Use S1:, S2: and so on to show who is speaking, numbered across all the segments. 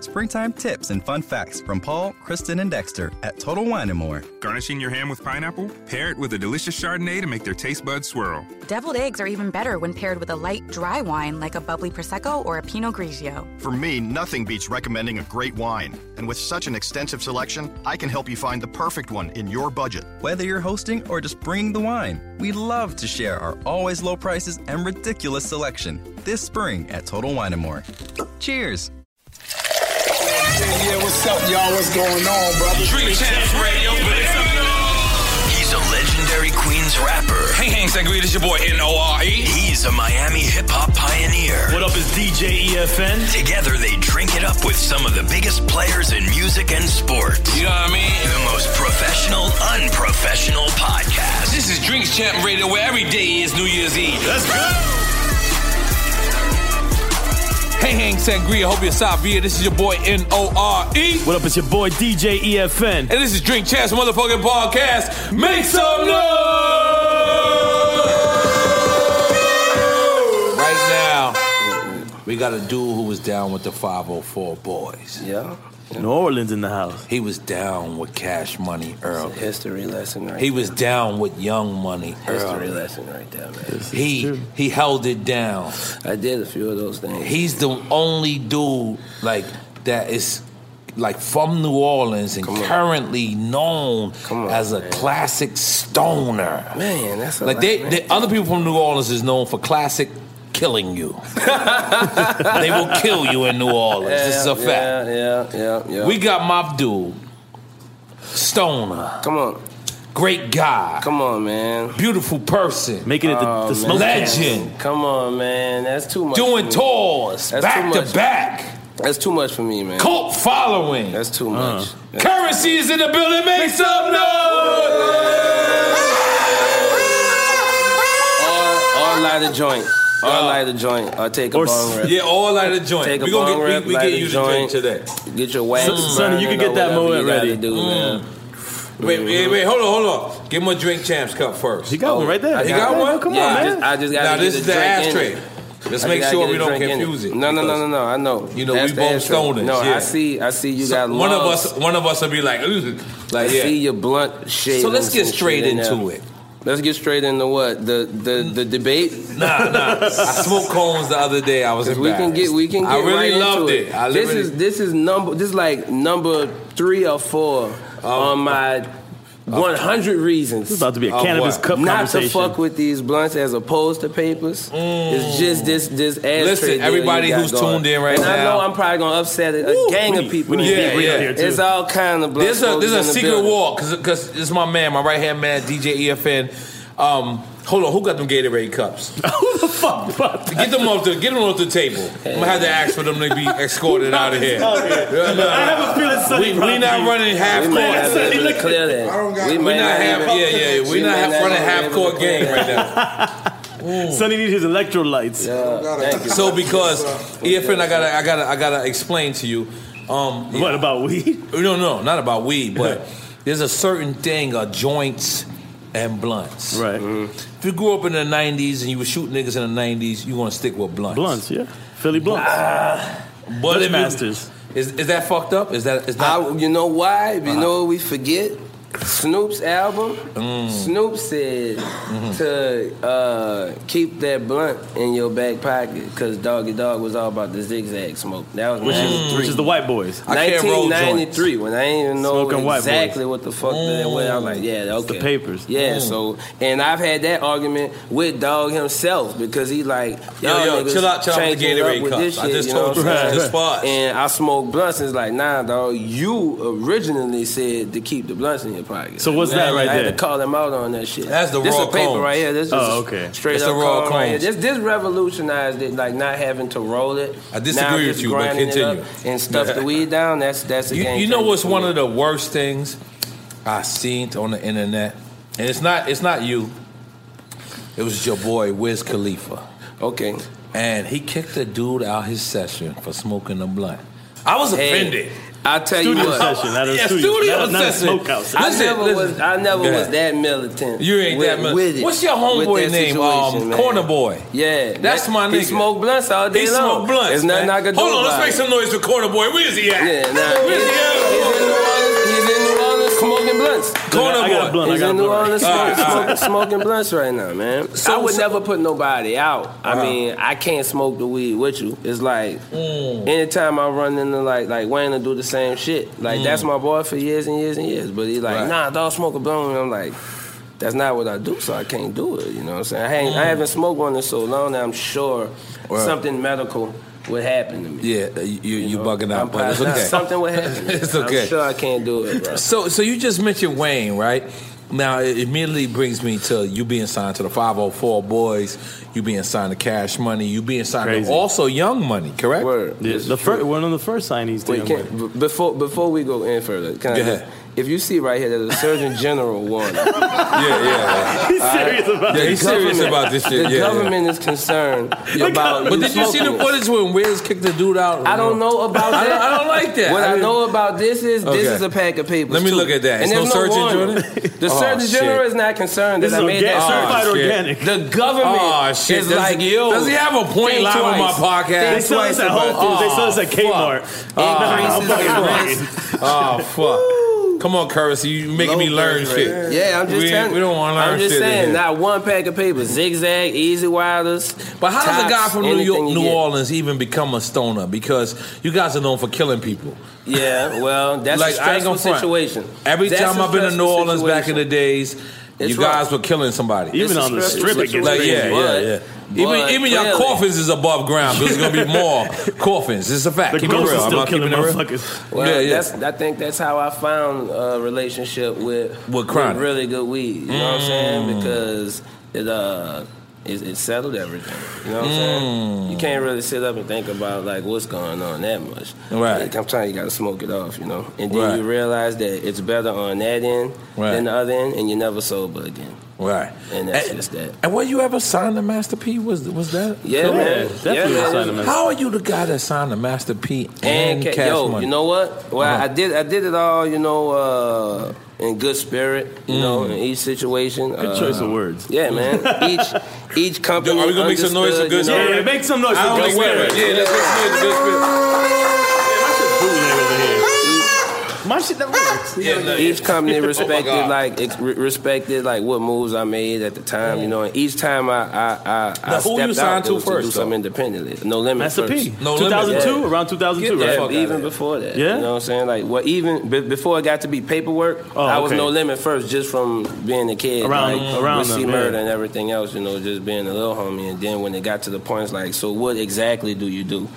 S1: Springtime tips and fun facts from Paul, Kristen, and Dexter at Total Wine & More.
S2: Garnishing your ham with pineapple? Pair it with a delicious Chardonnay to make their taste buds swirl.
S3: Deviled eggs are even better when paired with a light, dry wine like a bubbly Prosecco or a Pinot Grigio.
S4: For me, nothing beats recommending a great wine. And with such an extensive selection, I can help you find the perfect one in your budget.
S1: Whether you're hosting or just bringing the wine, we love to share our always low prices and ridiculous selection this spring at Total Wine & More. Cheers!
S5: Yeah, what's up, y'all? What's going on, brother?
S6: Dream Champs Radio,
S7: He's a legendary Queens rapper.
S6: Hey, hey, Sangreed, it's your boy N-O-R-E.
S7: He's a Miami hip hop pioneer.
S8: What up, is DJ
S6: E
S8: EFN?
S7: Together, they drink it up with some of the biggest players in music and sports.
S6: You know what I mean?
S7: The most professional, unprofessional podcast.
S6: This is Drinks Champ Radio, where every day is New Year's Eve.
S8: Let's go!
S6: Hey, Hang Sangria, hope you're Savia. This is your boy N O R E.
S8: What up? It's your boy E DJ EFN.
S6: And this is Drink Chance Motherfucking Podcast. Make some noise! Right now, we got a dude who was down with the 504 boys.
S9: Yeah.
S8: New Orleans in the house.
S6: He was down with Cash Money early.
S9: History lesson right
S6: He was down with Young Money
S9: there. History
S6: early.
S9: lesson right there, man.
S6: He he held it down.
S9: I did a few of those things.
S6: He's the only dude like that is like from New Orleans and
S9: Come on.
S6: currently known
S9: Come on,
S6: as a
S9: man.
S6: classic stoner.
S9: man, that's a
S6: Like
S9: lot,
S6: they,
S9: man.
S6: they, other people from New Orleans is known for classic killing you. they will kill you in New Orleans. this is a fact.
S9: Yeah, yeah, yeah, yeah.
S6: We got my dude, stoner,
S9: Come on.
S6: Great guy.
S9: Come on, man.
S6: Beautiful person.
S10: Making it the,
S9: Oh, man.
S10: the smoke
S6: Legend.
S9: Come on, man. That's too much.
S6: Doing
S9: for me.
S6: tours,
S9: That's
S6: back to
S9: much.
S6: back.
S9: That's too much for me, man.
S6: Cult following.
S9: That's too much.
S6: Uh-huh.
S9: That's-
S6: Currency is in the building. Make some noise.
S9: Or, or light a joint. Or light a joint. Or take a
S6: Or s-
S9: bong rip.
S6: Uh, yeah, or light a joint.
S9: Take a
S6: We gonna
S9: bong
S6: get- we-
S9: rip,
S6: we
S9: light
S6: get
S9: a
S6: you the
S9: joint
S6: drink today. Mm.
S9: Get your wax.
S6: S- Sonny, you
S9: burning
S6: can
S9: or
S6: get that
S9: whatever
S6: moment
S9: you gotta
S6: ready.
S9: Do, man. Mm-hmm.
S6: Wait, wait, wait, hold on, hold on. Give him a drink champs cup first. You
S10: got one right there.
S6: You
S10: Yeah,
S6: got
S10: man,
S6: one?
S10: come on,
S9: Yeah, I just, I just gotta
S6: Now,
S9: get
S6: this
S9: a
S6: is the
S9: drink in
S6: ashtray.
S9: it.
S6: Let's
S9: I
S6: make
S9: just
S6: sure
S9: gotta
S6: we
S9: get a
S6: don't
S9: drink in
S6: confuse it,
S9: No, no, no,
S6: because-
S9: no, no. I know.
S6: You know, we
S9: That's the
S6: both
S9: ashtray.
S6: stoners,
S9: No,
S6: yeah.
S9: I see. I see. You
S6: So
S9: got
S6: one of
S9: lungs.
S6: us. One of us will be like, "Ooh,"
S9: I
S6: like yeah.
S9: see your blunt shavings.
S6: So let's get
S9: and shit
S6: straight
S9: in
S6: into
S9: there.
S6: it.
S9: Let's get straight into what the the the debate.
S6: Nah, nah. I smoked cones the other day. I was
S9: Because we can get we can get
S6: I really
S9: right
S6: loved
S9: into
S6: it. I
S9: this
S6: literally-
S9: is this is number this is like number three or four on my. 100 reasons.
S10: This is about to be a Of cannabis what? cup
S9: Not to
S10: conversation.
S9: fuck with these blunts as opposed to papers. It's just this this ashtray.
S6: Mm. Listen,
S9: deal you
S6: everybody
S9: got
S6: who's
S9: going.
S6: tuned in right
S9: and I
S6: now-
S9: know I'm probably gonna upset a, a gang
S6: we
S9: of
S6: need-
S9: people.
S6: we need
S9: in
S6: to be real here, too.
S9: It's all kind of blunt.
S6: There's a there's a
S9: smokers in the
S6: secret
S9: building.
S6: war because this is my man, my right hand man, DJ EFN. Um, hold on, who got them Gatorade cups? who the fuck? Get them off the get them off the table. I'm gonna have to ask for them to be escorted out of here. Yeah, no.
S10: I have a feeling Sonny
S6: we, we
S10: probably-
S6: not running half
S10: We
S6: court.
S10: might have to Sonny, look- clear
S9: that.
S6: We,
S9: might
S6: not
S9: not
S6: half.
S9: even-
S6: Yeah, yeah, yeah. We,
S9: we
S6: not
S9: might
S6: half
S9: not
S6: running
S9: even
S6: half
S9: able
S6: court
S9: to clear
S6: game right now.
S10: Sonny needs his electrolytes.
S6: So because EFN, I gotta, I gotta, I gotta explain to you. Um, what
S10: about weed?
S6: No, no, not about weed. But there's a certain thing of joints and blunts.
S10: Right.
S6: If you grew up in the '90s and you were shooting niggas in the '90s, you want to stick with blunts. Ah.
S10: Blunts, yeah. Philly blunts.
S6: But if you-
S10: Masters.
S6: Is, is that fucked up? Is that Uh-huh. is that?
S9: I, you know why? You know what we forget? Snoop's album.
S6: Mm.
S9: Snoop said
S6: Mm-hmm.
S9: to uh, keep that blunt in your back pocket because Doggy Dog was all about the zigzag smoke. That was
S10: Which is,
S6: Mm.
S9: 93.
S10: which is the white boys.
S9: 1993 when I didn't even know
S10: Smoking white boys.
S9: exactly what the fuck that was. I'm like, yeah, okay.
S10: It's the papers.
S9: Yeah,
S10: Mm.
S9: so and I've had that argument with Dog himself because he like,
S6: Yo,
S9: y'all
S6: yo,
S9: niggas
S6: chill out, chill out with the
S9: changing it up
S6: Gatorade
S9: with
S6: cups.
S9: this
S6: I
S9: shit,
S6: just
S9: you know
S6: told
S9: what
S6: you,
S9: I'm saying?
S6: the spots.
S9: And I smoke blunts. And it's like, nah, dog. You originally said to keep the blunts in your pocket.
S10: So what's that
S9: I-
S10: right
S9: I
S10: there?
S9: had to call him out on that shit.
S6: That's the
S9: this
S6: raw
S9: a paper
S6: cones.
S9: right here. This is
S6: Oh,
S9: oh,
S6: okay.
S9: straight
S6: That's
S9: up
S6: the raw
S9: cone right here. This
S6: cones.
S9: this revolutionized it, like not having to roll it.
S6: I
S9: Now
S6: disagree
S9: I'm
S6: with
S9: just
S6: you, but
S9: grinding it up
S6: continue.
S9: And stuff the weed down. That's that's a
S6: You,
S9: game
S6: you know
S9: changer
S6: what's
S9: for
S6: one
S9: me.
S6: of the worst things I seen on the internet, and it's not it's not you. It was your boy Wiz Khalifa.
S9: Okay.
S6: And he kicked a dude out his session for smoking a blunt. I was
S9: Hey,
S6: offended.
S9: I tell
S6: Studio
S9: you what,
S6: session, not a Yeah, studio, studio not a- not a session. smokehouse.
S9: I
S6: Listen,
S9: never
S6: listen.
S9: was, I never
S6: Go ahead.
S9: was that militant.
S6: You ain't
S9: with,
S6: that much.
S9: With it,
S6: What's your
S9: with
S6: homeboy
S9: that
S6: name?
S9: situation,
S6: Um,
S9: man.
S6: Corner Boy.
S9: Yeah,
S6: That's
S9: that-
S6: my nigga.
S9: He smoked blunts all day
S6: He
S9: long.
S6: smoked blunts.
S9: There's nothing
S6: man.
S9: I can do
S6: Hold on, let's
S9: about
S6: make some noise for Corner Boy. Where's he at?
S9: Yeah, nah,
S6: Where's he at?
S9: He's in New Orleans smoking blunts.
S6: Corner Boy.
S9: He's in New Orleans
S6: All right,
S9: smoking,
S6: all
S9: smoking,
S6: right.
S9: smoking blunts right now, man.
S6: So-
S9: I would
S6: so-
S9: never put nobody out.
S6: Uh-huh.
S9: I mean, I can't smoke the weed with you. It's like
S6: Mm.
S9: anytime I run into like like Wayne to do the same shit. Like
S6: Mm.
S9: that's my boy for years and years and years. But he's like,
S6: Right.
S9: nah, dog, smoke a blunt. And I'm like. That's not what I do, so I can't do it. You know what I'm saying? I, ain't, I
S6: Mm.
S9: haven't smoked one in so long that I'm sure
S6: Well.
S9: something medical would happen to me.
S6: Yeah, you, you, you bugging
S9: I'm
S6: out, but it's
S9: probably-
S6: okay.
S9: Something would happen.
S6: It's okay.
S9: I'm sure I can't do it, bro.
S6: So, so you just mentioned Wayne, right? Now, it immediately brings me to you being signed to the 504 Boys, you being signed to Cash Money, you being signed
S10: Crazy.
S6: to also Young Money, correct?
S10: Yeah, the fir- one of the first signees. to
S9: Wait,
S10: Young
S9: can,
S10: Money.
S9: b- before before we go in further, can I
S10: Go
S9: just-
S10: ahead.
S9: if you see right here, there's a Surgeon General warning. yeah,
S6: yeah.
S10: He's serious about
S6: Yeah,
S10: it.
S6: he's serious about this shit,
S9: The
S6: yeah, yeah.
S9: government is concerned about.
S6: But did you see the
S9: smoking
S6: footage when Wiz kicked the dude out?
S9: I don't know about
S6: I
S9: that.
S6: don't- I don't like that.
S9: What
S6: I
S9: I,
S6: mean-
S9: know about this is this
S6: Okay.
S9: is a pack of papers.
S6: Let me
S9: too.
S6: look at that.
S9: And
S6: It's no
S9: there's
S6: Surgeon
S9: warning.
S6: General?
S9: The
S6: Oh,
S9: Surgeon
S6: shit. Oh,
S9: General is not concerned
S6: This
S9: that
S6: is
S9: I made
S6: organ-
S9: that.
S6: certified
S9: shit.
S6: organic.
S9: The government
S6: Oh, shit.
S9: is
S6: Does-
S9: like yo.
S6: does he have a point
S9: think
S6: live on
S9: twice.
S6: my podcast?
S9: Think
S6: They sell us
S9: twice
S6: at Whole
S9: about
S6: Foods. They sell us
S9: this.
S6: at Kmart.
S9: Ah,
S6: Oh,
S9: Increases in
S6: fuck.
S9: rent.
S6: Oh, fuck. Come on, Currency. You making me
S9: Low
S6: learn
S9: birth
S6: shit.
S9: rate. Yeah, I'm just
S6: we,
S9: telling.
S6: We don't want to learn
S9: I'm just
S6: shit in
S9: saying,
S6: here.
S9: not one pack of paper. Zigzag, Easy Wilders.
S6: But how does a guy
S9: Tops,
S6: from New
S9: anything
S6: York,
S9: you
S6: New
S9: get.
S6: Orleans, even become a stoner? Because you guys are known for killing people.
S9: Yeah, well, that's
S6: Like,
S9: a
S6: I ain't
S9: stressful
S6: gonna front.
S9: situation.
S6: Every
S9: That's
S6: time
S9: a
S6: I've been to New
S9: stressful
S6: Orleans back in
S9: situation.
S6: the days,
S9: It's
S6: you
S9: rough.
S6: guys were killing somebody.
S9: Even It's a on the stressful strip, it gets
S6: like, yeah,
S9: situation.
S6: yeah, yeah. even
S9: Boy,
S6: even your
S9: clearly.
S6: coffins is above ground because there's gonna be more coffins. It's a fact.
S9: The
S6: Keep it real.
S9: ghosts are
S6: I'm
S9: still
S6: not keeping
S9: killing
S6: it real.
S9: Well,
S6: yeah, yeah.
S9: that's I think that's how I found a relationship with
S6: With chronic.
S9: really good weed. You know what I'm
S6: Mm.
S9: saying? Because it uh it, it settled everything. You know what I'm
S6: Mm.
S9: saying? You can't really sit up and think about like what's going on that much.
S6: Right.
S9: Like, I'm telling you, you gotta smoke it off. You know, and then
S6: Right.
S9: you realize that it's better on that end
S6: Right.
S9: than the other end, and you're never sober again.
S6: Right.
S9: And that's just that.
S6: And were you ever signed to Master P? Was was that?
S9: Yeah, Yeah, man. definitely Yeah, was man. signed to Master
S6: How are you the guy that signed to Master P and,
S9: ca-
S6: Cash
S9: yo,
S6: Money?
S9: you know what? Well,
S10: Uh-huh.
S9: I did. I did it all. You know, uh, in good spirit. You know,
S10: Mm.
S9: in each situation.
S10: Good
S9: uh,
S10: choice of words.
S9: Yeah, man. Each each company.
S10: Are we gonna make some noise for
S9: understood,
S10: good
S9: you know-
S10: spirit? Yeah, make some noise for I good don't think we're- spirit. yeah, let's make some noise for good My shit never works. Oh
S9: Each company respected
S10: God.
S9: like ex- re- respected like what moves I made at the time, you know. And each time I I I, I
S10: Now, who
S9: stepped
S10: you
S9: out
S10: signed to
S9: it was
S10: first,
S9: do something independently. No limit.
S10: Master
S9: first.
S10: P. No Limit. 2002, around 2002,
S9: Yeah,
S10: right? Fuck outta
S9: even
S10: here.
S9: before that.
S10: Yeah?
S9: you know what I'm saying? Like, well, even be- before it got to be paperwork, I was
S10: Oh, okay.
S9: no limit first, just from being a kid,
S10: Around-
S9: like,
S10: around
S9: with
S10: them,
S9: C
S10: yeah.
S9: murder and everything else, you know, just being a little homie. And then when it got to the point, it's like, so what exactly do you do?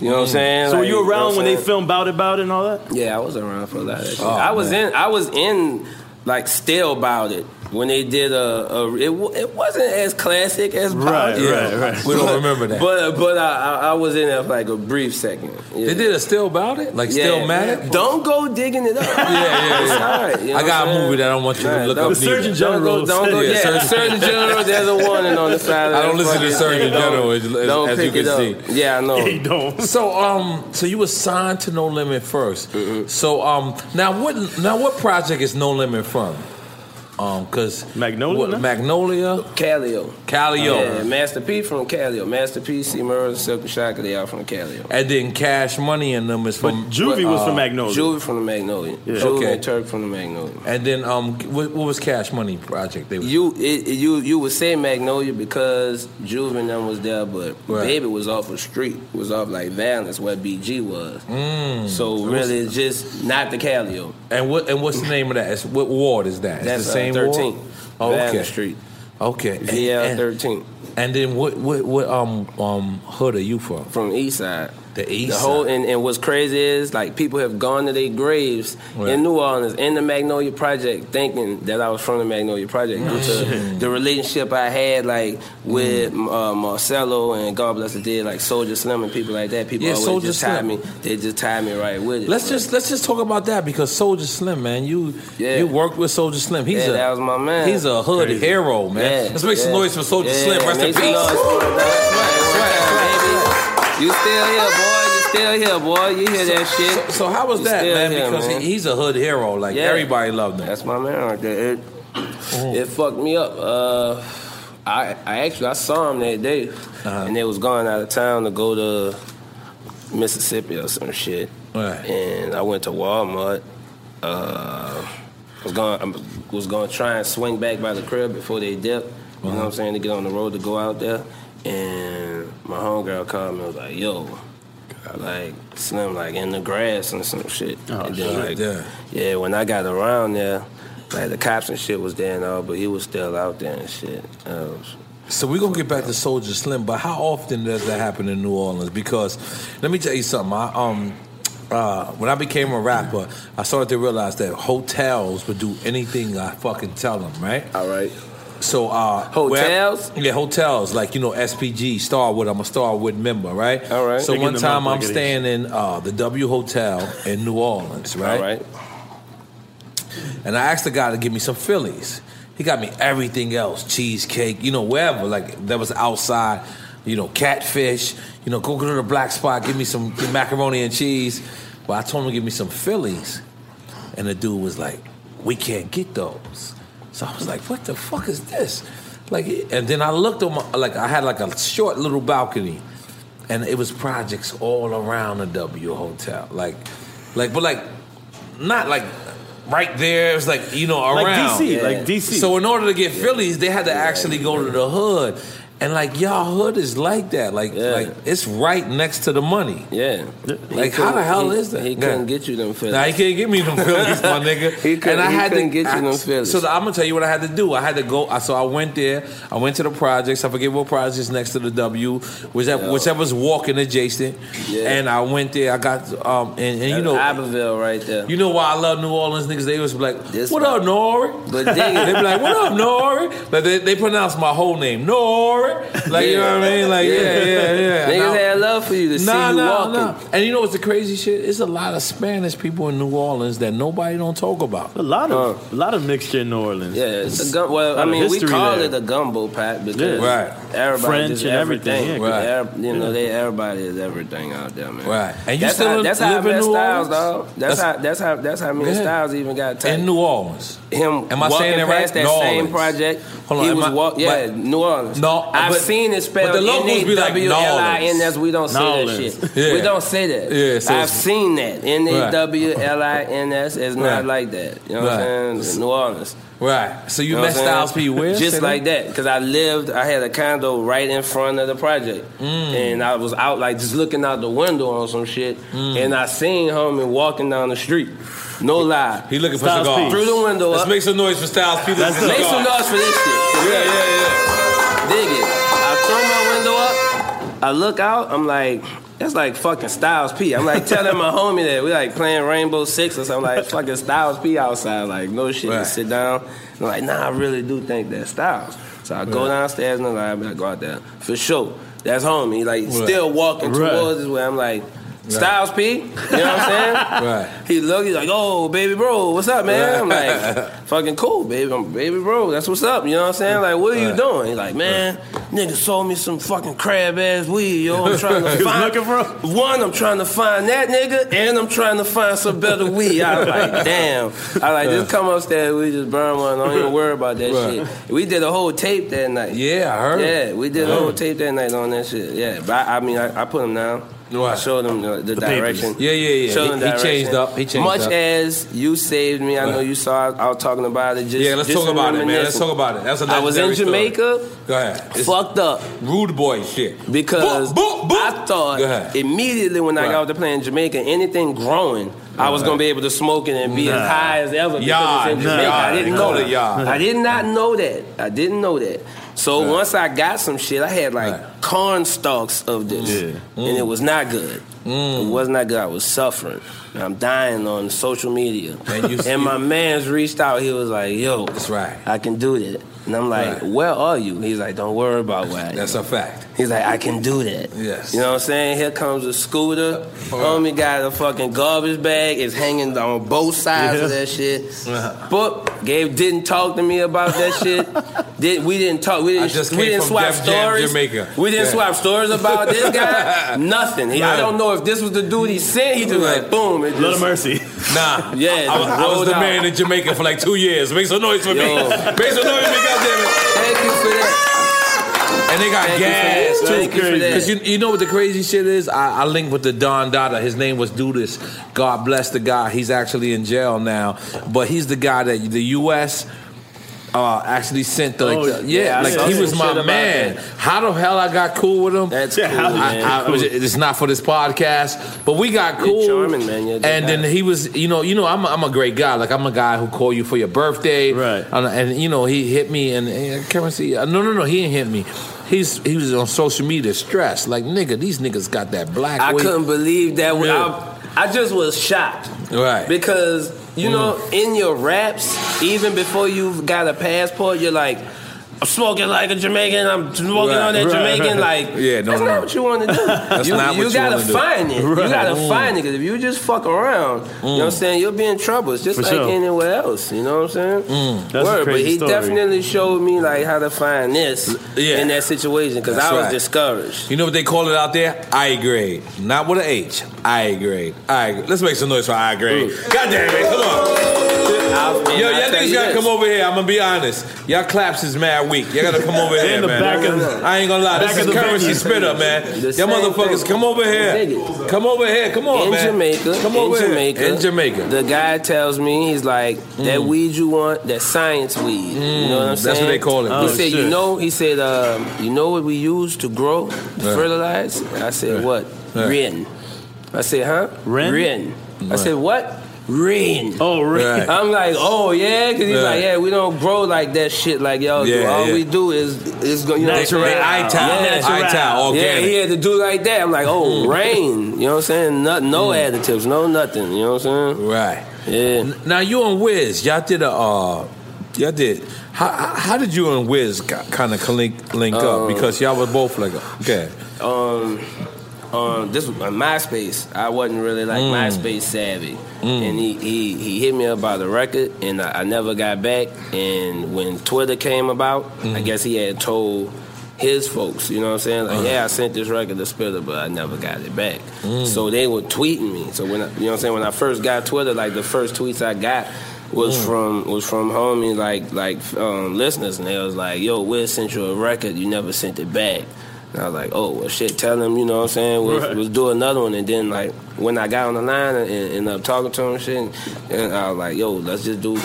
S9: You know what I'm saying?
S10: Mm. So were
S9: Like,
S10: you
S9: know what
S10: around
S9: I'm
S10: when they
S9: saying?
S10: filmed Bout It Bout It and all that?
S9: Yeah, I was around for a lot of that shit.
S10: Oh,
S9: I was
S10: man.
S9: in. I was in. Like still about it when they did a, a it, wa- it wasn't as classic as
S6: Right,
S9: Bout It.
S6: right, right. We don't
S9: But-
S6: remember that.
S9: but but I, I, I was in there for like a brief second.
S6: They did a still about it, like still mad.
S9: man. Don't go digging it up. yeah,
S6: yeah, yeah. I got a movie that I don't want you to look up. neither.
S9: Don't go, don't go, yeah, Surgeon General. There's a warning on the side. Of
S6: I don't
S9: that
S6: listen
S9: fucking
S6: to
S9: thing.
S6: Surgeon
S9: Don't-
S6: General, as, as-
S9: don't
S6: as
S9: pick
S6: you
S9: it
S6: can
S9: up.
S6: see.
S9: Yeah, I know.
S10: don't.
S6: So, um, so you were signed to No Limit 1st
S9: Mm-hmm.
S6: So, um, now what? Now what project is No Limit from? Um, because Magnolia, Magnolia,
S9: Calio,
S6: Calio,
S9: Yeah, Master P from Calio. Master P, C. Murray, Silk and Shaka, they out from Calio.
S6: and then Cash Money and them is from. uh,
S9: Juvie from the Magnolia. Juvie
S6: Okay.
S9: and Turk from the Magnolia.
S6: And then, um, what, what was Cash Money project? They
S9: You it, it- you you would say Magnolia because Juvie and them was there, but
S6: Right.
S9: Baby was off the street, was off like Valence where BG was.
S6: Mm.
S9: So
S6: And
S9: really,
S6: what's-
S9: it's just not the Calio.
S6: And what and what's the name of that? It's, what ward is that? It's
S9: That's,
S6: the
S9: uh,
S6: same
S9: 13th,
S6: ward. Oh, okay.
S9: Valley Street.
S6: Okay.
S9: VL
S6: thirteen. And then what what what um um hood are you from?
S9: From East Side.
S6: The East
S9: the whole
S6: Side.
S9: and, and what's crazy is like people have gone to their graves
S6: Right.
S9: in New Orleans in the Magnolia Project, thinking that I was from the Magnolia Project due to
S6: Mm.
S9: the relationship I had like with uh, Marcelo and God bless the dead, like Soldier Slim and people like that. People
S6: Yeah,
S9: always
S6: Soulja
S9: just tied
S6: Slim.
S9: me. They just tied me right with it.
S6: Let's just let's just talk about that because Soldier Slim, man, you you worked with Soldier Slim. He's
S9: Yeah,
S6: a
S9: that was my man.
S6: He's a hood
S9: Crazy.
S6: hero, man.
S9: Yeah,
S6: let's make some
S9: yeah.
S6: noise for Soldier
S9: Yeah,
S6: Slim. Rest in
S9: make some noise
S6: peace.
S9: for him, dog. You still here, boy. You still here, boy. You hear that shit.
S6: So how was
S9: You
S6: that,
S9: still
S6: man?
S9: here,
S6: because
S9: man.
S6: He, he's a hood hero. Like
S9: Yeah.
S6: everybody loved him. Oh.
S9: That's my man right there. It, it fucked me up. Uh, I I actually I saw him that day,
S6: Uh-huh.
S9: and they was going out of town to go to Mississippi or some shit. And I went to Walmart. Uh, was going I was going to try and swing back by the crib before they dip. You know
S6: Uh-huh.
S9: what I'm saying to get on the road to go out there. And my homegirl called me. and was like, "Yo, like Slim, like in the grass and some shit." and then,
S6: Oh, shit,
S9: like,
S6: yeah.
S9: yeah, when I got around there, like the cops and shit was there and all, but he was still out there and shit. Uh,
S6: So we're gonna get back to Soldier Slim, but how often does that happen in New Orleans? Because let me tell you something. I um uh, when I became a rapper, I started to realize that hotels would do anything I fucking tell them, right?
S9: All right.
S6: So uh
S9: Hotels?
S6: where- yeah, hotels like you know SPG Starwood. I'm a Starwood member, right? All
S9: right.
S6: So
S9: Picking
S6: one
S9: them
S6: time
S9: up
S6: I'm
S9: like it is.
S6: staying in uh, the W Hotel in New Orleans, right?
S9: All right.
S6: And I asked the guy to give me some Phillies. He got me everything else, cheesecake, you know, wherever. Like that was outside, you know, catfish, you know, go go to the black spot, give me some macaroni and cheese. But I told him to give me some Phillies. And the dude was like, we can't get those. So I was like, what the fuck is this? Like, and then I looked on my, like, I had like a short little balcony and it was projects all around the W Hotel. Like, like, but like, not like right there. It was like you know
S10: Like
S6: around
S10: DC, like DC.
S6: So in order to get Phillies, they had to actually go to the hood. And like y'all hood is like that. Like like it's right next to the money.
S9: Yeah.
S6: Like how the hell
S9: he-
S6: is that?
S9: He
S6: Yeah.
S9: couldn't get you them feelings.
S6: Nah, he can't give me them feelings, my nigga.
S9: He couldn't- he couldn't get you
S6: I-
S9: them feelings.
S6: So the- I'm gonna tell you what I had to do. I had to go. I, so I went there. I went to the projects. I forget what projects next to the W, whichever,
S9: Yo.
S6: whichever's walking adjacent.
S9: Yeah.
S6: And I went there. I got um and, and you
S9: That's
S6: know
S9: Iberville right there.
S6: You know why I love New Orleans niggas? They was like, "What
S9: one.
S6: up, Nori?"
S9: But dig it.
S6: they be like, "What up, Nori?" Like they, they pronounce my whole name, Nori. Like you know what I mean? Like yeah, yeah, yeah.
S9: Niggas
S6: Now-
S9: had love for you to see you walking.
S6: and you know what's the crazy shit? It's a lot of Spanish people in New Orleans that nobody don't talk about.
S10: A lot of a lot of mixture in New Orleans.
S9: Yeah, it's a gum. Well, I mean, we call it a gumbo pack because
S10: Yeah. Right.
S9: everybody
S10: French
S9: is
S10: and everything,
S9: everything.
S10: yeah, 'cause-
S9: Every- you know,
S10: Yeah.
S9: they everybody is everything out there, man.
S6: Right. And you
S9: that's
S6: still
S9: how, that's how I
S6: live in
S9: met
S6: New
S9: Styles,
S6: Orleans?
S9: dog. That's
S6: That's-
S9: how that's how that's how me
S6: Yeah.
S9: and Styles even got tight.
S6: In New Orleans.
S9: him
S6: Am I
S9: walking
S6: saying it
S9: past
S6: right?
S9: that
S6: New
S9: same
S6: Orleans.
S9: project.
S6: Hold on,
S9: he
S6: am
S9: was
S6: I-
S9: walk, yeah,
S6: but-
S9: New Orleans.
S6: No,
S9: I've
S6: but-
S9: seen it spelled
S6: but the locals be like, New Orleans.
S9: N-A-W-L-I-N, that's we don't say
S6: New
S9: that
S6: Orleans.
S9: shit.
S6: Yeah.
S9: We don't say that.
S6: Yeah, so
S9: I've
S6: it's-
S9: seen that. N A
S6: Right.
S9: W L I N S is not
S6: Right.
S9: like that. You know what I'm
S6: Right.
S9: saying? New Orleans.
S6: Right. So you
S9: know
S6: met
S9: what I'm
S6: Styles
S9: saying?
S6: P. Where? Say
S9: Just
S6: that?
S9: like that, because I lived, I had a condo right in front of the project,
S6: Mm.
S9: and I was out like just looking out the window on some shit,
S6: Mm.
S9: and I seen homie walking down the street. No lie,
S6: He looking for
S9: Styles
S6: cigars.
S9: P. through the window.
S6: Let's
S9: up.
S6: make some noise for Styles P.
S9: Make
S6: Looking for
S9: some
S6: cigars.
S9: noise for this shit. Yeah, yeah, yeah. Dig it. I throw my window up. I look out. I'm like, that's like fucking Styles P. I'm like telling my homie that we like playing Rainbow Six or something. Like fucking Styles P outside. Like no shit.
S6: Right.
S9: Sit down. And I'm like, nah, I really do think that's Styles. So I go
S6: Right.
S9: downstairs and I'm like, I go out there for sure. That's homie. Like
S6: Right.
S9: still walking
S6: Right.
S9: towards us where I'm like. Styles P, you know what I'm saying?
S6: Right.
S9: He looked, he's like, oh, baby bro, what's up, man? I'm like, fucking cool, baby. I'm baby bro. That's what's up. You know what I'm saying? Like, what are you
S6: Right.
S9: doing? He's like, man, nigga sold me some fucking crab ass weed, yo. I'm trying to
S10: He was
S9: find
S10: looking
S9: one. I'm trying to find that nigga, and I'm trying to find some better weed. I was like, damn. I like just come upstairs. We just burn one. I don't even worry about that
S6: Right.
S9: shit. We did a whole tape that night.
S6: Yeah, I heard.
S9: Yeah, we did
S6: I
S9: a whole
S6: heard.
S9: tape that night on that shit. Yeah, but I, I mean, I, I put him down. I showed him the, the
S6: The papers.
S9: direction.
S6: Yeah, yeah, yeah.
S9: Showed
S6: He-
S9: him
S6: he
S9: direction.
S6: changed up. He changed
S9: Much
S6: up.
S9: as you saved me, I know you saw. I was talking about it. Just,
S6: yeah, let's
S9: just
S6: talk about it, man. Let's
S9: reminiscing.
S6: talk about it. That's a
S9: I was in
S6: legendary story.
S9: Jamaica.
S6: Go ahead.
S9: fucked up.
S6: Rude boy shit.
S9: Because I
S6: Go
S9: thought
S6: ahead.
S9: immediately when I
S6: Right.
S9: got to playing Jamaica, anything growing, I was
S6: Right.
S9: gonna be able to smoke it and be
S6: Nah.
S9: as high as ever. because
S6: Yard.
S9: it's in Jamaica.
S6: Nah.
S9: I didn't
S6: They
S9: know
S6: call it
S9: that.
S6: yard.
S9: I did not know that. I didn't know that. So once I got some shit, I had like corn stalks of this, and it
S6: Mm.
S9: was not good. It was not good. I was suffering. And I'm dying on social media. And, my man's reached out. He was like, "Yo, that's
S6: right.
S9: I can do that." And I'm like, "Where are you?" He's like, "Don't worry about where." I
S6: That's
S9: am."
S6: a fact.
S9: He's like, "I can do that."
S6: Yes.
S9: You know what I'm saying? Here comes a scooter. Homie got a fucking garbage bag. It's hanging on both sides of
S6: Yeah. Uh-huh.
S9: that shit. Book Gabe didn't talk to me about that shit. Did we didn't talk? We
S6: I
S9: didn't.
S6: just
S9: we
S6: came
S9: didn't
S6: from
S9: swap
S6: Def Jam,
S9: stories.
S6: Jamaica.
S9: We didn't
S6: Yeah.
S9: swap stories about this guy. Nothing. He- I
S6: Right.
S9: don't know if this was the dude he sent. He just like boom. It just,
S6: Little mercy. Nah.
S9: Yeah.
S6: I, was- I was the man in Jamaica for like two years. Make some noise for me.
S9: Yo.
S6: Make some noise for me, goddammit.
S9: Thank you for that.
S6: And they got
S9: Thank you for that.
S6: gas too.
S9: Thank you for that.
S6: Because you, you know what the crazy shit is? I, I linked with the Don Dada. His name was Dudas. God bless the guy. He's actually in jail now. But he's the guy that the U.S. Uh, actually sent the, like,
S9: Oh,
S6: the-
S9: yeah,
S6: yeah,
S9: I saw
S6: like he
S9: some
S6: was
S9: shit
S6: my
S9: about
S6: man.
S9: that.
S6: How the hell I got cool with him? That's
S9: Yeah, cool, how did you
S6: I,
S9: get
S6: I,
S9: cool?
S6: It's not for this podcast, but we got
S9: You're
S6: cool.
S9: charming, man. You're a
S6: and
S9: good guy.
S6: then he was, you know, you know, I'm a, I'm a great guy. Like I'm a guy who call you for your birthday, right? And, and, you know, he hit me, and, and Kevin see, no, no, no, he didn't hit me. He's he was on social media stressed, like nigga, these niggas got that black.
S9: I
S6: weight.
S9: couldn't believe that. when
S6: Yeah.
S9: I, I just was shocked.
S6: Right. Mm.
S9: Because, you know, in your raps, even before you've got a passport, you're like, I'm smoking like a Jamaican, I'm smoking
S6: Right.
S9: on that
S6: Right.
S9: Jamaican. Like,
S6: Yeah, no,
S9: that's
S6: no.
S9: not what you want to do.
S6: That's
S9: you
S6: not
S9: you
S6: what you
S9: gotta
S6: wanna do.
S9: find it. You
S6: Right.
S9: gotta
S6: Mm.
S9: find it. Because if you just fuck around, you know what I'm saying, you'll be in trouble. It's just
S6: For
S9: like
S6: sure.
S9: anywhere else. You know what I'm saying?
S6: That's a
S9: Word. but
S6: crazy
S9: he
S6: story.
S9: definitely showed me like how to find this
S6: Yeah.
S9: in that situation. Because
S6: That's
S9: I was
S6: right.
S9: discouraged.
S6: You know what they call it out there? I grade, not with an H. I grade. I grade. Let's make some noise for I grade. God damn it! Come on.
S9: I'll- and
S6: Yo,
S9: I'll
S6: y'all
S9: tell
S6: niggas
S9: you
S6: gotta
S9: this.
S6: come over here. I'm gonna be honest. Y'all claps is mad weak. Y'all gotta come over
S9: They
S6: here,
S9: in the
S6: man.
S9: back of-
S6: I ain't gonna lie.
S9: back
S6: This
S9: of
S6: is
S9: the
S6: currency
S9: venue.
S6: spit up, man.
S9: The
S6: Y'all
S9: same
S6: motherfuckers,
S9: thing.
S6: come over here.
S9: Niggas.
S6: Come over here. Come on,
S9: in
S6: man.
S9: Jamaica,
S6: Come
S9: in
S6: over here.
S9: Jamaica,
S6: In Jamaica. Mm.
S9: the guy tells me he's like that weed you want, that science weed. you know what I'm
S6: that's
S9: saying?
S6: what they call it.
S9: He
S6: Oh,
S9: said,
S6: shit.
S9: you know, he said, um, you know what we use to grow, to
S6: Yeah.
S9: fertilize. I said, what?
S6: Yeah.
S9: Rin. I said, huh?
S6: Rin?
S9: Rin. I
S6: Right.
S9: said, what? Rain.
S10: Oh,
S6: rain. Right.
S9: I'm like, oh yeah, because he's
S6: Yeah.
S9: like, yeah, we don't grow like that shit like y'all do.
S6: Yeah,
S9: All
S6: yeah.
S9: we do is is go, you know,
S6: Natural.
S9: what I'm saying?
S6: Ital.
S9: Yeah.
S6: Ital, organic.
S9: Yeah, he had to do like that. I'm like, oh,
S6: Mm.
S9: rain. You know what I'm saying? No, no additives, no nothing. You know what I'm saying?
S6: Right.
S9: Yeah.
S6: Now you and Wiz, y'all did a, uh, y'all did. How, how- how did you and Wiz kind of link link up?
S9: Um,
S6: Because y'all was both like, okay,
S9: Um, um, this was on MySpace. I wasn't really like
S6: Mm.
S9: MySpace savvy, and he, he he hit me up about the record, and I, I never got back. And when Twitter came about,
S6: Mm.
S9: I guess he had told his folks, you know what I'm saying? Like,
S6: Uh-huh.
S9: yeah, I sent this record to Spitter, but I never got it back.
S6: Mm.
S9: So they were tweeting me. So when I, you know what I'm saying, when I first got Twitter, like the first tweets I got was
S6: Mm.
S9: from was from homie like like um, listeners, and they was like, "Yo, Wiz sent you a record, you never sent it back." And I was like, "Oh well, shit, tell him, you know what I'm saying? We'll,
S10: Right.
S9: we'll do another one." And then like when I got on the line and, and up talking to him, and shit, and, I was like, "Yo, let's just do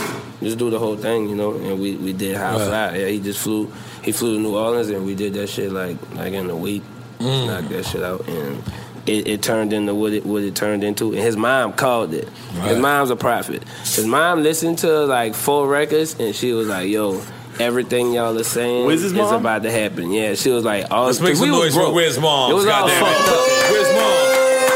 S9: just do the whole thing, you know?" And we we did High
S6: Right.
S9: Fly. Yeah, he just flew he flew to New Orleans, and we did that shit like like in a week,
S10: Mm.
S9: knocked that shit out, and it, it turned into what it what it turned into. And his mom called it. His
S6: Right.
S9: mom's a prophet. His mom listened to like four records, and she was like, "Yo." Everything y'all are saying
S6: Wiz's
S9: is
S6: mom?
S9: about to happen. Yeah, she was like, all
S6: let's make some
S9: we was
S6: noise for
S9: broke.
S6: Wiz mom.
S9: It was all
S6: Goddamn
S9: fucked up.
S6: Wiz mom.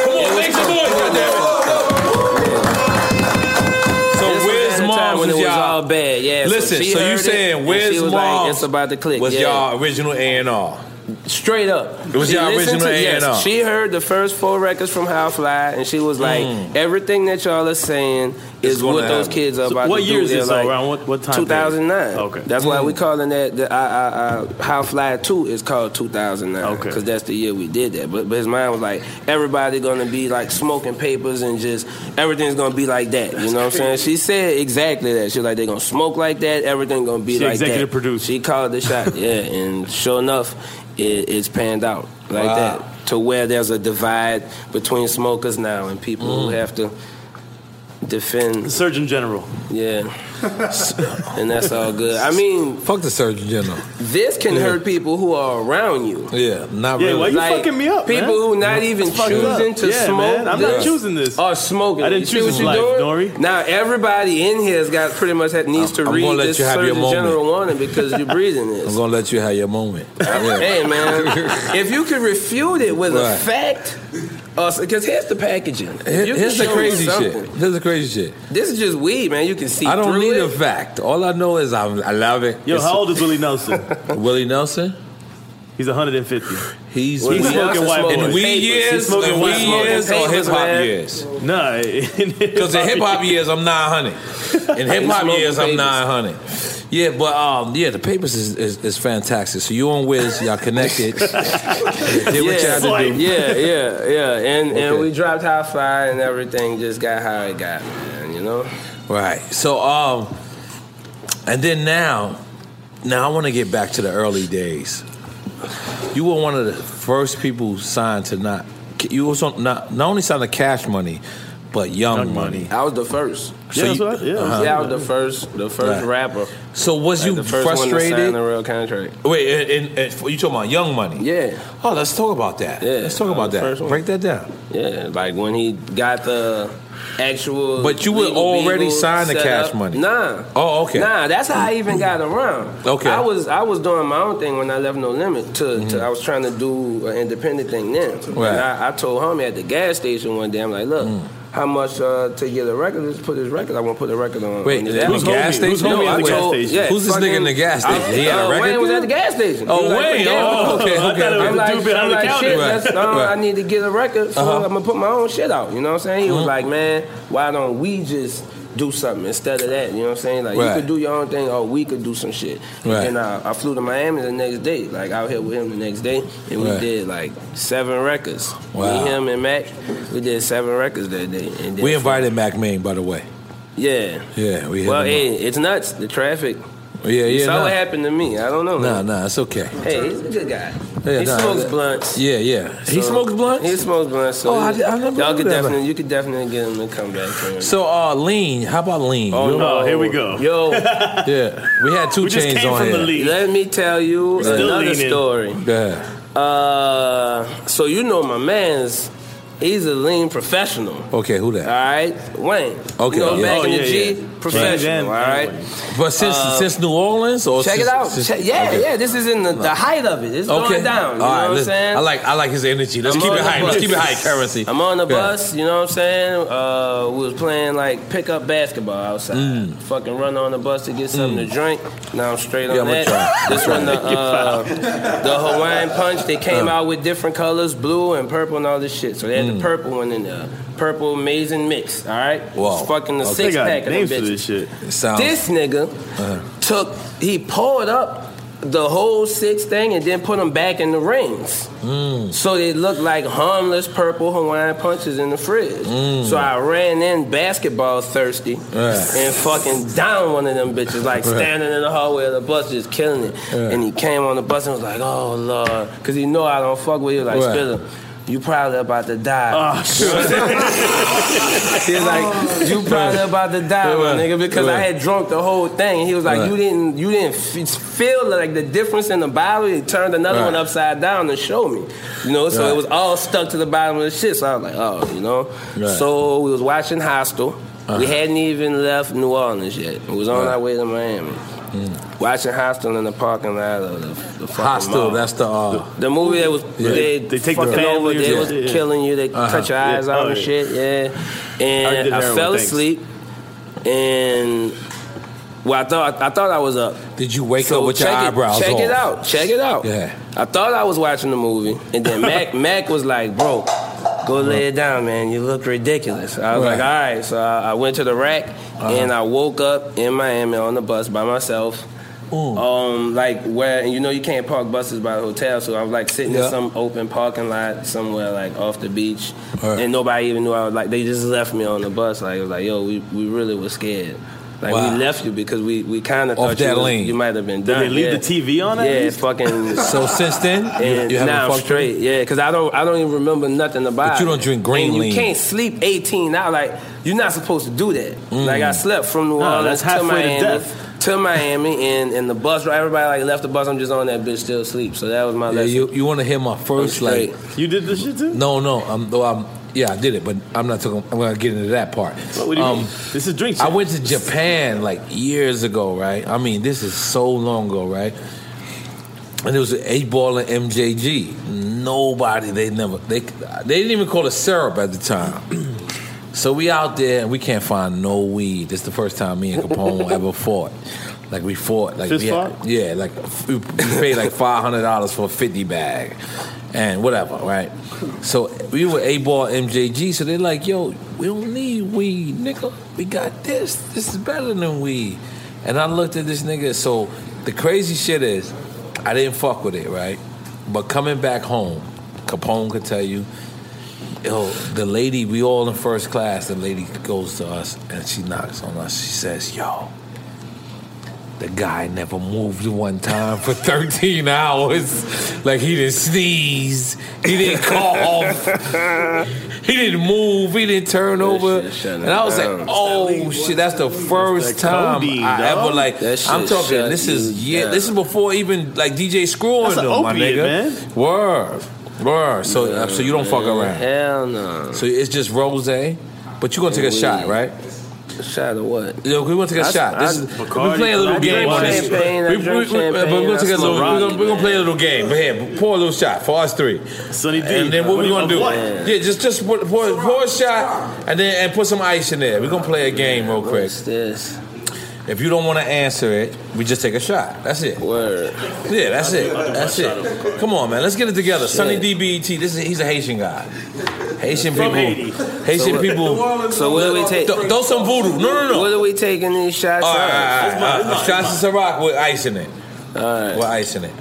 S6: Come on, make some noise, goddamn it. So Wiz
S9: At a time
S6: mom
S9: when it
S6: was
S9: was
S6: y'all.
S9: all bad. Yeah.
S6: Listen,
S9: she
S6: so you
S9: heard it,
S6: saying
S9: and
S6: Wiz
S9: she was
S6: Moms
S9: like, it's about to click.
S6: was
S9: yeah.
S6: y'all original A and R?
S9: Straight up.
S6: It was
S9: She
S6: y'all
S9: listened
S6: original
S9: to- yes,
S6: A&R.
S9: She heard the first four records from How Fly, and she was like,
S10: Mm.
S9: everything that y'all are saying
S10: It's
S9: is what
S10: gonna
S9: those
S10: happen.
S9: kids are
S10: So
S9: about
S10: what
S9: to do.
S10: year is
S9: They're
S10: this,
S9: like,
S10: around what- what time period?
S9: 2009.
S10: Okay.
S9: That's why
S10: Mm.
S9: we calling that the I, I, I, How Fly 2 is called 2009. Okay. Because that's the year we did that. But, but his mind was like, everybody going to be like smoking papers and just everything's going to be like that. you know what I'm saying? She said exactly that. She was like, they're going to smoke like that. Everything going to be
S10: She
S9: like that.
S10: executive
S9: She called the shot, yeah, and sure enough, it, it's panned out like
S10: Wow.
S9: that to where there's a divide between smokers now and people who
S10: Mm.
S9: have to defend the
S10: Surgeon General.
S9: Yeah, and that's all good. I mean,
S6: fuck the Surgeon General.
S9: this can
S6: Yeah.
S9: hurt people who are around you.
S6: Yeah, not
S10: Yeah,
S6: really.
S10: why you
S9: Like,
S10: fucking me up, man?
S9: People who not even
S10: That's fucked up.
S9: choosing to
S10: Yeah,
S9: smoke.
S10: man, I'm not
S9: this
S10: choosing this.
S9: Are smoking?
S10: I didn't
S9: You see
S10: choose
S9: what
S10: this
S9: you
S10: life,
S9: doing? Now everybody in here has got pretty much had, needs to
S6: I'm
S9: read
S6: gonna let
S9: this
S6: you have your
S9: Surgeon
S6: moment.
S9: General warning because you're breathing this.
S6: I'm gonna let you have your moment. Yeah.
S9: Hey man, if you could refute it with a
S6: Right.
S9: fact, because here's the packaging. If
S6: Here-
S9: you can
S6: Here's the
S9: show
S6: crazy
S9: something-
S6: shit. Here's the crazy shit.
S9: This is just weed, man. You can see.
S6: I don't
S9: through
S6: need
S9: it.
S6: a fact. All I know is I'm, I love it.
S10: Yo, how old is Willie Nelson?
S6: Willie Nelson?
S10: He's 150.
S6: He's,
S10: He's
S6: Willie
S10: smoking
S6: Nelson
S10: white
S6: smoking
S10: boys.
S6: weed years?
S10: He's smoking
S6: In
S10: white
S6: weed
S10: boys.
S6: years or hip-hop years?
S10: No,
S6: Because in hip hop years, I'm 900. In hip hop
S10: Smoking
S6: years, I'm
S10: papers.
S6: 900. Yeah, but um, yeah, the papers is, is, is fantastic. So you and Wiz, y'all connected. Did what you had to do.
S9: yeah, yeah, yeah. And and
S6: Okay.
S9: we dropped high five and everything just got how it got, man. You know.
S6: Right. So um and then now now I want to get back to the early days. You were one of the first people signed to not you was on, not not only signed to Cash Money, but Young, money.
S9: I was the first.
S6: So Yeah, you- that's right. Yeah. Uh-huh.
S9: I was the first, the first
S6: Right.
S9: rapper.
S6: So was
S9: Like,
S6: you
S9: the first One to
S6: frustrated?
S9: sign a real contract.
S6: Wait, and, and, and you talking about Young Money?
S9: Yeah.
S6: Oh, let's talk about that.
S9: Yeah,
S6: let's talk
S9: I
S6: about
S9: was the
S6: that.
S9: first one.
S6: Break that down.
S9: Yeah, like when he got the actual.
S6: But you were
S9: legal
S6: already
S9: beagle
S6: signed to
S9: set
S6: Cash
S9: up.
S6: Money.
S9: Nah.
S6: Oh, okay.
S9: Nah, that's how I even got around.
S6: Okay. Mm-hmm.
S9: I was I was doing my own thing when I left No Limit. To, to I was trying to do an independent thing then.
S6: Right. Mm.
S9: And I, I told homie at the gas station one day, I'm like, look. How much uh, to get a record? Let's put this record. I want to put a record on.
S6: Wait,
S9: on this
S6: at the
S9: album.
S6: gas Who's homie? station? Who's
S9: No,
S6: homie at
S9: I
S6: the gas
S9: told-
S6: station?
S9: yeah,
S6: Who's this
S9: fucking-
S6: nigga in the gas station?
S9: I-
S6: He had a
S9: uh,
S6: record
S9: Wayne was
S6: deal?
S9: at the gas station.
S6: Oh,
S9: He was like,
S6: Wayne.
S9: "Yeah."
S6: Oh, okay, okay, okay.
S9: I'm like,
S6: Dude behind the
S9: I'm like,
S6: counter.
S9: shit, that's- no,
S6: Right.
S9: I need to get a record, so
S6: Uh-huh.
S9: I'm gonna put my own shit out. You know what I'm saying? He was
S6: Mhm.
S9: like, man, why don't we just do something instead of that? You know what I'm saying? Like,
S6: Right.
S9: you could do your own thing, or we could do some shit.
S6: Right.
S9: And I, I flew to Miami the next day, like out here with him the next day, and we
S6: Right.
S9: did like seven records.
S6: Wow.
S9: Me, him, and Mac, we did seven records that day. And then
S6: We invited Mac Main, by the way.
S9: Yeah.
S6: Yeah, we hit
S9: well,
S6: him
S9: hey, it's nuts. The traffic. You
S6: Yeah, yeah,
S9: saw
S6: nah.
S9: what happened to me. I don't know.
S6: Nah,
S9: man.
S6: nah, it's okay.
S9: Hey, he's a good guy.
S6: Yeah,
S9: he
S6: nah,
S9: smokes
S6: that-
S9: blunts.
S6: Yeah, yeah. He
S9: so-
S6: smokes blunts?
S9: He smokes blunts. So
S6: Oh, I- I never
S9: y'all
S6: knew
S9: could
S6: that.
S9: definitely, you could definitely get him to come back. Here.
S6: So uh, lean. How about lean?
S9: Oh, no. Here we go. Yo.
S6: yeah, we had two chains on here.
S9: Let me tell you
S6: Still
S9: another
S6: leaning.
S9: story.
S6: Yeah.
S9: Uh, so you know my man's, he's a lean professional.
S6: Okay, who
S9: All
S6: that?
S9: right, Wayne.
S6: Okay,
S9: you know,
S6: yeah.
S9: back
S6: Oh,
S9: in
S6: yeah,
S9: the G,
S6: yeah.
S9: professional.
S6: Yeah.
S9: All right,
S6: But since
S9: Uh,
S6: since New Orleans or
S9: check
S6: since-
S9: it out.
S6: since-
S9: Check- yeah,
S6: okay.
S9: yeah, this is in the, the height of it. It's
S6: okay.
S9: going down. You
S6: All right,
S9: know what I'm
S6: listen.
S9: saying?
S6: I like I like his energy. Let's
S9: I'm
S6: keep
S9: on
S6: it
S9: the
S6: high. Let's
S9: bus.
S6: keep it high. Currency.
S9: I'm on the
S6: Yeah.
S9: bus, you know what I'm saying? Uh, we was playing like pickup basketball outside.
S6: Mm.
S9: Fucking run on the bus to get something
S6: Mm.
S9: to drink. Now I'm straight on
S6: Yeah, I'ma
S9: that.
S6: try.
S9: This
S6: Try.
S9: one, the,
S6: You
S9: uh, the Hawaiian punch, they
S6: Uh.
S9: came out with different colors, blue and purple and all this shit. So they had
S6: Mm.
S9: the purple one in there. Purple amazing mix, all right?
S6: Whoa.
S9: It's fucking the
S6: Okay.
S9: six
S6: Oh, They got
S9: pack of them
S6: names for
S9: bitches.
S6: this shit. Sounds-
S9: This nigga
S6: Uh-huh.
S9: took, he poured up the whole six thing and then put them back in the rings. So they looked like harmless purple Hawaiian punches in the fridge.
S6: Mm.
S9: So I ran in basketball thirsty
S6: Right.
S9: and fucking down one of them bitches, like
S6: Right.
S9: standing in the hallway of the bus, just killing it.
S6: Right.
S9: And he came on the bus and was like, "Oh lord," because he know I don't fuck with you. Like,
S6: Right.
S9: Spiller, you probably about to die. He's like, you probably about to die, my
S6: Right.
S9: nigga, because I
S6: Right.
S9: had drunk the whole thing. And he was like,
S6: Right.
S9: you didn't, you didn't f- feel like the difference in the bottle. He turned another
S6: Right.
S9: one upside down and showed me, you know. So
S6: Right.
S9: it was all stuck to the bottom of the shit. So I was like, oh, you know.
S6: Right.
S9: So we was watching Hostel.
S6: Uh-huh.
S9: We hadn't even left New Orleans yet. We was on
S6: Right.
S9: our way to Miami. Watching Hostel in the parking lot of the, the fucking
S6: Hostel,
S9: mall.
S6: that's the, uh,
S9: the, the movie that was
S6: Yeah.
S9: they,
S6: They
S9: take
S6: take the
S9: fucking
S6: family
S9: over.
S6: and
S9: They
S6: shit.
S9: was
S6: Yeah.
S9: killing you. They
S6: Uh-huh.
S9: cut your
S6: Yeah.
S9: eyes out
S6: Oh,
S9: and
S6: yeah.
S9: shit. Yeah,
S6: I did
S9: and
S6: that
S9: I
S6: one,
S9: fell
S6: thanks.
S9: asleep. And well, I thought I thought I was up.
S6: Did you wake
S9: So
S6: up with your
S9: check it-
S6: eyebrows
S9: Check it
S6: off?
S9: out. Check it out.
S6: Yeah.
S9: I thought I was watching the movie, and then Mac Mac was like, "Bro, go lay it down, man. You look ridiculous." I was
S6: Right. Uh-huh.
S9: like, "All right." So I, I went to the rack, and I woke up in Miami on the bus by myself. Um, like where and you know you can't park buses by the hotel, so I was like sitting
S6: Yeah.
S9: in some open parking lot somewhere like off the beach,
S6: Alright.
S9: and nobody even knew I was like they just left me on the bus. Like it was like, yo, we, we really was scared. Like
S6: Wow.
S9: we left you because we, we kind of
S6: Off
S9: thought
S6: that
S9: you, was-
S6: lane.
S9: you might have been
S6: Did
S9: done.
S6: they leave
S9: yeah.
S6: the TV on at
S9: Yeah,
S6: least?
S9: fucking.
S6: So since then, you-
S9: and
S6: you haven't
S9: now I'm
S6: fucked
S9: straight. Yeah, because I don't I don't even remember nothing about.
S6: But you
S9: it.
S6: don't drink green
S9: And you
S6: lean.
S9: can't sleep 18 now. Like you're not supposed to do that.
S6: Mm.
S9: Like I slept from New
S6: No,
S9: Orleans
S6: that's
S9: to
S6: halfway to
S9: Miami
S6: death.
S9: to Miami and and the bus. Right, everybody like left the bus. I'm just on that bitch still asleep. So that was my
S6: Yeah,
S9: lesson.
S6: you you want to hear my first like?
S10: You did this shit too?
S6: No, no. Um, though I'm yeah, I did it, but I'm not talking. I'm gonna get into that part. Um,
S10: What do you mean? This is drink.
S6: I went to Japan like years ago, right? I mean, this is so long ago, right? And it was an eight ball and MJG. Nobody, they never, they they didn't even call it syrup at the time. so we out there and we can't find no weed. This is the first time me and Capone ever fought. Like we fought, like
S10: Fist
S6: we had-
S10: fight?
S6: yeah, like we paid like five hundred dollars for a fifty bag, and whatever, right? So we were a ball MJG, so they're like, "Yo, we don't need weed, nigga. We got this. This is better than weed." And I looked at this nigga. So the crazy shit is, I didn't fuck with it, right? But coming back home, Capone could tell you, yo, the lady, we all in first class. The lady goes to us and she knocks on us. She says, "Yo." The guy never moved one time for 13 hours. Like he didn't sneeze, he didn't cough, he didn't move, he didn't turn over. And I was like,
S9: down.
S6: oh shit, that's the first
S9: that
S6: time
S9: codeine,
S6: I
S9: dog.
S6: ever like.
S9: That shit
S6: I'm talking.
S9: shut
S6: This is
S9: you
S6: yeah. This is before even like DJ Screw on
S9: That's an
S6: them, my
S9: opiate,
S6: nigga.
S9: man.
S6: Word, word. So
S9: Yeah,
S6: uh, so you don't fuck
S9: man.
S6: around.
S9: Hell no.
S6: So it's just rose, but you gonna take a
S9: Weed.
S6: shot, right?
S9: Shot of what?
S6: Yo, we want to take a
S9: I-
S6: shot. This
S9: I-
S6: is,
S9: Bacardi,
S6: we playing a
S9: I
S6: little game
S9: drink
S6: on this.
S9: champagne, I
S6: We, we, we,
S9: drink
S6: uh, but
S9: champagne,
S6: we're gonna take
S9: I
S6: a little.
S9: smoke
S6: We're
S9: Rocky,
S6: gonna, we're gonna play a little game. But here, pour a little shot for us three. Sunny
S10: D.
S6: And then what we
S10: What
S6: gonna
S10: do
S6: do?
S10: you- what?
S6: Yeah, just just pour, pour, pour a shot and then and put some ice in there. We're gonna play a game real quick. What's
S9: this?
S6: If you don't want to answer it, we just take a shot. That's it.
S9: Word.
S6: Yeah, that's it. That's it. Come on, man. Let's get it together.
S9: Shit.
S6: Sunny D B E T. This is he's a Haitian guy. Haitian
S9: From
S6: people.
S9: Haiti.
S6: Haitian
S9: So what-
S6: people.
S9: So what do we take?
S6: Th- throw some voodoo. No, no, no.
S9: What are we taking these shots?
S6: All
S9: of?
S6: right, all right, all right. Shots of Ciroc with ice in it. All right. With ice in it.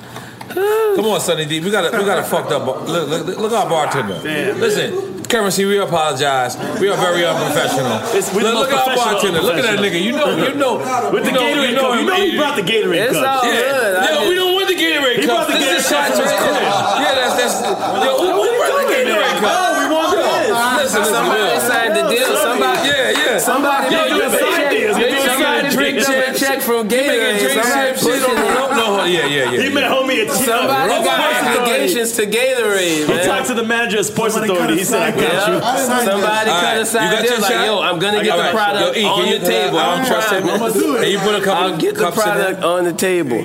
S6: Come on, Sunny D. We got a we got a fucked up. bar- Look, look, look our bartender. Listen, Currency, we apologize. We are very unprofessional.
S10: It's- we're the
S6: look
S10: most
S6: look at our
S10: professional
S6: bartender. Look at that nigga.
S10: unprofessional.
S6: You know, you know.
S10: With the
S6: you know,
S10: Gatorade cup. You know he brought the Gatorade It's cup. all
S6: yeah.
S10: good. I
S6: Yeah,
S10: did-
S6: we don't want the Gatorade
S10: He
S6: cup.
S10: brought the
S6: This is
S10: Gatorade cup
S6: shots
S10: from
S6: right
S10: his
S6: there.
S10: crib.
S6: Yeah, that's that's. Yo, who, who brought the Gatorade cup?
S10: No, we want
S6: Yo,
S10: this.
S6: Listen, listen,
S10: Somebody
S6: yo.
S10: signed the deal. Somebody-
S6: Yeah, yeah.
S10: Somebody
S6: Yo,
S10: make
S6: you
S10: us sign
S6: making-
S10: deals. You
S6: you
S10: doing
S6: making
S10: sign
S6: drink
S10: deals.
S6: champ
S10: Check from
S6: You making
S10: Gatorade.
S6: drink
S10: Somebody
S6: champ shit
S10: pushing
S6: on
S10: it.
S6: no, no, yeah, yeah, yeah.
S10: He meant homie a tip.
S6: Somebody
S10: Rough
S6: got
S10: Sports Authority.
S6: allegations
S9: to Gatorade,
S10: He
S9: man.
S10: talked to the manager of Sports Authority. He said, I got you.
S9: Somebody
S6: All
S9: cut
S6: right,
S9: a side
S6: you got
S9: deal
S6: your
S9: like,
S6: shot?
S9: yo, I'm gonna
S6: I
S9: get
S6: got
S9: the
S6: it.
S9: product
S6: Yo, E, can
S9: on
S6: you-
S9: the table.
S6: I don't trust that man.
S9: I'ma
S6: Can you put a couple
S9: I'll get the
S6: cups in
S9: product on the table.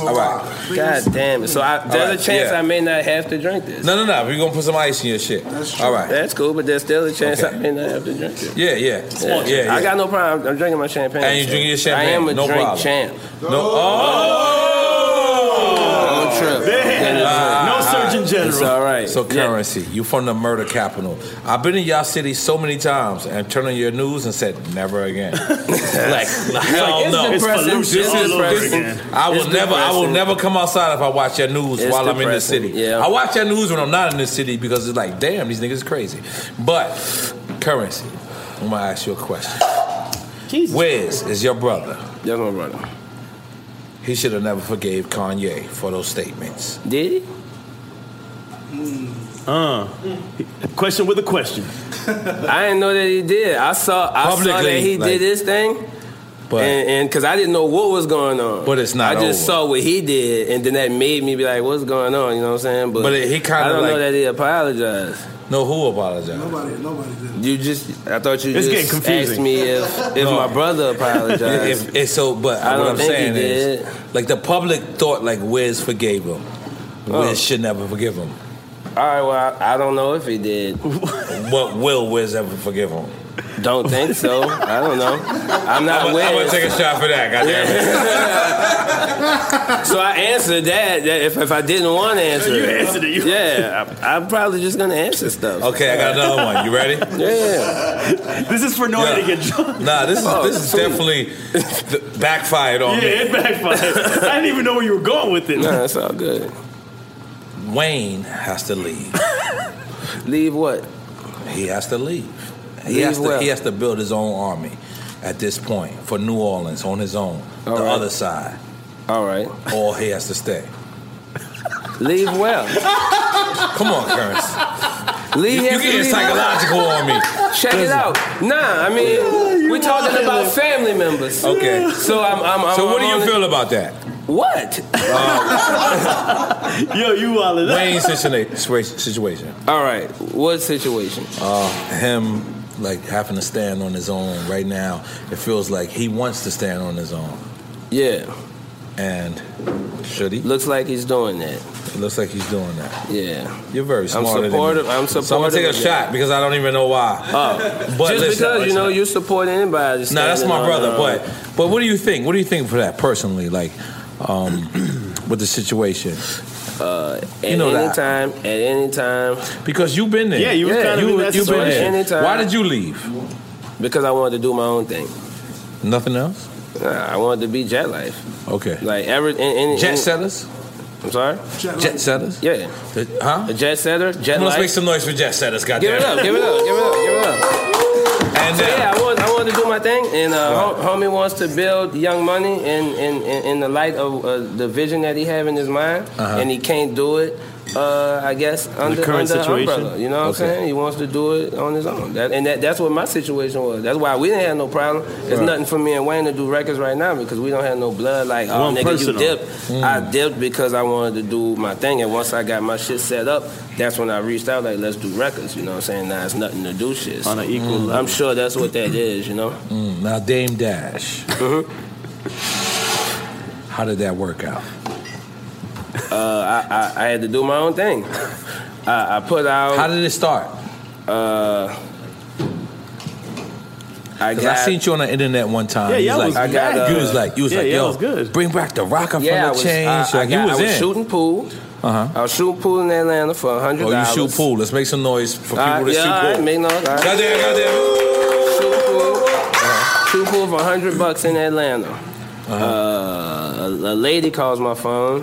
S6: All right.
S9: God damn it. So I,
S6: All
S9: there's
S6: right,
S9: a chance
S6: yeah.
S9: I may not have to drink this.
S6: No, no, no. We're gonna put some ice in your shit. That's true. All right.
S9: That's cool, but there's still a chance
S6: Okay.
S9: I may not have to drink it.
S6: Yeah, yeah, yeah, yeah.
S9: I got no problem. I'm drinking my champagne.
S6: And you
S9: champ.
S6: drinking your champagne.
S9: I am a
S6: no
S9: drink
S6: problem.
S9: champ.
S6: No. Oh.
S9: Don't trip.
S10: No Surgeon General.
S6: It's all right. So currency, you from the murder capital. I've been in y'all city so many times and turned on your news and said never again. like hell
S9: it's
S6: no.
S9: depressing.
S6: This is
S9: It's
S6: this
S9: depressing.
S6: is- I will
S9: It's
S6: never. I will
S9: depressing.
S6: never come outside if I watch your news
S9: It's
S6: while I'm in the
S9: depressing.
S6: city. I watch your news when I'm not in the city because it's like damn, these niggas is crazy. But currency, I'm gonna ask you a question. Wiz is your brother.
S9: That's my brother.
S6: He should have never forgave Kanye for those statements.
S9: Did he?
S10: Uh, question with a question.
S9: I didn't know that he did. I saw I saw that
S10: Publicly,
S9: he
S10: like-
S9: did this thing.
S6: But-
S9: and because I didn't know what was going on,
S6: But it's not
S9: I just
S6: over.
S9: saw what he did, and then that made me be like, "What's going on?" You know what I'm saying? But,
S6: But it- he kinda
S9: I don't
S6: like-
S9: know that he apologized.
S6: No, who apologized? Nobody.
S9: Nobody did. You just I thought you
S6: It's getting
S9: just
S6: confusing.
S9: asked me if if
S6: No.
S9: my brother apologized.
S6: If, if so, but
S9: I
S6: what
S9: don't
S6: I'm
S9: think he
S6: saying
S9: did.
S6: is, like the public thought, like Wiz forgave him.
S9: Oh.
S6: Wiz should never forgive him.
S9: All right, well I, I don't know if he did.
S6: What will Wiz ever forgive him?
S9: Don't think so. I don't know. I'm not
S6: I'm
S9: Wiz.
S6: gonna take a shot for that. Goddamn it.
S9: So I answered that, that if, if I didn't want to answer
S10: You
S9: it.
S10: answered it, you-
S9: yeah, I, I'm probably just going to answer stuff.
S6: Okay, I got another one. You ready?
S9: Yeah.
S10: This is for Nori to get drunk.
S6: Nah, this is
S10: Oh,
S6: this is
S10: sweet.
S6: definitely th- backfired on
S10: Yeah,
S6: me.
S10: it backfired. I didn't even know where you were going with it.
S9: No, it's all good.
S6: Wayne has to leave.
S9: leave what?
S6: He has to leave. He
S9: Leave
S6: has to
S9: where?
S6: he has to build his own army at this point for New Orleans on his own.
S9: All
S6: the
S9: right.
S6: other side.
S9: All right.
S6: Or he has to stay.
S9: Leave well.
S6: Come on, Currency.
S9: Leave
S6: you
S9: him.
S6: getting psychological on me.
S9: Check it
S6: Listen.
S9: out. Nah, I mean, we're talking about family members.
S6: Okay.
S9: So I'm. I'm, I'm
S6: so what do
S9: I'm
S6: you
S9: on
S6: feel about that?
S9: What?
S10: Yo, you wildin'.
S6: Wayne's situa- situa- situation.
S9: All right. What situation?
S6: Uh, him like having to stand on his own right now. It feels like he wants to stand on his own.
S9: Yeah.
S6: And should he?
S9: Looks like he's doing that.
S6: It looks like he's doing that.
S9: Yeah.
S6: You're very
S9: I'm
S6: smart.
S9: supportive. I'm supportive.
S6: So I'm gonna take a
S9: of that.
S6: shot because I don't even know why.
S9: Oh,
S6: But
S9: just
S6: listen,
S9: because you know you support anybody.
S6: No, that's
S9: standing
S6: my
S9: on
S6: brother.
S9: their own.
S6: But but what do you think? What do you think for that personally? Like, um, with the situation.
S9: Uh, at
S6: You know
S9: any
S6: that.
S9: time, at any time.
S6: Because you've been there. Yeah, you was kinda in that
S9: you've been there.
S6: situation.
S9: Anytime.
S6: Why did you leave?
S9: Because I wanted to do my own thing.
S6: Nothing else.
S9: Nah, I wanted to be jet life.
S6: Okay.
S9: Like every and, and,
S6: Jet
S9: and-
S6: setters.
S9: I'm sorry.
S6: Jet, setters.
S9: Yeah.
S6: huh?
S9: A jet setter. Jet
S6: Come on, let's
S9: life.
S6: make some noise for jet setters.
S9: give
S6: Goddamn.
S9: it up. Give it up. Give it up. Give it up.
S6: And
S9: so,
S6: uh,
S9: yeah, I wanted, I wanted to do my thing, and uh, hom- homie wants to build Young Money in in, in, in the light of uh, the vision that he have in his mind,
S6: Uh-huh.
S9: and he can't do it. Uh, I guess under
S10: current
S9: under
S10: situation?
S9: umbrella, you know what
S10: Okay.
S9: I'm saying? He wants to do it on his own, that, and that, that's what my situation was. That's why we didn't have no problem. It's
S10: Right.
S9: nothing for me and Wayne to do records right now because we don't have no blood. Like, oh
S10: One
S9: nigga,
S10: personal.
S9: you dipped.
S10: Mm.
S9: I dipped because I wanted to do my thing, and once I got my shit set up, that's when I reached out like, let's do records. You know what I'm saying? Now it's nothing to do shit.
S10: On an equal level.
S9: I'm sure that's what that is, you know. Mm-hmm.
S6: mm, now Dame Dash. How did that work out?
S9: Uh, I, I I had to do my own thing. I, I put out. How
S6: did it start?
S9: Uh, I
S6: Because I,
S9: got.
S6: seen you on the internet one time.
S9: Yeah,
S6: you
S9: y'all
S6: was
S9: was
S6: like,
S9: good. I got,
S6: you was
S9: uh,
S6: like, you was
S9: yeah,
S6: like,
S9: y'all
S6: yo,
S9: was good.
S6: bring back the Rockefeller
S9: yeah, I was,
S6: change.
S9: I, I,
S6: Like,
S9: got,
S6: you was,
S9: I was
S6: in.
S9: shooting pool.
S6: Uh huh.
S9: I was shooting pool in Atlanta for a hundred
S6: Oh, you
S9: dollars.
S6: shoot pool. Let's make some noise for people
S9: Uh,
S6: that
S9: yeah, all
S6: shoot
S9: right,
S6: pool.
S9: make noise. all right.
S6: Goddamn, goddamn.
S9: Shoe pool for hundred bucks in Atlanta. uh a, a lady calls my phone.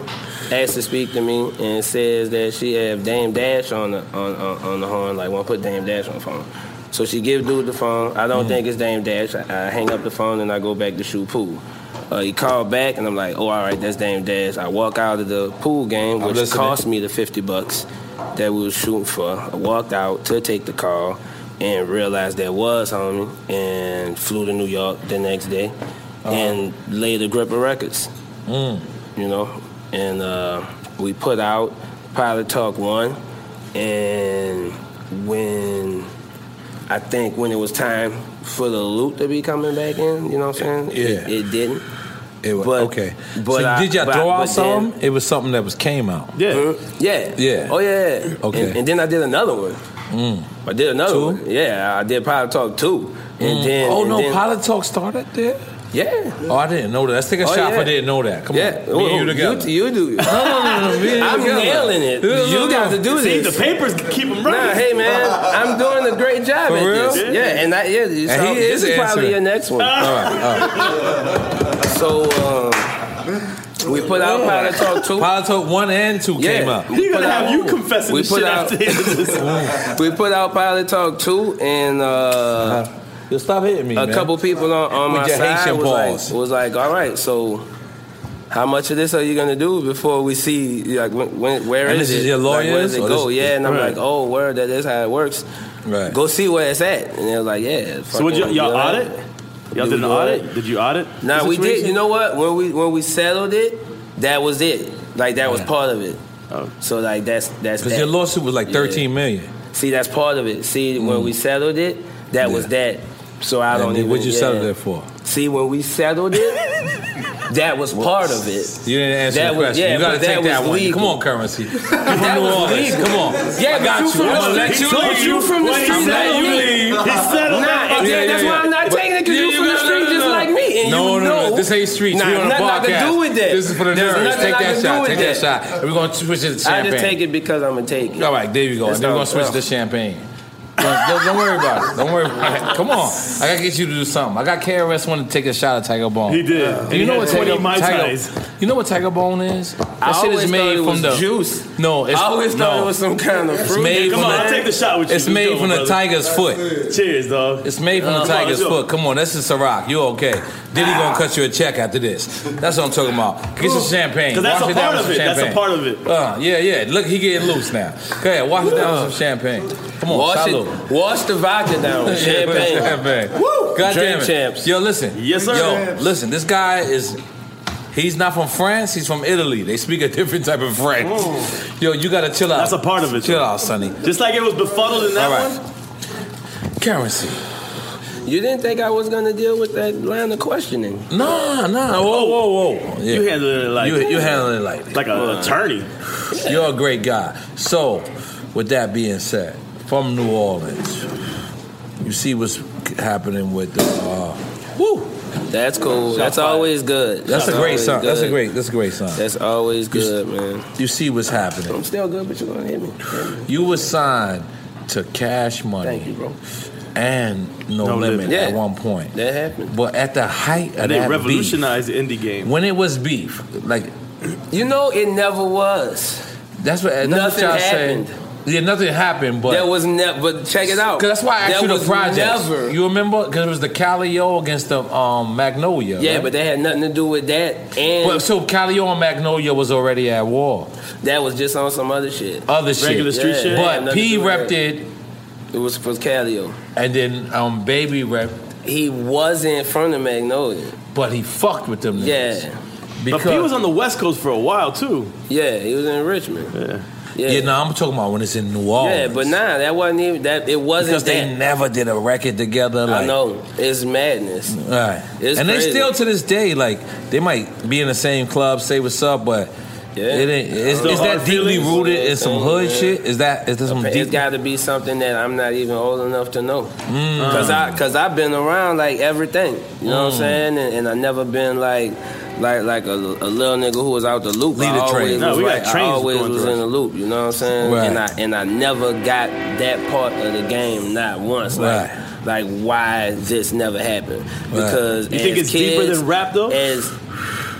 S9: asked to speak to me and says that she have Dame Dash on the on, on, on the horn. Like, well, put Dame Dash on the phone. So she give dude the phone. I
S6: Mm.
S9: don't think it's Dame Dash. I, I hang up the phone and I go back to shoot pool. Uh, he called back and I'm like, oh, all right, that's Dame Dash. I walk out of the pool game,
S6: I'm
S9: which
S6: listening.
S9: cost me the 50 bucks that we was shooting for. I walked out to take the call and realized that was homie and flew to New York the next day
S6: Uh-huh.
S9: and laid a grip of records
S6: Mm.
S9: you know. And uh, we put out Pilot Talk One, and when I think when it was time for the loot to be coming back in, you know what I'm saying? It,
S6: Yeah.
S9: it didn't.
S6: It was
S9: But-
S6: okay.
S9: but
S6: so
S9: I-
S6: did y'all
S9: but-
S6: throw out
S9: but then-
S6: some? It was something that was came out.
S9: Yeah. Yeah.
S6: Yeah.
S9: Oh yeah.
S6: Okay.
S9: And, and then I did another one.
S6: Mm.
S9: I did another one. Yeah, I did Pilot Talk Two, and
S6: Mm.
S9: then
S6: oh
S9: and
S6: no,
S9: then-
S6: Pilot Talk started there.
S9: Yeah.
S6: Oh, I didn't know that. Let's take a
S9: Oh,
S6: shot. if
S9: yeah.
S6: I didn't know that. Come
S9: Yeah.
S6: on,
S9: Oh,
S6: me and you
S9: you-
S6: together.
S9: you do.
S6: No, no, no, no. me and you
S9: I'm
S6: together.
S9: nailing it.
S6: No, no,
S9: You
S6: no,
S9: got
S6: no.
S9: to do
S6: See,
S9: this.
S6: the papers
S10: keep them
S9: Nah, hey man, I'm doing a great job
S6: For
S9: at
S6: real?
S9: this. Yeah, and I, yeah,
S6: And
S9: so
S6: he
S9: this
S6: is
S9: is probably
S6: answering.
S9: your next one.
S6: All right,
S9: So um, we put out Pilot Talk two.
S6: Pilot Talk one and two
S9: Yeah.
S6: came out.
S9: We put out- we put out-
S6: this.
S9: we put out Pilot Talk two, and uh,
S6: you Uh-huh. stop hitting me.
S9: A
S6: man.
S9: couple people on, on
S6: With
S9: my
S6: your
S9: side
S6: Haitian
S9: was
S6: paws.
S9: like, was like, all right, so. How much of this are you gonna do before we see like when, when where
S6: And
S9: is
S6: this is
S9: it?
S6: your
S9: Like, where
S6: lawyers
S9: does it
S6: or
S9: go?
S6: this-
S9: yeah, and I'm
S6: Right.
S9: like, oh, word, that is how it works.
S6: Right.
S9: Go see where it's at, and they was like, yeah.
S10: So what y'all,
S9: fucking
S10: y'all
S9: deal at
S10: audit?
S9: it.
S10: Y'all
S9: Do
S10: did an
S9: we
S10: audit? Did you audit?
S9: Nah,
S10: the
S9: we did.
S10: situation?
S9: You know what? When we when we settled it, that was it. Like that was part of it. So like that's that's
S6: Oh. Because
S9: that.
S6: your lawsuit was like
S9: Yeah.
S6: thirteen million. Mm.
S9: See, that's part of it. See, when we settled it, that was that. So I don't
S6: And
S9: even.
S6: then what'd you
S9: yeah.
S6: settle that for?
S9: See, when we settled it, that was part of it.
S6: You didn't answer
S9: That
S6: the
S9: was-
S6: question.
S9: yeah,
S6: you gotta
S9: but that
S6: take that
S9: was
S6: one.
S9: legal.
S6: Come on, currency. You from
S9: That
S6: New
S9: was
S6: Orleans?
S9: legal.
S6: Come on.
S9: Yeah,
S6: I got
S9: but you from
S6: you.
S9: the-
S6: I'm gonna let
S9: he
S6: you
S9: told
S6: leave.
S9: you from the
S6: I'm
S9: street.
S6: letting you
S9: He
S6: leave.
S9: settled Nah, that one. yeah, that's why I'm not
S6: But-
S9: taking it, 'cause
S6: Yeah,
S9: you from the
S6: no, no,
S9: street
S6: no,
S9: just
S6: no.
S9: like me, and
S6: no,
S9: you
S6: no, no.
S9: know-
S6: This ain't streets.
S9: Nah,
S6: we on a
S9: nothing I
S6: podcast.
S9: can do with that.
S6: This is for the
S9: There's
S6: nerds.
S9: nothing
S6: Take
S9: I
S6: that
S9: can do
S6: shot.
S9: with
S6: Take that
S9: that.
S6: shot. And We're gonna switch it to
S9: I just take
S6: champagne.
S9: it because I'm gonna take it.
S6: All right, there you go.
S9: That's
S6: And then we're
S9: all-
S6: gonna switch to champagne. Don't, don't- don't worry about it. Don't worry about it. Come on. I gotta get you to do something. I got KRS wanted to take a shot at Tiger Bone.
S10: He did. And
S6: you
S10: he
S6: know
S10: had
S6: what
S10: 20
S6: Tiger,
S10: Mai
S6: Tiger,
S10: Tais.
S6: You know what Tiger Bone is? That
S9: I
S6: shit
S9: always
S6: is
S9: thought
S6: made
S9: it
S6: from
S9: was
S6: the
S9: juice.
S6: No, it's
S9: I always
S6: no.
S9: thought it was some kind of
S6: It's
S9: fruit.
S6: made
S9: Come
S6: from
S9: on,
S6: the,
S9: I'll take the shot with you.
S6: It's
S9: Let's
S6: made
S9: go,
S6: from the
S9: brother.
S6: tiger's foot.
S10: Cheers, dog.
S6: It's made from
S10: Uh,
S6: the
S10: come on,
S6: tiger's
S10: let's go.
S6: foot. Come on, this is Ciroc. You okay? Diddy gonna cut you a check after this. That's what I'm talking about. Get some champagne.
S10: 'Cause that's
S6: Wash
S10: a
S6: it down
S10: part
S6: with
S10: of it.
S6: some
S10: That's a
S6: champagne.
S10: part of it.
S6: Uh, yeah, yeah. Look, he getting loose now. Go ahead, wash it down with some champagne. Come on,
S9: Wash
S6: salute.
S9: it. Wash the vodka down. with Champagne.
S6: Woo!
S9: Drink
S6: God damn it.
S9: champs.
S6: Yo, listen.
S9: Yes, sir.
S6: Yo, listen. This guy is. He's not from France. He's from Italy. They speak a different type of French. Yo, you gotta chill out. That's a part of it. Chill out, Sonny.
S10: Just like it was befuddled in that
S6: All
S10: one.
S6: Currency.
S9: You didn't think I was gonna deal with that line of questioning?
S6: Nah, nah. Whoa, whoa, whoa. Yeah.
S10: Oh. You handled it like
S6: You, you handling it like
S10: Like a attorney.
S6: You're a great guy. So, with that being said, from New Orleans, you see what's happening with the. Uh, woo.
S9: That's cool.
S6: Shot
S9: that's
S6: fired.
S9: always good.
S6: That's a great
S9: always
S6: song. That's a
S9: good.
S6: great. That's a great song.
S9: That's always
S6: You s-
S9: good, man.
S6: You see what's happening.
S9: I'm still good, but you're gonna hit me. Hit me.
S6: You were signed to Cash Money.
S9: Thank you, bro.
S6: And No, Limit
S10: Yeah.
S6: at one point.
S9: That happened.
S6: But at the height of
S10: And they
S6: that
S10: revolutionized the indie
S6: beef,
S10: game.
S6: when it was beef, like
S9: You know, it never was.
S6: that's what that's
S9: Nothing
S6: what y'all
S9: happened.
S6: Say. Yeah, nothing happened. But
S9: There was never. But check it out.
S6: 'Cause that's why I
S9: There
S6: asked you
S9: was
S6: the project.
S9: Never.
S6: You remember? Because it was the Calio against the um, Magnolia.
S9: Yeah,
S6: right?
S9: but they had nothing to do with that. And
S6: Well, so Calio and Magnolia was already at war.
S9: that was just on some other shit.
S6: Other shit.
S9: Yeah, it had
S6: But
S9: nothing to
S6: P
S9: do with
S6: repped
S9: that.
S6: it,
S9: It was for Calio.
S6: and then um, Baby repped,
S9: He wasn't from the Magnolia.
S6: but he fucked with them. niggas.
S9: Yeah.
S6: Because
S10: but P was on the West Coast for a while too.
S9: Yeah, he was in Richmond.
S10: Yeah.
S6: yeah. no, I'm talking about when it's in New Orleans.
S9: Yeah, but nah, that wasn't even that. It wasn't
S6: because
S9: that.
S6: they never did a record together. Like,
S9: I know it's madness.
S6: All right.
S9: It's
S6: and
S9: crazy.
S6: they still to this day, like they might be in the same club, say what's up, but
S9: Yeah.
S6: it ain't. Is,
S9: Still
S6: is
S9: hard
S6: that deeply
S9: feelings.
S6: rooted in some hood
S9: Yeah.
S6: shit? Is that is that some
S9: It's
S6: deep?
S9: got to be something that I'm not even old enough to know, cause I cause I've been around like everything, you know what I'm
S6: Mm.
S9: saying, and, and I never been like like like a, a little nigga who was out the loop.
S6: Lead
S9: I
S6: the
S9: always
S6: train.
S9: was
S6: No, we got
S9: like- I
S6: trains
S9: always
S6: going
S9: was
S6: through
S9: in
S6: us.
S9: the loop, you know what I'm saying,
S6: Right.
S9: and I and I never got that part of the game, not once, like like why this never happened,
S6: Right.
S9: because
S10: You think
S9: as
S10: it's deeper
S9: kids,
S10: than rap, though?
S9: As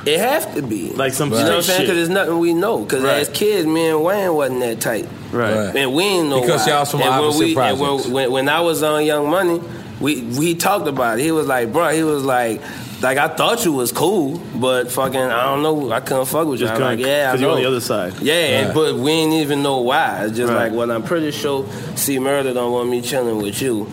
S9: It have to be
S10: like some
S9: you know what I'm
S10: street
S9: saying? Because
S10: shit.
S9: it's nothing we know. Because
S10: Right.
S9: as kids, me and Wayne wasn't that tight.
S10: Right.
S9: And we ain't know
S10: Because
S9: why.
S10: y'all was from
S9: and when
S10: opposite
S9: we, and when,
S10: projects.
S9: when, when I was on Young Money, we we talked about it. He was like, bro, he was like, like I thought you was cool, but fucking, I don't know, I couldn't fuck with you.
S10: Just
S9: I'm like,
S10: couldn't-
S9: yeah, I
S10: 'cause you're on
S9: know."
S10: the other side.
S9: Yeah, and-
S10: Right.
S9: but we ain't even know why. It's just like, well, I'm pretty sure C Murder don't want me chilling with you.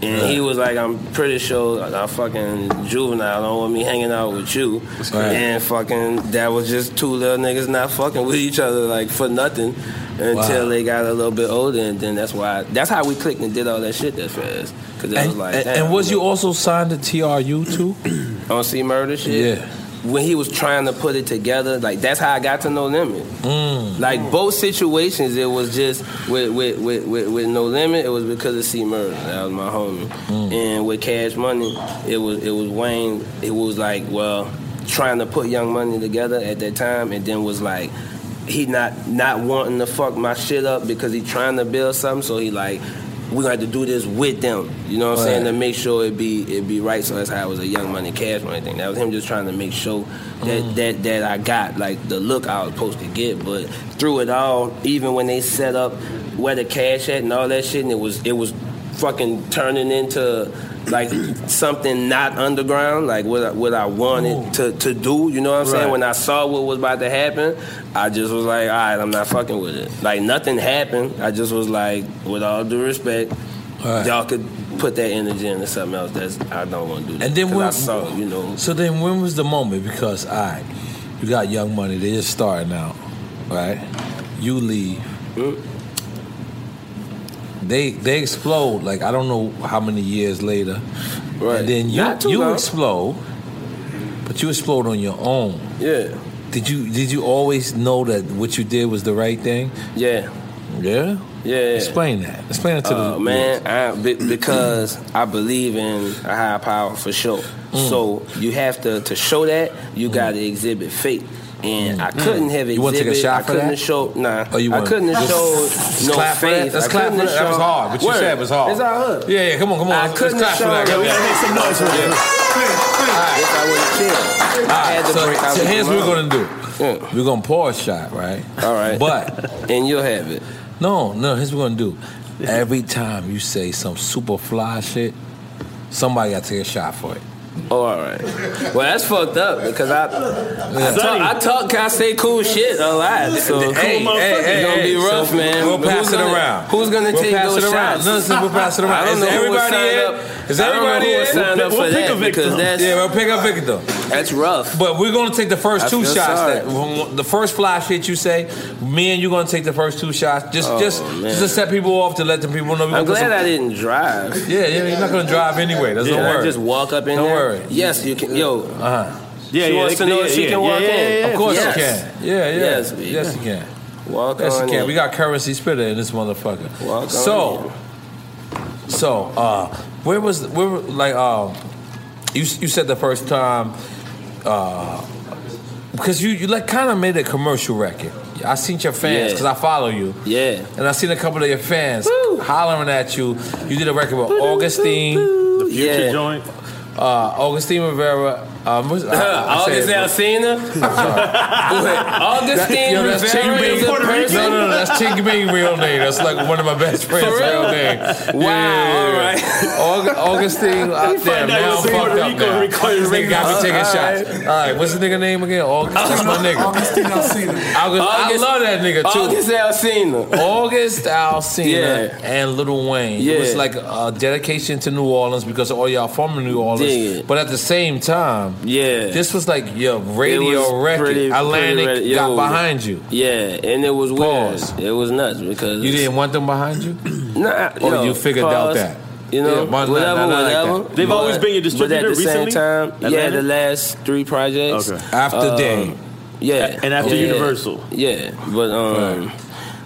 S9: And he was like, I'm pretty sure I fucking juvenile don't want me hanging out with you.
S6: Right.
S9: And fucking, that was just two little niggas not fucking with each other like for nothing until
S6: Wow.
S9: they got a little bit older. And then that's why, that's how we clicked and did all that shit that fast. Cause that was
S6: And,
S9: like,
S6: and-
S9: damn,
S6: and was you also signed to TRU too?
S9: on C Murder shit.
S6: Yeah.
S9: When he was trying to put it together, like that's how I got to know Limit.
S6: Mm.
S9: Like both situations, it was just with with, with, with with no limit. It was because of C Murder. That was my homie.
S6: Mm.
S9: And with Cash Money, it was it was Wayne. It was like well, trying to put Young Money together at that time, and then was like he not not wanting to fuck my shit up because he trying to build something. So he like we gonna have to do this with them. You know what I'm saying?
S6: Right.
S9: To make sure it be it be right. So that's how it was a Young Money Cash Money thing. That was him just trying to make sure that that that I got like the look I was supposed to get. But through it all, even when they set up where the cash at and all that shit, and it was it was fucking turning into like something not underground, like what I, what I wanted to, to do. You know what I'm saying?
S10: Right.
S9: When I saw what was about to happen, I just was like, all right, I'm not fucking with it. Like nothing happened. I just was like, with all due respect, y'all could put that energy into something else. That's I don't want to do that.
S6: And then
S9: 'Cause
S6: when
S9: I saw, you know,
S6: So then when was the moment? Because I, you got Young Money. They just starting out, right? You leave.
S9: Mm.
S6: They they explode like I don't know how many years later. Right. And then you
S9: Not too
S6: you
S9: long.
S6: explode, but you explode on your own.
S9: Yeah.
S6: Did you did you always know that what you did was the right thing?
S9: Yeah.
S6: Yeah.
S9: Yeah.
S6: Explain that. Explain it to
S9: Uh,
S6: the
S9: man. I, be- because I believe in a higher power for sure.
S6: Mm.
S9: So you have to to show that you got to exhibit faith. And I couldn't have exhibited.
S6: Mm. You wanna take a
S9: I
S6: shot for
S9: couldn't
S6: that?
S9: have showed. Nah,
S6: Oh, you
S9: I
S6: wanna-
S9: couldn't have
S6: Just
S9: showed no
S6: clap for that?
S9: faith.
S6: Let's
S9: I
S6: clap
S9: couldn't have
S6: for that. That was
S9: showed-
S6: hard, but you
S9: Word.
S6: said it was hard.
S9: It's all hood.
S6: Yeah, yeah, come on, come on.
S9: I
S6: Let's
S9: couldn't
S6: clap
S9: have
S6: for that.
S9: shown-
S6: We gotta make some noise for that.
S9: If I would have chilled, I had to
S6: so,
S9: break. I
S6: so
S9: would've
S6: here's what we're
S9: grown.
S6: gonna do. We're gonna pour a shot, right? All right. But
S9: and you'll have it.
S6: No, no. Here's what we're gonna do. Every time you say some super fly shit, somebody gotta take a shot for it.
S9: Oh, all right. Well, that's fucked up because I, I,
S6: Sonny.
S9: talk, I talk, can I say cool shit a lot. So
S6: Hey, hey,
S9: it's
S6: hey,
S9: gonna
S6: hey,
S9: be
S6: so
S9: rough, man.
S6: We'll
S9: But
S6: pass
S9: who's
S6: it
S9: gonna-
S6: around.
S9: Who's gonna
S6: we'll
S9: take
S6: pass
S9: those
S6: it around.
S9: shots?
S6: No, listen, we'll pass it around.
S9: I don't
S6: Is
S9: know who would
S6: everybody
S9: sign
S6: in?
S9: up.
S6: Is
S9: I don't know
S6: everybody
S9: who would
S6: in?
S9: sign up for that because that's
S6: yeah, we'll pick a victim.
S9: That's rough.
S6: But we're gonna take the first
S9: I
S6: two
S9: feel
S6: shots.
S9: sorry.
S6: That, the first fly shit you say, me and you gonna take the first two shots. Just,
S9: Oh,
S6: just,
S9: man.
S6: just to set people off to let the people know. we
S9: I'm
S6: gonna put
S9: glad
S6: some-
S9: I didn't drive.
S6: Yeah, yeah, you're not gonna drive anyway. That's
S9: yeah,
S6: no
S9: I
S6: worry.
S9: Just walk up in
S6: Don't
S9: there.
S6: worry.
S9: Yes, you can. Yo.
S6: Uh huh.
S9: Yeah, she
S6: yeah,
S9: wants to
S6: yeah,
S9: know if she
S6: yeah,
S9: can
S6: yeah,
S9: walk
S6: yeah, yeah,
S9: in.
S6: yeah. Of course you
S9: yes.
S6: can. Yeah, yeah.
S9: Yes, we-
S6: Yes, you can.
S9: Walk
S6: Yes, you
S9: on
S6: can.
S9: in.
S6: We got currency splitter in this motherfucker.
S9: Walk
S6: so, so uh, where was where were- like um, you you said the first time uh, because you you like kind of made a commercial record. I seen your fans
S9: Yeah.
S6: because I follow you.
S9: Yeah.
S6: and I seen a couple of your fans hollering at you. You did a record with Augustine, the
S9: Future Yeah.
S6: joint. Uh, Augustine Rivera. Um, what's- I- I said it,
S9: August
S6: but-
S9: Alcina. Augustine
S6: Yo, that's
S9: Rivera
S6: Ching
S9: is
S6: Bing.
S9: a person.
S6: No, no, no, that's Ching Bing real name. That's like one of my best friends'
S9: For real?
S6: real name. Wow, all right. Augustine out
S9: find
S6: there,
S9: out
S6: now
S9: you're
S6: I'm
S9: saying
S6: fucked
S9: Puerto
S6: up
S9: Rico,
S6: now.
S9: Rico,
S6: This nigga got me
S9: Rico.
S6: taking
S9: All
S6: shots. All right, what's the nigga name again? Augustine, my nigga. Augustine Alcina. I
S9: August-
S6: love that nigga too.
S9: August Alcina.
S6: August Alcina
S9: Yeah.
S6: and Little Wayne. It was
S9: Yeah.
S6: like a dedication to New Orleans because all y'all from New Orleans.
S9: Dig it.
S6: But at the same time,
S9: Yeah.
S6: this was like your
S9: It
S6: radio
S9: was
S6: record.
S9: pretty-
S6: Atlantic
S9: pretty ready.
S6: got
S9: Yo.
S6: behind you.
S9: Yeah, and it was
S6: Pause.
S9: weird. It was nuts because
S6: You didn't want them behind you?
S9: Nah,
S6: Or
S9: yo,
S6: you figured out
S9: pause,
S6: that?
S9: You know,
S6: Yeah, but not-
S9: whatever,
S6: not like
S9: whatever.
S6: that. They've always been your
S9: But
S6: distributor
S9: at the
S6: recently?
S9: same time, yeah,
S6: Atlanta?
S9: the last three projects. um,
S6: Okay. After Dame.
S9: Yeah,
S6: and after
S9: yeah,
S6: Universal.
S9: Yeah, but um,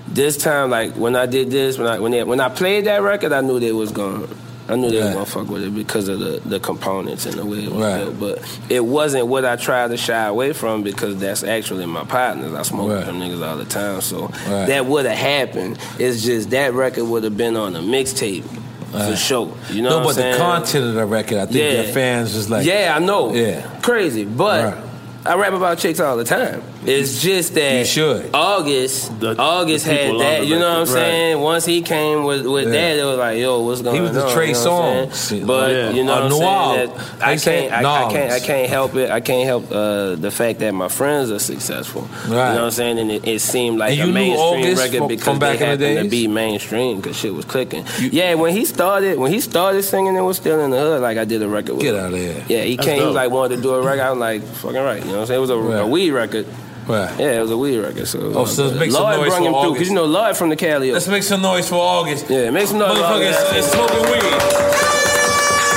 S9: this time, like when I did this, when I when they, when I played that record, I knew they was gone. I knew they was gonna fuck with it because of the, the components and the way it was
S6: Right.
S9: built. But it wasn't what I tried to shy away from because that's actually my partners. I smoke
S6: Right.
S9: with them niggas all the time. So
S6: Right.
S9: that would have happened. It's just that record would have been on a mixtape for
S6: Right.
S9: sure. You know
S6: no,
S9: what
S6: but
S9: I'm saying?
S6: the content of the record, I think
S9: Yeah.
S6: your fans was like,
S9: yeah, I know.
S6: Yeah.
S9: Crazy. But I rap about chicks all the time. It's just that
S6: You should.
S9: August, August
S6: the
S9: had
S6: people on
S9: that.
S6: the
S9: You know what I'm
S6: record, right.
S9: saying? Once he came with, with
S6: Yeah.
S9: that, it was like, yo, what's going on?
S6: He was the Trey
S9: you know what I'm
S6: Songz.
S9: saying?
S6: Yeah.
S9: But
S6: Yeah.
S9: you know
S6: A
S9: what I'm saying?
S6: Noir.
S9: That
S6: They
S9: I
S6: say
S9: can't, I, I can't, I
S6: Nas.
S9: can't help it. I can't help uh, the fact that my friends are successful. You know
S6: Right.
S9: what I'm saying? And it, it seemed like
S6: And
S9: a
S6: you knew
S9: mainstream
S6: August
S9: record
S6: from-
S9: because
S6: from back
S9: they
S6: in the
S9: happened to
S6: days?
S9: be mainstream because shit was clicking. yeah, when he started, when he started singing, it was still in the hood. Like I did a record with. Get out of here. Yeah, he
S6: That's
S9: came. He
S6: dope.
S9: like wanted to do a record. I was like, fucking right. You know what I'm saying? It was a, a weed record.
S6: Right.
S9: Yeah, it was a weed record. So,
S6: Oh, so let's make some
S9: Lloyd
S6: noise
S9: brung
S6: for
S9: him through
S6: August.
S9: because you know Lloyd from the Cali.
S6: Let's make some noise for August.
S9: Yeah, make some noise for
S6: Motherfuckers
S9: August.
S6: is smoking weed.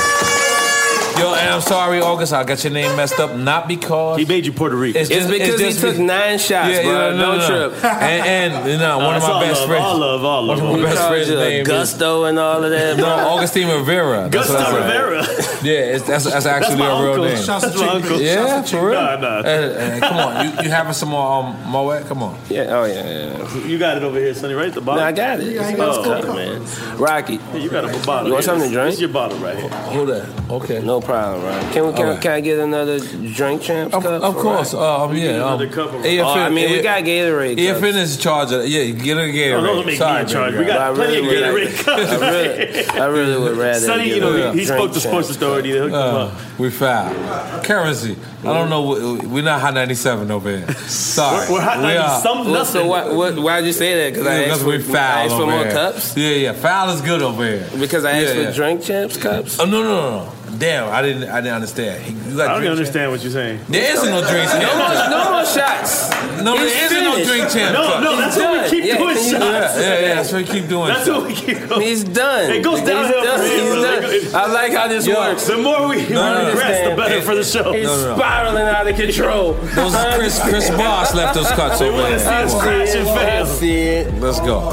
S6: Yo, and I'm sorry, August. I got your name messed up. Not because he made you Puerto Rican.
S9: It's because he took nine shots, bro. Don't trip.
S6: And, and you know,
S9: No,
S6: one of
S9: it's all
S6: my best
S9: love,
S6: friends.
S9: all love, all
S6: One
S9: love.
S6: of
S9: He
S6: my best
S9: called
S6: friends'
S9: you
S6: name
S9: Augusto and all of that.
S6: No,
S9: bro.
S6: Augustine Rivera. That's what I
S9: Gusto
S6: said.
S9: Rivera.
S6: Yeah, it's, that's that's actually
S9: my
S6: a real
S9: uncle.
S6: name.
S9: Shouts to my uncle.
S6: Yeah,
S9: Shouts to
S6: for real.
S9: Chief. Nah, nah.
S6: Eh, eh, come on, you, you having some more um, Moet? Come on.
S9: Yeah. Oh yeah. yeah.
S11: You got it over here, Sonny, right at the bottom?
S9: No, I got it. Yeah, I got it.
S11: oh, got it, man.
S9: Rocky.
S11: you got a bottle.
S9: You want
S11: here.
S9: something to drink?
S11: It's your bottle right here.
S6: Hold that. Okay.
S9: No problem, right? Can we can,
S11: Alright.
S9: can I get another drink, champs? Of, cup
S6: of
S9: for
S6: course,
S9: Rocky?
S6: uh, um, We yeah, need another um, cup of- AFN
S9: oh, I mean, we
S6: A-
S9: got Gatorade.
S6: Yeah,
S9: cups.
S6: fitness charger. Yeah, you get a Gatorade.
S11: Oh,
S9: No, don't make me
S6: Sorry,
S9: in charge.
S6: baby
S9: We got
S6: girl.
S9: plenty of I really Gatorade would like- cups. I really- I really would rather
S11: Sonny, you
S9: get a
S11: know, he, he
S9: drink
S11: spoke to Sports
S9: champs.
S11: Authority. They hooked him
S6: Uh,
S11: up.
S6: we foul. Currency. I don't know. we- We're not hot 97 over here. Sorry. We are.
S9: Well, So why, what, why'd you say that? Because I
S6: Yeah,
S9: asked
S6: because
S9: for,
S6: we foul
S9: I asked for
S6: over
S9: more
S6: here.
S9: cups.
S6: Yeah, yeah. Foul is good over here.
S9: Because I asked
S6: Yeah,
S9: for
S6: yeah.
S9: drink champs cups.
S6: Oh no, no, no, no. Damn, I didn't. I didn't understand. He- You got
S11: I don't
S6: drink
S11: understand what you're saying.
S6: champ. There isn't no drink.
S11: No
S6: champ.
S11: more- no more
S9: shots.
S6: No,
S11: It's
S6: there isn't no
S11: finished.
S6: drink champ.
S11: No, no, that's why we
S6: what
S11: keep Yeah, doing he's- shots.
S6: Yeah, yeah, yeah, that's what we keep doing.
S11: That's
S6: shots.
S11: what we keep going.
S9: He's done.
S11: It goes
S9: He's
S11: downhill.
S9: done.
S11: from here,
S9: He's
S11: bro.
S9: done.
S11: It-
S9: I like how this works.
S11: The more we
S9: No, no, no.
S11: progress, the better for the show.
S9: He's
S6: No, no, no.
S9: spiraling out of control.
S6: Those Chris Chris Boss left those cuts
S9: They
S6: over
S9: wanna
S6: there.
S9: see us crash and fail. I see it.
S6: Let's go.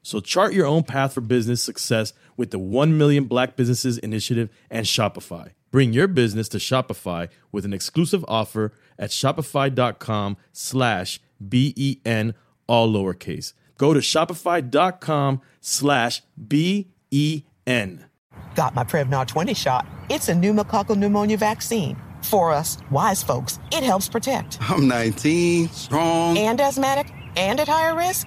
S10: So chart your own path for business success with the 1 Million Black Businesses Initiative and Shopify. Bring your business to Shopify with an exclusive offer at shopify.com slash B-E-N, all lowercase. Go to shopify.com slash E B-E-N.
S12: Got my Prevnar 20 shot. It's a pneumococcal pneumonia vaccine. For us, wise folks, it helps protect.
S13: I'm 19, strong.
S12: And asthmatic and at higher risk?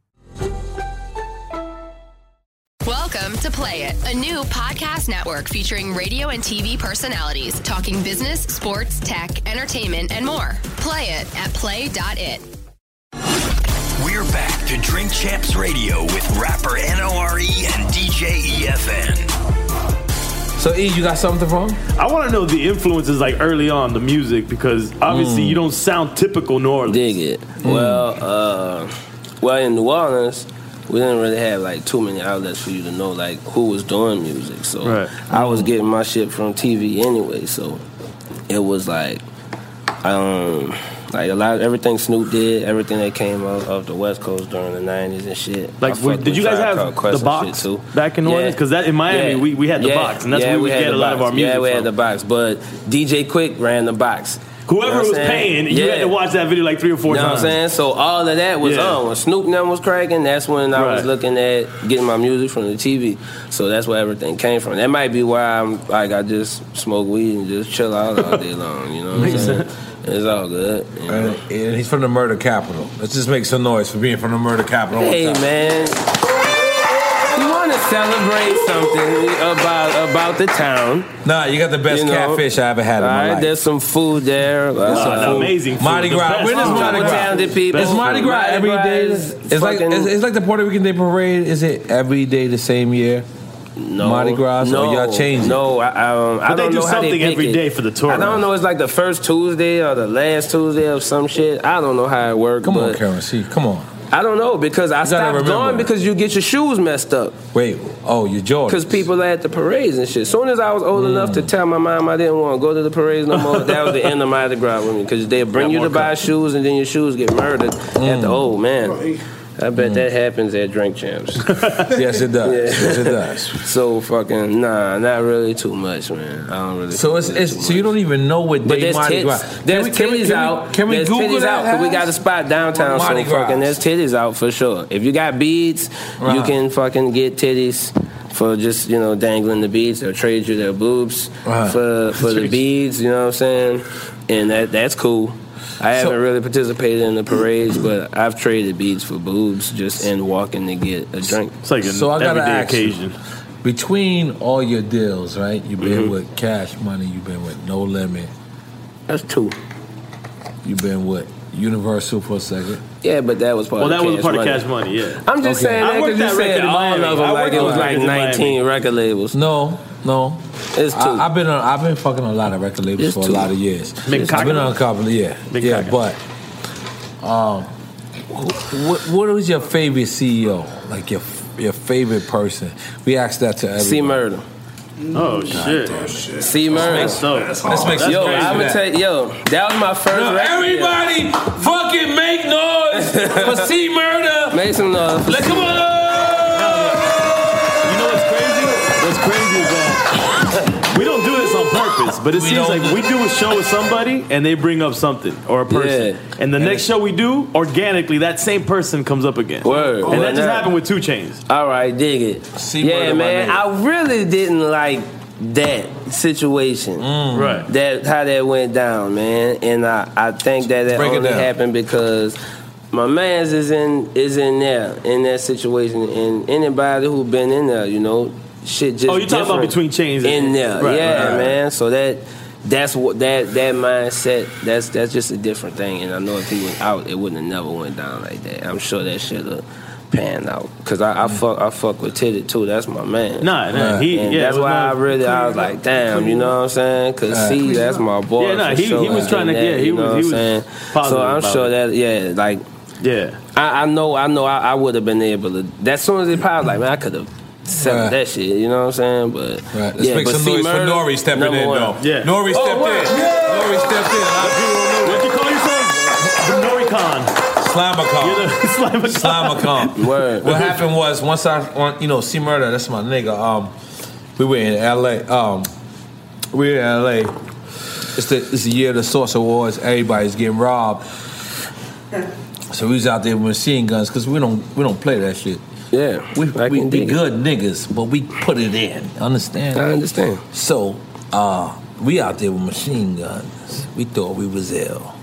S14: Welcome to Play It, a new podcast network featuring radio and TV personalities talking business, sports, tech, entertainment, and more. Play it at play.it.
S7: We're back to Drink Champs Radio with rapper NORE E and E DJ EFN.
S10: So, E, you got something for him? I want to know the influences like early on the music because obviously
S9: Mm.
S10: you don't sound typical New Orleans. Mm.
S9: Dig it. Well, uh, well, in New Orleans, we didn't really have like too many outlets for you to know like who was doing music. So
S10: Right.
S9: I was getting my shit from TV anyway. So it was like, um, like a lot everything Snoop did, everything that came out of the West Coast during the '90s and shit. I
S10: Like, we-
S9: fucked
S10: did you
S9: with
S10: guys
S9: Tribe
S10: have
S9: Called Quest
S10: the
S9: and shit,
S10: box
S9: too.
S10: back in New Orleans? 'Cause that- in Miami, we- we had the box, and that's where we
S9: had
S10: get
S9: the
S10: a lot of
S9: box.
S10: our
S9: Yeah,
S10: music
S9: we
S10: from.
S9: had the box, but DJ Quick ran the box.
S10: Whoever was paying, you had to
S9: watch.
S10: watch that video like three or four
S9: You know
S10: times.
S9: what I'm saying? So all of that was
S10: Yeah.
S9: on. When Snoop Numb was cracking, that's when I was
S10: Right.
S9: looking at getting my music from the TV. So that's where everything came from. That might be why I'm like I just smoke weed and just chill out all day long. You know what I'm
S6: Makes
S9: saying? It's all good. you know?
S6: And he's from the murder capital. Let's just make some noise for being from the murder capital.
S9: Hey man. You want to celebrate something about about the town?
S6: Nah, you got the best catfish I ever had in my life.
S9: There's some food there. uh,
S6: Nah,
S9: some
S6: nah, amazing food.
S9: Mardi
S6: The
S9: Gras.
S6: best
S9: When is
S6: food.
S9: Mardi Gras? Talented people.
S6: It's Mardi Gras every day. It's like it's, it's like the Puerto Rican Day Parade. Is it every day the same year?
S9: No,
S6: Mardi Gras.
S9: No,
S6: or y'all change. it?
S9: No, I, um, I
S6: But
S9: don't
S6: they do
S9: know how they
S6: something
S9: pick
S6: every
S9: it.
S6: day for the
S9: I
S6: tourists.
S9: don't know. It's like the first Tuesday or the last Tuesday of some shit. I don't know how it works.
S6: Come on,
S9: but
S6: Karen. See, come on.
S9: I don't know because I
S6: gotta
S9: stopped
S6: remember.
S9: going because you get your shoes messed up.
S6: Wait. Oh, your jaw.
S9: Because people at the parades and shit. soon as I was old enough
S6: Mm.
S9: to tell my mom I didn't want to go to the parades no more, that was the end of Mardi Gras with me. Because they bring you to buy shoes and then your shoes get murdered at the
S6: Mm.
S9: old man. I bet that happens at Drink Champs.
S6: yes, it does. Yes, it does.
S9: So fucking nah, not really too much, man. I don't really.
S6: So it's, it's so you don't even know what
S9: But
S6: day
S9: there's
S6: Mardi
S9: titties.
S6: Gras.
S9: There's
S6: Can we- can we-
S9: titties out.
S6: Can we
S9: there's
S6: Google
S9: titties
S6: that?
S9: out 'cause we got a spot downtown.
S6: Mardi
S9: so fucking
S6: Gras.
S9: there's titties out for sure. If you got beads, you
S6: Right.
S9: can fucking get titties for just you know dangling the beads. They'll trade you their boobs
S6: Right.
S9: for for the
S6: Jeez.
S9: beads. You know what I'm saying? And that that's cool. I haven't really participated in the parades, but I've traded beads for boobs just in walking to get a drink. It's
S10: like
S6: So I got to ask you, between all your deals, right? You've
S9: Mm-hmm.
S6: been with Cash Money, you've been with No Limit.
S9: That's two.
S6: You've been with Universal for a second.
S9: Yeah, but that was part.
S6: Well,
S9: of
S6: that was
S9: cash
S6: part of
S9: money.
S6: Cash Money, yeah.
S9: I'm just
S6: Okay.
S9: saying
S6: I
S9: that
S6: worked
S9: because you
S6: that
S9: said
S6: record in
S9: all
S6: Miami.
S9: of
S6: I
S9: them like
S6: worked
S9: it
S6: those
S9: was like
S6: records in Miami.
S9: 19 record labels.
S6: No, no.
S9: It's two.
S6: I, have been on, I've been fucking on a lot of record labels
S9: It's
S6: for
S9: two.
S6: a lot of years.
S9: Been
S6: I've
S9: cocking
S6: been on a couple, yeah,
S9: Been
S6: yeah.
S9: cocking.
S6: But um, wh- what, what was your favorite CEO? Like your your favorite person? We asked that to everyone.
S9: C Murder.
S6: Oh,
S9: shit. C Murder.
S6: That's dope. That's hard. Let's make some
S9: Yo,
S6: noise
S9: I
S6: for
S9: would
S6: that.
S9: take yo, that was my first
S6: Now,
S9: record.
S6: everybody fucking make noise for C Murder.
S9: Make some noise.
S6: Let's come
S10: You know what's crazy? What's crazy is that we don't do this on purpose, but it
S6: We
S10: seems
S6: don't
S10: like
S6: do-
S10: we do a show with somebody and they bring up something or a person. And the
S6: And
S10: next show we do, organically, that same person comes up again.
S9: Word.
S10: And that
S9: Word
S10: just
S9: up.
S10: happened with two chains.
S9: All right, dig it.
S10: word
S9: yeah,
S10: of my
S9: man,
S10: name.
S9: I really didn't like that situation,
S15: Right.
S9: That how that went down, man. And I, I think that that
S15: Break it
S9: only
S15: down.
S9: happened because my man's is in is in there in that situation, and anybody who been in there, you know, shit just.
S10: Oh, you talking about
S9: different
S10: between chains and-
S9: in there?
S10: Right,
S9: yeah,
S10: right, right.
S9: man. So that. That's what that that mindset. That's that's just a different thing, and I know if he was out, it wouldn't have never went down like that. I'm sure that should have panned out because I, I fuck I fuck with Titty too. That's my man.
S10: Nah, nah, he-
S9: And
S10: yeah,
S9: that's
S10: it was
S9: why I
S10: not-
S9: really I was like, damn, you know what I'm saying? Cause
S10: Right.
S9: see, that's my boy.
S10: Yeah, nah,
S9: for
S10: he- he
S9: sure.
S10: was trying to-
S9: And
S10: yeah, he
S9: you know what
S10: was- he
S9: I'm saying?
S10: was positive
S9: So I'm
S10: about
S9: sure
S10: it.
S9: that yeah, like
S10: yeah.
S9: I, I know I know I, I would have been able to. As soon as it popped, like man, I could have. settled
S6: Right.
S9: that shit, you know what I'm saying? But
S6: Right. Let's make
S9: but
S6: some
S9: see,
S6: noise for
S9: murder,
S6: Nori stepping
S9: number
S6: in,
S9: one.
S6: though. Yeah. Nori
S9: Oh,
S6: stepped
S9: wow.
S6: in. Nori stepped in. A lot of people don't know. What you call yourself?
S10: Noricon.
S6: Slamacon.
S10: Slamacon.
S6: Slamacon. What happened was once I, on- you know, C Murder. That's my nigga. Um, we were in L.A. Um, we were in L.A. It's the it's the year of the Source Awards. Everybody's getting robbed. So we was out there with machine guns because we don't we don't play that shit.
S9: Yeah,
S6: we we,
S9: can
S6: we
S9: dig it.
S6: good niggas, but we put it in. Understand?
S9: I understand.
S6: So uh, we out there with machine guns. We thought we was ill.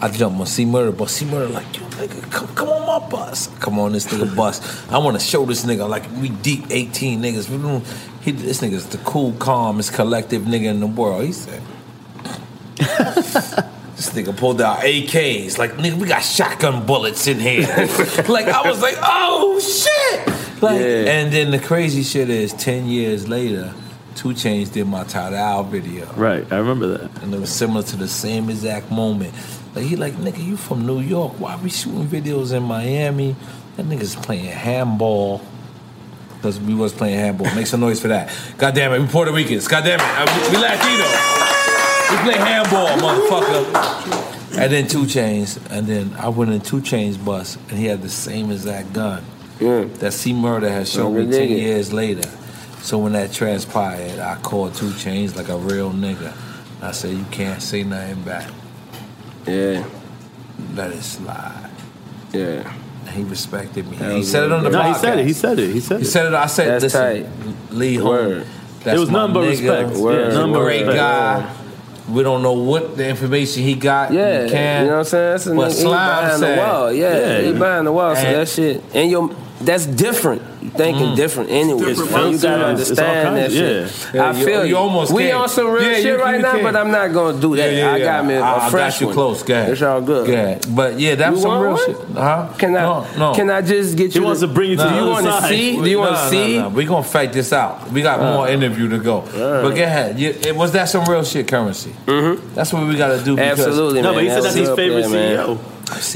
S6: I jumped on C Murder, but C Murder like, yo, nigga, come, come on my bus. Come on this nigga bus. I want to show this nigga like we deep 18 niggas. We don't, he, this nigga's the cool, calmest, collective nigga in the world. He said. This nigga pulled out AKs. Like, nigga, we got shotgun bullets in here. like, I was like, oh shit. Like, and then the crazy shit is, ten years later, Two Chains did my Tidal video.
S10: Right, I remember that.
S6: And it was similar to the same exact moment. Like he like, nigga, you from New York. Why we shooting videos in Miami? That nigga's playing handball. Because we was playing handball. Make some noise for that. God damn it, we Puerto Ricans. God damn it. uh, We, we Latino. We play handball, motherfucker. And then two chains. And then I went in two chains bus and he had the same exact gun. That C murder has shown me
S9: Nigga,
S6: ten
S9: nigga.
S6: years later. So when that transpired, I called two chains like a real nigga. I said, You can't say nothing back.
S9: Yeah.
S6: Let it slide.
S9: Yeah.
S6: And he respected me.
S10: That
S6: he
S10: was
S6: said it on the
S10: no,
S6: podcast.
S10: he said it. He said it. He said it.
S6: He said it. I said,
S10: That's
S6: listen, Lee Holmes. That's
S10: It was
S6: my
S10: nothing but
S6: nigga.
S10: respect. Yeah, Word, nothing but
S6: Great
S10: respect.
S6: guy. We don't know what the information he got.
S9: Yeah,
S6: he can.
S9: you know what I'm saying? That's a
S6: but
S9: nigga, he
S6: Slime
S9: behind
S6: said,
S9: the wall. Yeah, he behind the wall. So
S6: And-
S9: that shit and your that's different. Thinking
S6: Mm.
S9: different anyway.
S6: It's
S9: So you
S6: different
S9: gotta
S6: mindsets. It's all
S9: understand that
S6: kinds of-
S9: shit.
S6: yeah.
S9: I
S6: Yeah, you-
S9: feel you.
S6: you almost
S9: we
S6: can.
S9: on some real
S6: Yeah, you
S9: shit
S6: can-
S9: right
S6: you
S9: now,
S6: can.
S9: but I'm not gonna do that.
S6: Yeah, yeah,
S9: I got me a, a
S6: I- I
S9: fresh
S6: got you
S9: one.
S6: close. Go ahead.
S9: It's all good.
S6: Go ahead. But yeah, that was
S9: You
S6: some
S9: want
S6: real
S9: one?
S6: shit. Huh?
S9: Can I?
S6: No, no.
S9: Can I just get you? Do you want to see? Do you want
S6: No,
S9: to
S6: no,
S9: see?
S6: no. We gonna fight this out. We got
S9: Uh.
S6: more interview to go. But go ahead. You, it, was that some real shit currency? Mm-hmm. That's what we gotta do. because-
S9: Absolutely, man. That was up there, man.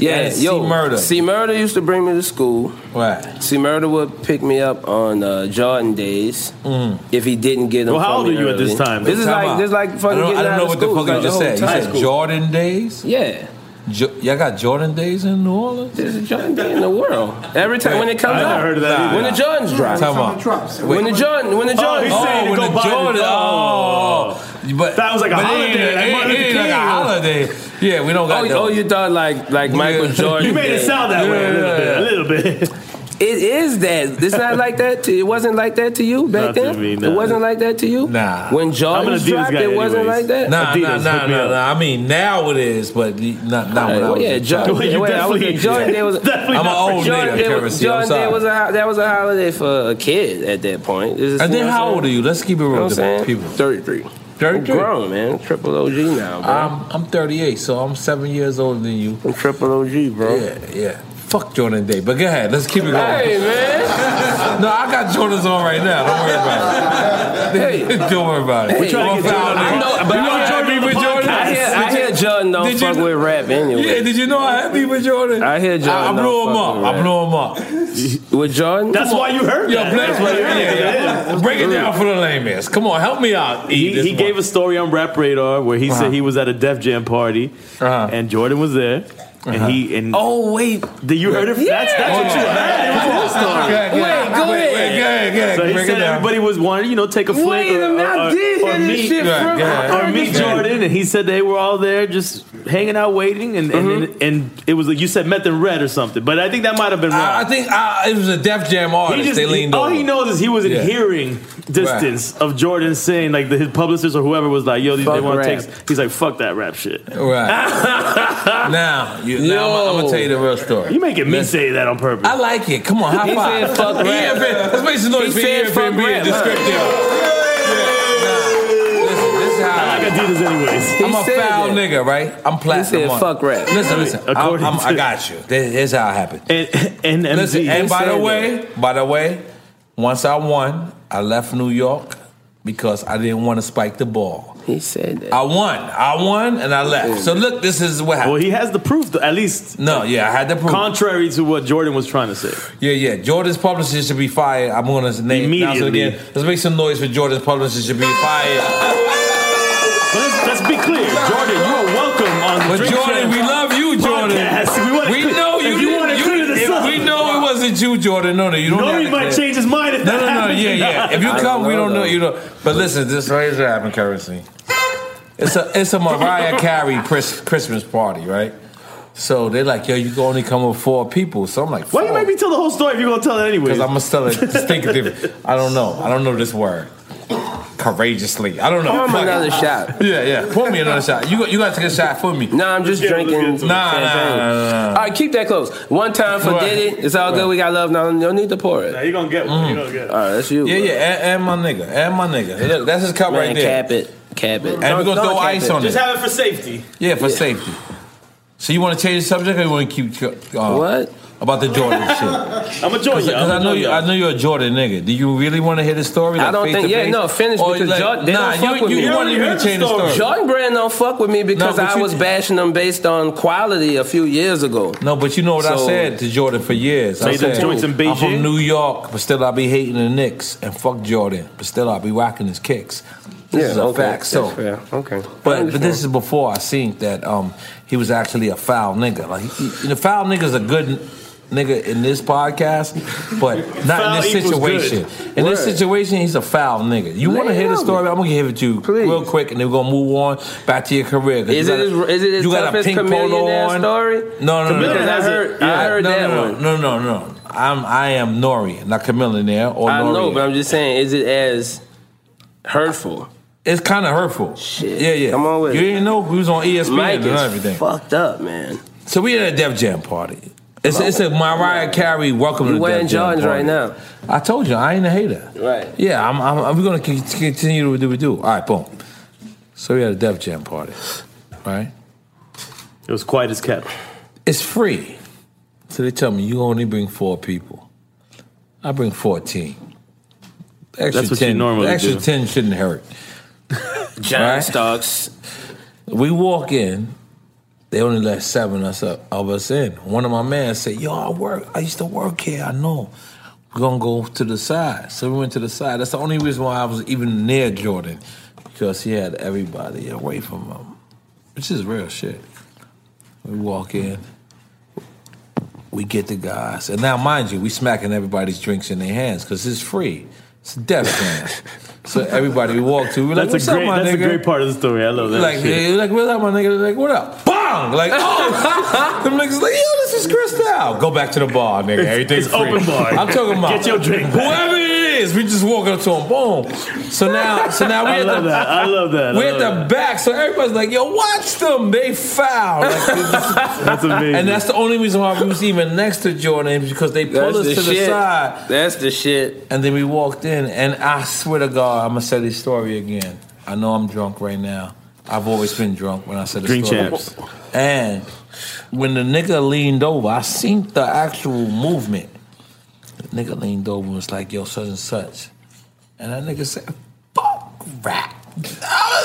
S9: Yeah,
S6: Yeah,
S9: yo,
S6: C E Murder.
S9: C Murder used to bring me to school.
S6: Right.
S9: C Murder would pick me up on uh, Jordan days
S6: Mm.
S9: if he didn't get them.
S6: Well, how
S9: for
S6: old
S9: me
S6: are you at this
S9: early.
S6: time?
S9: This is
S6: Time
S9: like
S6: out.
S9: this is like
S6: I
S9: fucking.
S6: don't-
S9: getting
S6: I don't
S9: out
S6: know
S9: of
S6: what the
S9: school,
S6: fuck you
S9: like
S6: just
S9: whole
S6: said. You
S9: time.
S6: said Jordan days.
S9: Yeah.
S6: Jo- y'all got Jordan days in New Orleans.
S9: There's a Jordan day in the world. Every time when it comes
S6: I never
S9: out,
S6: heard of that either. Oh,
S9: when the Jordans drop,
S6: Time out.
S9: when the Jordan, when the Jordan,
S6: when the Jordan. Oh, but
S9: That was like a
S6: but it
S9: holiday,
S6: ain't- It,
S9: like Martin
S6: ain't
S9: Luther
S6: like a
S9: King.
S6: holiday. Yeah, we don't got.
S9: Oh,
S6: those.
S9: oh, you thought like like Michael Jordan.
S6: You made it
S9: did.
S6: sound that way a little bit, a little
S10: bit.
S9: It is that. It's not like that. To, it wasn't like that to you back
S6: Not to
S9: then.
S6: me, nah.
S9: It wasn't like that to you.
S6: Nah.
S9: When Jordan dropped, it wasn't like that.
S6: Nah, nah, nah, nah, nah. I mean, now it is, but not, not when I
S9: Well,
S6: was
S9: yeah,
S6: a
S9: Jordan.
S6: child.
S9: Well, I was in Jordan Day was.
S6: I'm an old
S9: Jordan
S6: nigga,
S9: Day was-
S6: currency. I'm
S9: Jordan Day
S6: sorry.
S9: was a that was a holiday for a kid at that point. This is-
S6: And
S9: you
S6: then
S9: know
S6: how
S9: what I'm
S6: old are you? Let's keep it
S9: saying? You know
S6: real
S9: what
S6: with
S9: I'm
S6: the
S9: saying?
S6: people.
S9: 33.
S6: 33.
S9: I'm grown, man. Triple OG now, bro.
S6: I'm, I'm 38, so I'm seven years older than you.
S9: I'm triple OG, bro.
S6: Yeah, yeah. Fuck Jordan Day, but go ahead. Let's keep it going.
S9: Hey, man.
S6: no, I got Jordans on right now. Don't worry about it. Hey. Don't worry about it.
S9: Hey. I know, but
S6: you know
S9: I
S6: Jordan
S9: hear-
S6: be with Jordan?
S9: I hear, I hear Jordan don't
S6: Did you
S9: fuck
S6: know-
S9: with rap anyway.
S6: Yeah, did you know I had beef with Jordan?
S9: I hear Jordan.
S6: I, I blew
S9: don't
S6: him
S9: fuck
S6: up.
S9: with
S6: I
S9: rap.
S6: blew him up.
S9: With Jordan?
S6: Come on. Yo, Black-
S10: That's why you heard
S6: yeah,
S10: it.
S6: yeah.
S10: Yeah.
S6: Break it down for the lame ass. Come on, help me out. E,
S10: He,
S6: this
S10: he gave a story on Rap Radar where he
S6: Uh-huh.
S10: said he was at a Def Jam party and Jordan was there.
S6: Uh-huh.
S10: And he and
S9: oh wait,
S10: did you heard it? That's that's what you
S6: Wait,
S10: heard. It was his story.
S6: Wait,
S10: ahead, go ahead, go ahead.
S16: So he
S10: Break it
S16: said
S10: down.
S16: everybody was wanting, you know, take a
S10: Wait
S16: flick
S10: a
S16: or,
S10: minute, I
S16: or-
S10: did
S16: or
S10: hear this
S16: meet,
S10: shit Go ahead, from- go ahead.
S16: or meet Jordan, and he said they were all there just hanging out, waiting, and and,
S6: Mm-hmm.
S16: and, it was like you said meth and red or something. But I think that might have been wrong.
S6: I, I think I, it was a Def Jam artist.
S10: He just-
S6: they leaned
S10: all
S6: over.
S10: he knows is he was in
S6: Yeah.
S10: hearing distance of Jordan saying like the, his publicist or whoever was like, "Yo, these- they
S6: Fuck
S10: want to
S6: rap.
S10: take." He's like, "Fuck that rap shit."
S6: Right. now, you, now I'm, I'm gonna tell you the real story.
S10: You making me say that on purpose.
S6: I like it. Come on, high
S10: He
S6: five.
S10: said fuck rap.
S6: EFN. Let's make some noise
S10: He
S6: for
S10: said
S6: EFN
S10: fuck
S6: being
S10: rap.
S6: descriptive. I
S10: like Adidas anyways.
S6: I'm a foul nigga, right? I'm platinum.
S10: said
S6: on.
S10: fuck rap.
S6: Listen, listen. I'm,
S10: According
S6: I'm, I
S10: to-
S6: got you. This- Here's how it happened.
S10: And MZ.
S6: Listen,
S10: He
S6: and by the
S10: said
S6: way, by the way, once I won, I left New York because I didn't want to spike the ball.
S9: He said that.
S6: I won. I won and I
S10: Yeah.
S6: left. So look, this is what happened.
S10: Well, he has the proof, though, at least.
S6: No, yeah, I had the proof.
S10: Contrary to what Jordan was trying to say.
S6: Yeah, yeah. Jordan's publicist should be fired. I'm going to name announce it
S10: Immediately.
S6: again. Let's make some noise for Jordan's publicist should be fired.
S10: But let's, let's be clear, Jordan, you are welcome on the
S6: But
S10: Drink
S6: Jordan,
S10: Champs
S6: we love you, Jordan.
S10: podcast. We, wanna clear-
S6: know you.
S10: if you
S6: didn't-
S10: want to clear this
S6: if
S10: up.
S6: We know it wasn't you, Jordan. No, no, you don't.
S10: No,
S6: have
S10: he
S6: to clear-
S10: might change his mind if
S6: no,
S10: that
S6: no, no,
S10: happens
S6: yeah,
S10: or not.
S6: yeah. If you
S10: I don't
S6: come, we
S10: know,
S6: don't know.
S10: though.
S6: You know. But listen, this right here happened currency. It's a it's a Mariah Carey Chris, Christmas party, right? So they're like, yo, you can only come with four people. So I'm like,
S10: Why you make me tell the whole story if you're gonna tell it anyway?
S6: because I'm gonna tell it distinctive. I don't know. I don't know this word. Courageously, I don't know.
S9: Pour him
S6: Fuck it.
S9: another shot.
S6: Yeah, yeah. Pour me another shot. You got, you got to take a shot for me.
S9: No, I'm just drinking.
S6: Nah, nah,
S9: champagne.
S6: nah, nah,
S9: All right, keep that close. One time for
S6: Right.
S9: did it. It's all good. We got love. No, no need to pour it.
S10: you're gonna get one. You're gonna get
S9: All right, that's you.
S6: Mm. Yeah, yeah, and, and my nigga, and my nigga. Look, that's his cup
S9: Man,
S6: right there.
S9: Cap it, cap it.
S6: And we're gonna throw ice on it.
S10: Just have it for safety.
S6: Yeah, for safety. So you want to change the subject, or you want to keep uh,
S9: what
S6: about the Jordan shit?
S10: I'm a Jordan.
S6: Because I know you, I know you're a Jordan nigga. Do you really want to hear the story?
S9: I
S6: like,
S9: don't
S6: face
S9: think.
S6: to
S9: Yeah,
S6: face?
S9: no. Finish
S6: Or
S9: because
S6: Oh, like,
S9: Jordan they
S6: nah,
S9: don't fuck
S6: you,
S9: with
S6: you
S9: me.
S6: wanted me to change the story.
S9: Jordan Brand don't fuck with me because
S6: but
S9: I
S6: you-
S9: was bashing them based on quality a few years ago.
S6: No, but you know what I
S9: So-
S6: said to Jordan for years.
S9: So
S6: I
S9: you done
S6: said,
S9: joints in
S6: I'm
S9: Beijing?"
S6: from New York, but still I be hating the Knicks and fuck Jordan, but still I be rocking his kicks. This is a fact. So,
S9: yeah, okay.
S6: but but this is before I seen that um he was actually a foul nigga. Like he, he- the foul nigga's a good n- nigga in this podcast, but not
S10: Foul
S6: in this
S10: equals good.
S6: situation. In this
S10: Word.
S6: situation, he's a foul nigga. You want to
S10: Lay it
S6: hear the
S10: on
S6: story? I'm gonna give it to you real quick, and then we're gonna move on back to your career. 'Cause
S9: Is
S6: you
S9: it
S6: got a-
S9: his- is it his
S6: you got a
S9: toughest
S6: pink
S9: chameleon
S6: polo
S9: ass
S6: on.
S9: story?
S6: No, no, no.
S9: Chameleon
S6: no.
S9: has I heard- it. I heard
S6: no,
S9: that
S6: no, no,
S9: one.
S6: No, no, no. I'm I am Nori, not Chameleonaire or
S9: I
S6: Nori.
S9: know, but I'm just saying, is it as hurtful?
S6: It's kind of hurtful.
S9: Shit.
S6: Yeah, yeah.
S9: Come on with
S6: you
S9: it.
S6: didn't know we was on E ESPN
S9: Mike
S6: and
S9: is
S6: everything.
S9: fucked up, man.
S6: So we at a Def Jam party. It's, it's a Mariah Carey welcome
S9: You
S6: to the
S9: wearing
S6: Def Jam
S9: Jordans
S6: party.
S9: right now.
S6: I told you I ain't a hater.
S9: Right.
S6: Yeah, I'm. I'm, I'm going to continue to do what we do. All right, boom. So we had a Def Jam party, right?
S10: It was quiet as kept.
S6: It's free. So they tell me you only bring four people. I bring fourteen. The Extra
S10: That's what you
S6: 10,
S10: normally
S6: the Extra
S10: do.
S6: ten shouldn't hurt.
S9: John
S6: Starks. We walk in. They only let seven us up of us in. One of my men said, "Yo, I work. I used to work here. I know." We're gonna go to the side. So we went to the side. That's the only reason why I was even near Jordan, because he had everybody away from him, which is real shit. We walk in, we get the guys, and now mind you, we smacking everybody's drinks in their hands because it's free. It's a death jam. so everybody we walk to, we're like,
S10: That's
S6: "What's
S10: a great.
S6: up, my
S10: that's
S6: nigga?"
S10: a great part of the story. I love that.
S6: Like,
S10: shit.
S6: yeah, like, what's up, my nigga? They're Like, what up? Bang! Like, oh, them niggas like, yo, this is Cristal. Go back to the bar, nigga.
S10: It's-
S6: Everything's
S10: it's
S6: free.
S10: open bar.
S6: I'm talking about
S10: Get your drink back.
S6: Whoever it is, we just walk up to him. Boom. So now, so now we
S10: I
S6: at
S10: love
S6: the,
S10: that. I love that. I
S6: We're
S10: love
S6: at the back, so everybody's like, yo, watch them. They foul. Like,
S10: That's amazing.
S6: and that's the only reason why we was even next to Jordan because they pulled
S9: That's
S6: us
S9: the
S6: to the
S9: shit.
S6: side.
S9: That's the shit.
S6: And then we walked in, and I swear to God, I'm gonna say this story again. I know I'm drunk right now. I've always been drunk when I said the
S10: Drink
S6: story.
S10: champs.
S6: And when the nigga leaned over, I seen the actual movement. The nigga leaned over and was like, "Yo, such and such," and that nigga said, "Fuck rap." I was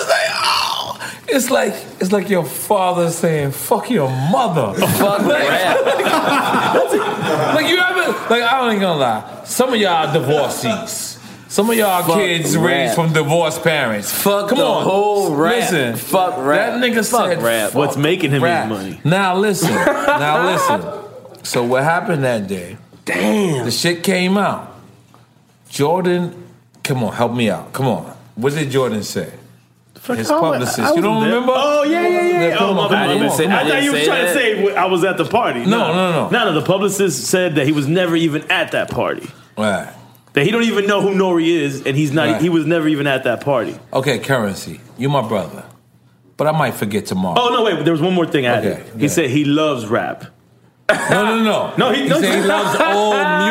S6: like, "Oh." It's like it's like your father saying, "Fuck your mother."
S9: Fuck rap.
S6: like you ever like I ain't gonna lie. Some of y'all are divorcees. Some of y'all
S9: Fuck
S6: kids
S9: rap.
S6: raised from divorced parents.
S9: Fuck
S6: Come
S9: the
S6: on,
S9: whole rap.
S6: Listen,
S9: Fuck rap.
S6: That nigga
S9: Fuck
S6: said,
S9: rap.
S6: "Fuck
S10: What's making him his
S6: rap."
S10: money.
S6: Now listen, now listen. So what happened that day? Damn, the shit came out. Jordan, come on, help me out. Come on. What did Jordan say? His publicist. you don't remember?
S10: Oh yeah, yeah, yeah.
S6: Now,
S10: oh,
S6: come
S10: my
S6: on,
S10: bad.
S6: come
S10: I,
S6: on.
S10: thought you were trying to say what- I was at the party.
S6: No, no, no.
S10: No, no. The publicist said that he was never even at that party.
S6: Right.
S10: That he don't even know who Nori is, and he's not.
S6: Right.
S10: He was never even at that party.
S6: Okay, currency. You're my brother, but I might forget tomorrow.
S10: Oh no, wait. There was one more thing I added. He said he loves rap.
S6: No, no, no.
S10: no, he,
S6: He
S10: no,
S6: said he loves all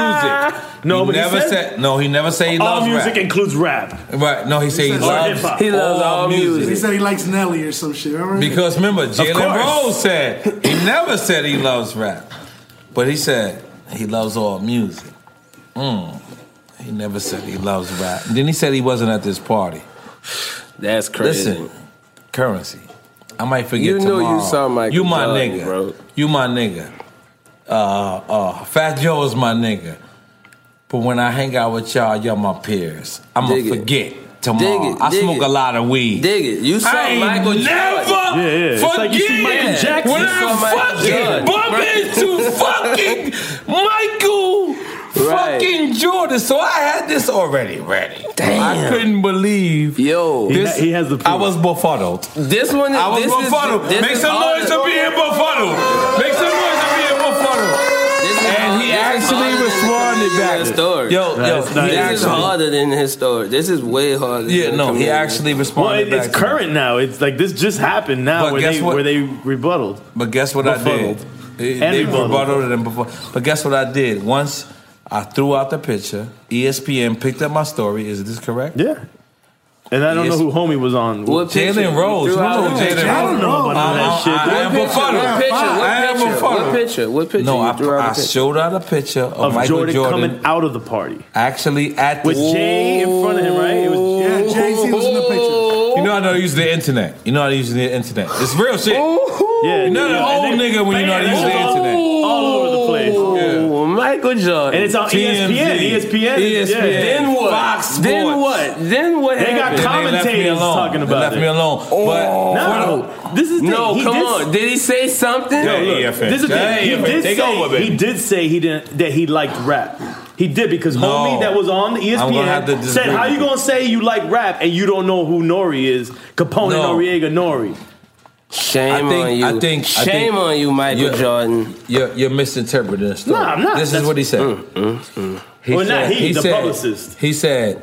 S6: music.
S10: No,
S6: he
S10: but he
S6: never
S10: said-
S6: No, he never said he
S10: All
S6: loves
S10: music
S6: rap.
S10: includes rap.
S6: Right? No, he said he,
S10: said- Or hip-hop.
S6: loves.
S10: He loves all
S15: He
S6: music.
S15: said he likes Nelly or some shit. Remember?
S6: Because remember, Jalen
S15: course.
S6: Rose said he never said he loves rap, but he said he loves all music. Mm. He never said he loves rap. And then he said he wasn't at this party.
S9: That's crazy.
S6: Listen, currency. I might forget
S9: You knew you
S6: tomorrow.
S9: saw Michael
S6: You my
S9: Jordan,
S6: nigga, bro. You my nigga. Uh, uh, Fat Joe is my nigga. But when I hang out with y'all, y'all my peers. I'ma
S9: Dig it.
S6: forget tomorrow.
S9: Dig it,
S6: I
S9: dig
S6: smoke
S9: it.
S6: a lot of weed.
S9: Dig it. You saw
S6: I ain't
S9: Michael Jordan.
S6: never
S9: Yeah, yeah. It's
S6: forget
S9: like you see Michael Jackson.
S6: when
S9: You saw
S6: I
S9: Michael Jordan.
S6: fucking bump into fucking Michael
S9: Right.
S6: fucking Jordan. So I had this already ready. I
S9: Damn.
S6: couldn't believe
S9: yo.
S6: this, has the. I was befuddled.
S9: This one.
S6: I was
S9: this is-
S6: befuddled.
S9: this
S6: Make
S9: is
S6: some
S9: all
S6: noise
S9: the-
S6: to be in befuddled. Make some noise to be in befuddled. And he actually responded
S9: His
S6: back.
S9: story.
S6: Yo, yo, he
S9: this is
S6: actually-
S9: harder than his story. This is way harder. than Chameleon.
S10: Well, it- it's current now. It's like this just happened now
S6: But
S10: where
S6: guess
S10: they
S6: what?
S10: where they rebutted.
S6: But guess what
S10: Befuddled.
S6: I did?
S10: And
S6: they
S10: rebutted.
S6: rebutted and before. But guess what I did? Once I threw out the picture, E ESPN picked up my story. Is this correct? E
S10: Yeah. And I don't know who homie was on.
S6: What picture?
S10: Jalen
S6: Jalen Rose. You threw out
S10: Remember
S6: the picture.
S10: Jalen
S6: I don't
S10: Rose?
S6: know about
S10: I-
S6: that
S10: I-
S6: shit.
S10: I am
S6: What picture?
S10: befuddled.
S6: What picture? What
S10: I am
S6: picture?
S10: befuddled.
S6: What picture? What picture? No,
S10: you
S6: I,
S10: threw out
S6: I
S10: a picture?
S6: showed out a picture of,
S10: Of
S6: Michael
S10: Jordan
S6: Jordan,
S10: coming out of the party.
S6: Actually, at
S10: With Jay in front of him, right? It was
S15: Yeah, Jay Z was in the picture.
S6: You know how to use the internet. You know how to use the internet. It's real shit.
S10: Yeah,
S6: you know the
S10: yeah, yeah.
S6: old
S10: And they-
S6: nigga when you know how to
S10: bam,
S6: use the
S10: all-
S6: internet.
S10: All over the place.
S9: Oh, Michael Jordan. E
S10: And it's on E ESPN. ESPN. Yeah.
S9: Then what? Then what? Then what?
S10: They got
S9: happened?
S10: commentators talking about
S6: left
S10: it.
S6: me alone. Oh.
S10: no, this is the
S9: No,
S10: thing. He
S9: come
S10: did-
S9: on. Did he say something?
S10: Yo, look, this is the thing. He did, say, he did say he didn't that he liked rap. He did because homie that was on the E
S6: I'm gonna have to
S10: ESPN said,
S6: disagree
S10: "How
S6: with
S10: you gonna say you like rap and you don't know who Nori is? Capone
S6: No.
S10: Noriega Nori."
S9: Shame
S6: I think,
S9: on you.
S6: I think, I
S9: Shame
S6: think
S9: on you, Michael
S6: you're-
S9: Jordan. Mm,
S6: You're, you're misinterpreting the story.
S9: No, I'm not.
S6: This is
S9: That's-
S6: what he said.
S9: Well, not he, the
S6: said,
S9: publicist.
S6: He said,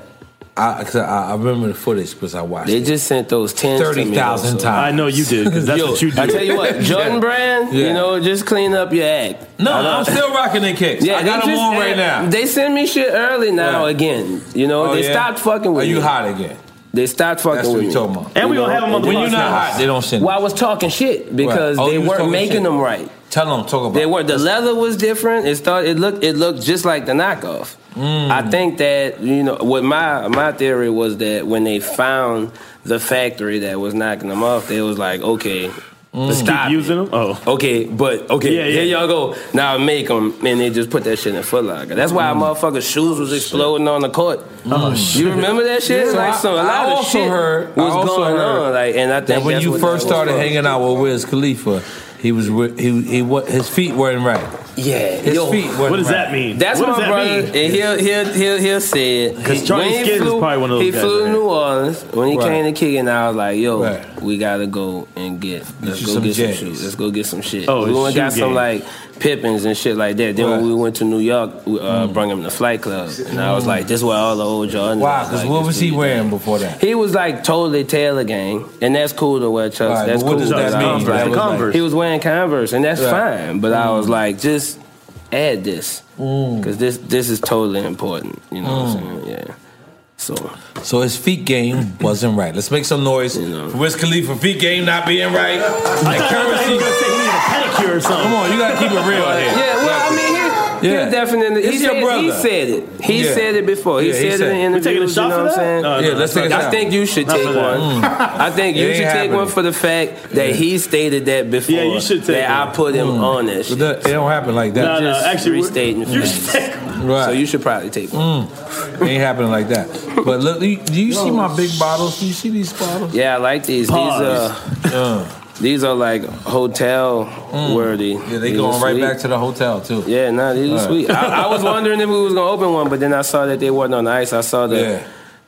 S6: I, 'cause I, I remember the footage because I watched
S9: They
S6: it.
S9: just sent those tens to me,
S6: 30,000
S9: also.
S6: times.
S9: I know you did, 'cause that's
S6: Yo,
S9: what you I do. tell you what, Jordan Brand, you know, just clean up your act.
S6: No,
S9: I don't-
S6: I'm still rocking the kicks. I
S9: they
S6: got them
S9: just-
S6: on right now.
S9: They send me shit early now
S6: Yeah.
S9: again. You know,
S6: Oh,
S9: they
S6: yeah?
S9: stopped fucking with
S6: Are
S9: me.
S6: you hot again?
S9: They stopped fucking
S6: That's what
S9: with
S6: we
S9: me.
S6: talking about. And we
S9: You
S6: gonna
S9: know,
S6: have 'em on the When you're not podcast. hot, they don't send
S9: Well, I was talking shit because
S6: Right. Oh,
S9: they
S6: you was
S9: weren't
S6: talking
S9: making
S6: shit.
S9: them right.
S6: Tell them, talk about
S9: They were the leather was different. It started. It looked. It looked just like the knockoff.
S6: Mm.
S9: I think that you know what my my theory was that when they found the factory that was knocking them off, they was like, okay,
S6: Mm.
S10: Let's keep
S9: stop
S10: using them. Oh,
S9: okay, but okay,
S10: Yeah, yeah.
S9: here y'all go. Now make them, and they just put that shit in Foot Locker. That's
S6: Mm.
S9: why motherfuckers' shoes was exploding on the court.
S6: Oh, shit.
S9: You remember that shit?
S6: Yeah.
S9: like so, a
S6: I-
S9: lot
S6: I
S9: of
S6: also
S9: shit
S6: heard- I
S9: was
S6: also
S9: going
S6: heard
S9: on. Like, and I think
S6: And when
S9: that's
S6: you
S9: what
S6: first
S9: that was
S6: started
S9: from.
S6: hanging out with Wiz Khalifa, he was with- he he wa- his feet weren't right.
S9: Yeah,
S6: his feet weren't right.
S9: That's my brother, and he'll he'll he'll he'll say it.
S6: 'Cause Charlie
S9: When he
S6: Skins is
S9: flew-
S6: probably one of those
S9: He
S6: guys
S9: flew
S6: right
S9: to New Orleans when he
S6: Right.
S9: came to Kicking. I was like, yo,
S6: Right.
S9: we gotta go and get let's
S6: you
S9: go
S6: some
S9: get
S6: J's.
S9: some shoes. Let's go get some shit.
S6: Oh,
S9: we
S6: it's
S9: went and got
S6: shoe
S9: some
S6: game.
S9: like Pippins and shit like that. Then when
S6: Right.
S9: we went to New York, we, uh, brought him to Flight Club, and I was
S6: Mm.
S9: like, this is where all the old Jordans.
S6: Wow,
S9: was,
S6: because
S9: like,
S6: what
S9: this
S6: was he
S9: dude.
S6: wearing before that?
S9: He was like totally Taylor gang, and that's cool to wear Chucks.
S6: Right,
S9: that's
S6: but what
S9: cool.
S6: does that
S9: But I
S6: mean?
S9: was
S6: That
S9: like-
S6: was like- Converse.
S9: He was wearing Converse, and that's
S6: Right.
S9: fine. But I was
S6: Mm.
S9: like, just add this because this this is totally important. You know what I'm saying? Yeah. So,
S6: Mm. so his feet game wasn't right. Let's make some noise. For Wiz Khalifa feet game not being right. Like currency.
S10: gonna say he needed a pedicure or something.
S6: Come on, you gotta keep it real here.
S9: Yeah, well, I mean, he,
S6: Yeah.
S9: he definitely he
S6: It's your
S9: said, he
S6: brother.
S9: said it. He
S6: Yeah.
S9: said it before. He
S6: Yeah,
S9: said it in
S6: We taking a
S9: interviews. You
S6: shot
S9: know what
S6: for
S9: I'm
S6: that? Uh,
S9: saying?
S6: No, no, Yeah, let's that's take a not-
S9: I
S6: shot.
S9: think you should
S6: Not
S9: take
S6: for
S9: one.
S6: that.
S9: I think
S6: It
S9: you
S6: ain't
S9: should take
S6: happening.
S9: one for the fact that
S6: Yeah.
S9: he stated that before.
S6: Yeah, you should take
S9: that. I
S6: one.
S9: put him on that shit.
S6: It don't happen like that.
S9: Just restating facts.
S6: Right.
S9: So you should probably take one.
S6: Mm. Ain't happening like that. But look, do you, do you see my big bottles? Do you see these bottles?
S9: Yeah, I like these.
S6: Pause.
S9: These uh, These are like hotel worthy.
S6: Mm. Yeah, they going right back to the hotel too.
S9: Yeah, no, nah, these
S6: All
S9: are
S6: right.
S9: sweet. I, I was wondering if we was gonna open one, but then I saw that they wasn't on the ice. I saw the
S6: Yeah.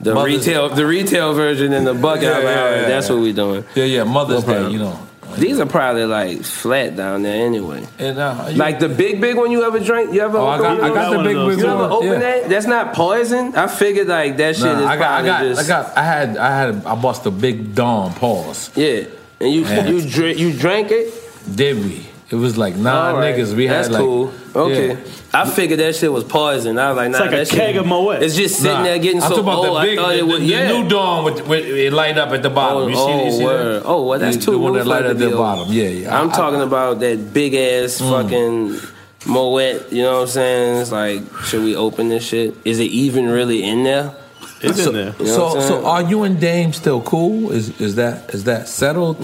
S9: the
S6: Mother's-
S9: retail the retail version in the bucket. I was like,
S6: Yeah, yeah,
S9: all right,
S6: yeah,
S9: that's
S6: yeah.
S9: what we doing.
S6: Yeah, yeah, Mother's
S9: No
S6: Day,
S9: problem.
S6: you know.
S9: These are probably like flat down there anyway.
S6: And, uh, you-
S9: Like the big big one you ever drank? You ever
S6: Oh, I
S9: open one
S6: got-
S9: of
S6: I got
S9: those?
S6: the big, big
S9: You ever
S6: one,
S9: open
S6: yeah.
S9: that? That's not poison. I figured like that shit
S6: Nah,
S9: is
S6: I got, I
S9: probably
S6: got,
S9: just
S6: I got, I had, I had, I bust a big dom pause.
S9: Yeah, and you you drink you drank it?
S6: Did we? It was like nine
S9: All right.
S6: niggas. We
S9: That's
S6: had like,
S9: cool. Okay,
S6: yeah.
S9: I figured that shit was poison. I was like,
S6: It's
S9: nah,
S6: like a
S9: that shit-
S6: keg of Moet.
S9: It's just sitting
S6: Nah,
S9: there getting
S6: I'm
S9: so
S6: talking about the
S9: old.
S6: big-
S9: I thought
S6: the-
S9: it was
S6: the- the
S9: yeah.
S6: new dawn with, with it light up at the bottom.
S9: Oh,
S6: You see, you see that?
S9: word. Oh, well, that's
S6: The-
S9: too
S6: the one
S9: new
S6: that
S9: for
S6: light
S9: it to
S6: at the
S9: be
S6: bottom.
S9: old.
S6: Yeah, yeah.
S9: I'm
S6: I- Mm.
S9: talking about that big ass fucking moet. You know what I'm saying? It's like, should we open this shit? Is it even really in there?
S6: so, So, so are you and Dame still cool? Is is that is that settled?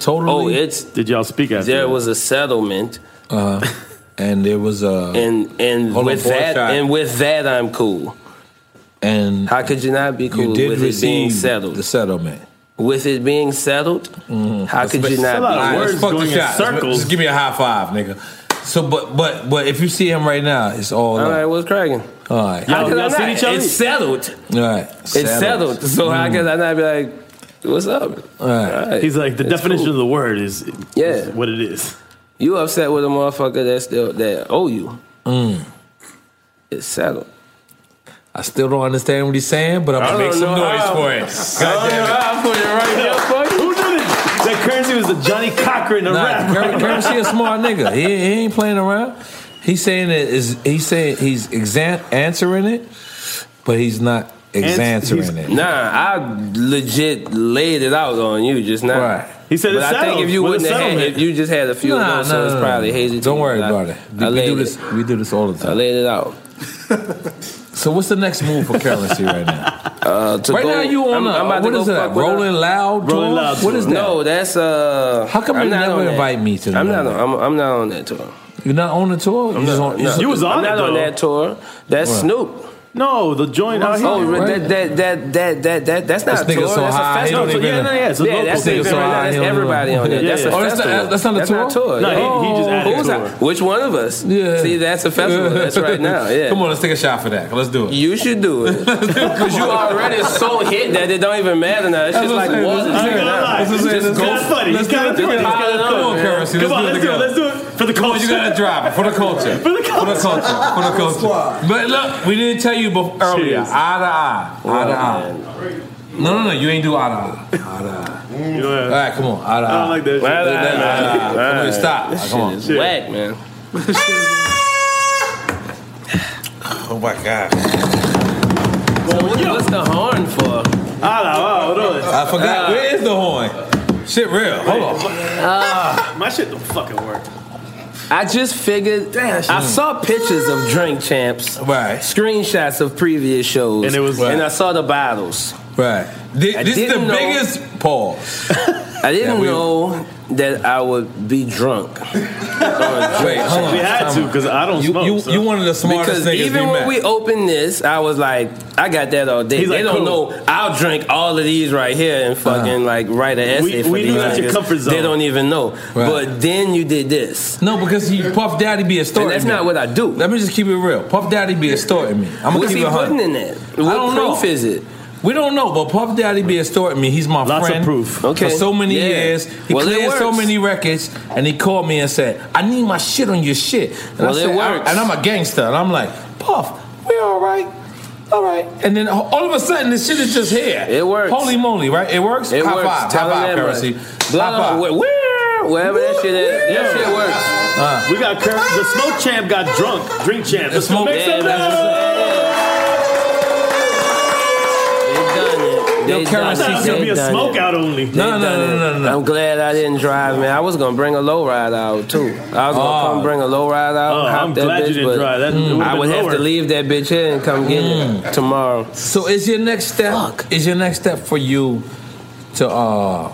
S6: Totally.
S9: Oh, it's-
S6: Did y'all speak
S9: there was a settlement,
S6: Uh, and there was a
S9: and and
S6: Hold on,
S9: with
S6: boy,
S9: that,
S6: shot.
S9: and with that, I'm cool.
S6: And
S9: how could you not be cool
S6: you did
S9: with it
S6: receive
S9: being settled?
S6: the settlement.
S9: With it being settled, how could you not? be
S6: All right,
S9: cool?
S6: let's Mm-hmm. fuck the shot. Just, just give me a high five, nigga. So, but but but if you see him right now, it's all
S9: All
S6: love.
S9: right, what's cracking?
S6: All right.
S9: How could I not? It's settled.
S6: All right.
S9: It's settled. So how
S6: Mm.
S9: could I not be like, what's up?
S6: All right.
S10: He's like the definition of the word is
S9: Yeah.
S10: what it is.
S9: You upset with a motherfucker that still that owe you.
S6: Mm.
S9: It's settled.
S6: I still don't understand what he's saying, but I'm
S9: I
S6: gonna make
S9: don't
S6: some
S9: know
S6: noise
S9: how.
S6: for it. God damn it.
S9: I put it right there for you.
S10: Who did it? That currency was the Johnny Cochran of
S6: Nah,
S10: rap.
S6: Cur- Currency a smart nigga. He, he ain't playing around. He's saying that is he's saying he's exam- answering it, but he's not ex- answering it.
S9: Nah, I legit laid it out on you just now.
S6: Right.
S10: He said
S9: but
S10: it's
S9: I think
S10: settled
S9: if you
S10: with a
S9: wouldn't have had,
S10: settlement.
S9: if you just had a few
S6: Nah,
S9: of those,
S6: nah,
S9: so
S6: nah,
S9: it's probably
S6: nah.
S9: hazy.
S6: Don't worry
S9: I,
S6: about it. We,
S9: I
S6: we
S9: laid
S6: do
S9: it.
S6: this. We do this all the time.
S9: I laid it out.
S6: So what's the next move for currency right now?
S9: Uh, to
S6: right
S9: go-
S6: now you on
S9: I'm-
S6: a-
S9: I'm about
S6: what
S9: to
S6: is
S9: go
S6: that?
S9: fuck with
S6: Rolling
S9: a-
S6: Loud tour? What is that?
S9: No, that's uh.
S6: How come
S9: I'm
S6: you
S9: not
S6: never
S9: on that.
S6: invite me to the
S9: I'm not.
S6: Rolling
S9: On, I'm, I'm not on that tour.
S6: You're not on the tour.
S9: I'm
S6: You just
S9: not-
S6: on- you
S9: no.
S6: just-
S9: I'm not on that tour. That's
S6: Right.
S9: Snoop.
S10: No, the joint out here.
S9: Oh, that, that that that that that that's not
S6: This
S9: a
S6: nigga
S9: tour.
S6: so
S9: that's
S6: high,
S9: a
S6: he
S9: festival.
S6: don't even-
S10: Yeah, no, yeah, it's a local
S9: that's
S10: thing.
S9: it
S10: So
S9: right
S10: high,
S9: now. That's
S10: he don't
S9: everybody
S10: even-
S9: on there.
S10: Yeah,
S9: That's a
S10: yeah. Oh, that's
S9: festival.
S6: not- that's not a
S9: That's
S6: tour?
S9: not Oh,
S10: No, he- he just added
S9: Who's
S10: tour.
S9: I- Which one of us? Yeah. See, that's a festival. That's right now. Yeah.
S6: Come on, let's take a shot for that. Let's do it.
S9: You should do it because you already so hit that it don't even matter now. It's
S6: That's
S9: just like
S6: what I'm saying.
S9: water.
S6: That's what I'm saying. That's what I'm saying.
S9: Just
S6: Let's
S9: go-
S6: go-
S9: Let's get it
S6: Let's get it. Let's get it.
S9: on,
S6: Come on,
S9: man.
S6: currency.
S10: Come on,
S6: Let's
S10: let's do it.
S6: do it.
S10: Let's do it for the
S6: Come on,
S10: culture.
S6: you gotta drive it for the culture. For the culture. For the culture. But look, we didn't tell you before, earlier.
S10: Cheers.
S6: Eye to eye. Eye to eye. No, no, no. You ain't do eye to eye.
S10: You know
S6: All
S10: what?
S6: right, come on. Eye to eye.
S10: Mm. I don't like that shit.
S6: Eye to eye. Come on, stop.
S9: This
S6: Come
S9: shit
S6: on.
S9: is whack, man.
S6: Oh my god.
S9: What's the horn for?
S10: Ah, hold on.
S6: I forgot. Where is the horn? Shit, real. Hold on.
S10: My shit don't fucking work.
S9: I just figured. I saw pictures of drink champs,
S6: right?
S9: Screenshots of previous shows,
S10: And it was-
S9: and I saw the bottles.
S6: Right. Thi-
S9: I
S6: This is the
S9: didn't know-
S6: biggest pause.
S9: I didn't
S6: Yeah, we-
S9: know that I would be drunk.
S6: Wait, hold on.
S10: We had to because I don't
S6: You,
S10: smoke.
S6: you,
S10: so.
S6: you one of the smartest
S9: Because
S6: niggas
S9: even
S6: we
S9: when
S6: met.
S9: we opened this, I was like, I got that all day.
S10: He's
S9: they
S10: like,
S9: don't
S10: cool. Uh-huh.
S9: know. I'll drink all of these right here and fucking like write an
S10: We-
S9: essay for
S10: we
S9: these
S10: knew that's your
S9: niggas.
S10: comfort zone.
S9: They don't even know. But then you did this.
S6: No, because he Puff Daddy be a story.
S9: And that's
S6: man.
S9: not what I do.
S6: Let me just keep it real. Puff Daddy be a story to me. I'm gonna
S9: What's
S6: keep
S9: he
S6: it hundred.
S9: putting in that? What
S6: I don't
S9: proof
S6: know.
S9: is it?
S6: We don't know, but Puff Daddy be a story to me. He's my
S10: Lots of
S6: friend
S10: proof.
S9: Okay.
S6: for so many
S9: Yeah.
S6: years. He
S9: Well, it
S6: cleared so
S9: works.
S6: many records, and he called me and said, "I need my shit on your shit." And
S9: Well,
S6: I
S9: it
S6: said, I-
S9: works.
S6: and I'm a gangster, and I'm like, Puff, we all right. All right, and then all of a sudden, this shit is just here.
S9: It works.
S6: Holy moly, right? It works.
S9: It
S6: High
S9: works.
S6: five,
S9: Tell
S6: high
S9: them
S6: five,
S9: that
S6: currency.
S9: much.
S6: High
S9: Blah,
S6: five.
S9: where- where- Wherever that shit is, that
S10: Yeah.
S9: shit works.
S6: Uh,
S10: We got cur- the smoke champ got drunk. Drink champ. Let's
S6: smoke-
S10: make
S9: Yeah,
S10: some
S9: that's
S10: noise.
S9: They done it. They
S6: Yo,
S9: done
S10: I
S6: currency
S10: thought it was gonna
S9: it.
S10: be a
S9: They done
S10: smoke
S9: it.
S10: out only.
S6: No, no,
S9: They done
S6: no,
S9: it.
S6: no, no, no.
S9: I'm glad I didn't drive, man. I was gonna bring a low ride out too. I was gonna
S6: Oh.
S9: come bring a low ride out.
S10: Oh,
S9: hop
S10: I'm
S9: that
S10: glad
S9: bitch,
S10: you didn't
S9: but
S6: Mm.
S10: drive. That- it would've
S9: I
S10: been
S9: would have
S10: lower.
S9: to leave that bitch here and come get it tomorrow.
S6: So is your next step? Is your next step for you to uh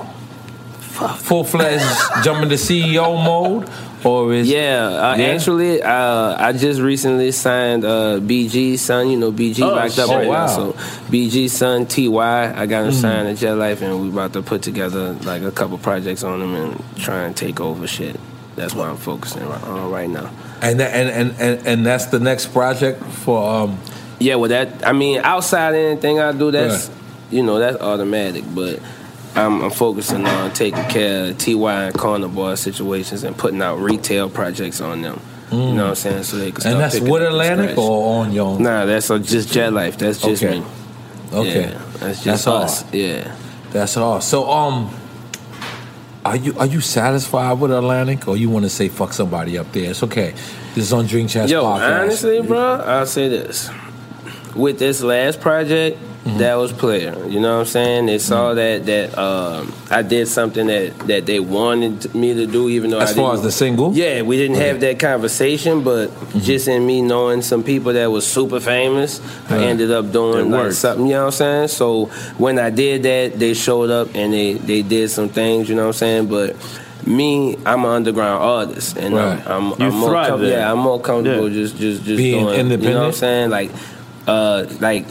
S6: full fledged jump into CEO E mode, Or is
S9: yeah, uh,
S6: Yeah?
S9: actually, uh, I just recently signed uh, BG son. You know, BG
S6: Oh,
S9: backed up
S6: shit.
S9: right
S6: Oh, wow.
S9: now, so BG son Ty. I got him
S6: Mhm.
S9: signed at Jet Life, and we about to put together like a couple projects on him and try and take over shit. That's what I'm focusing on right now.
S6: and, that, and and and and that's the next project for um
S9: Yeah, well, that I mean, outside anything I do, that's
S6: Right.
S9: you know that's automatic. But I'm, I'm focusing on taking care of Ty and Carnivore situations and putting out retail projects on them. You
S6: Mm.
S9: know what I'm saying? So they can start
S6: and that's
S9: picking
S6: with
S9: up the
S6: Atlantic
S9: scratch.
S6: or on your own?
S9: Nah, that's uh, just Jet Life. That's just
S6: Okay.
S9: me.
S6: Okay.
S9: Yeah, that's just
S6: That's
S9: us.
S6: all.
S9: Yeah.
S6: That's all. So um are you are you satisfied with Atlantic or you want to say fuck somebody up there? It's okay. This is on Drink Chats
S9: Yo,
S6: podcast.
S9: honestly, bro, I'll say this. With this last project,
S6: Mm-hmm.
S9: that was player. You know what I'm saying? They saw that that um, I did something that that they wanted me to do, even though
S6: As
S9: I
S6: far
S9: didn't-
S6: as the single?
S9: Yeah, we didn't
S6: Okay.
S9: have that conversation, but
S6: Mm-hmm.
S9: just in me knowing some people that was super famous, I
S6: Right.
S9: ended up doing
S6: It
S9: like
S6: worked.
S9: something. You know what I'm saying? So when I did that, they showed up and they they did some things. You know what I'm saying? But me, I'm an underground artist, and I'm-
S6: Right.
S9: I'm, I'm,
S6: You
S9: more
S6: thrive
S9: com-
S6: there.
S9: yeah, I'm more comfortable just just just
S6: Being
S9: doing, You know what I'm
S6: independent?
S9: saying? Like, uh, like.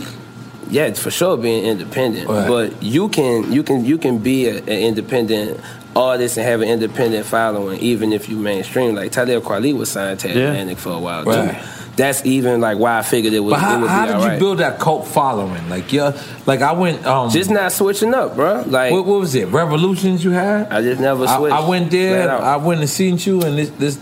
S9: Yeah, it's for sure being independent,
S6: Right.
S9: but you can you can you can be a, an independent artist and have an independent following, even if you mainstream. Like Talib Kweli was signed to
S6: Yeah.
S9: Atlantic for a while.
S6: Right.
S9: Too. That's even like why I figured it was.
S6: but
S9: it
S6: how,
S9: would
S6: how
S9: be
S6: did you
S9: alright.
S6: build that cult following? Like yeah, like I went um
S9: Just not switching up, bro. Like
S6: what, what was it? Revolutions you had?
S9: I just never
S6: I-
S9: switched.
S6: I, went there.
S9: Flat out.
S6: I went and seen you, and this, this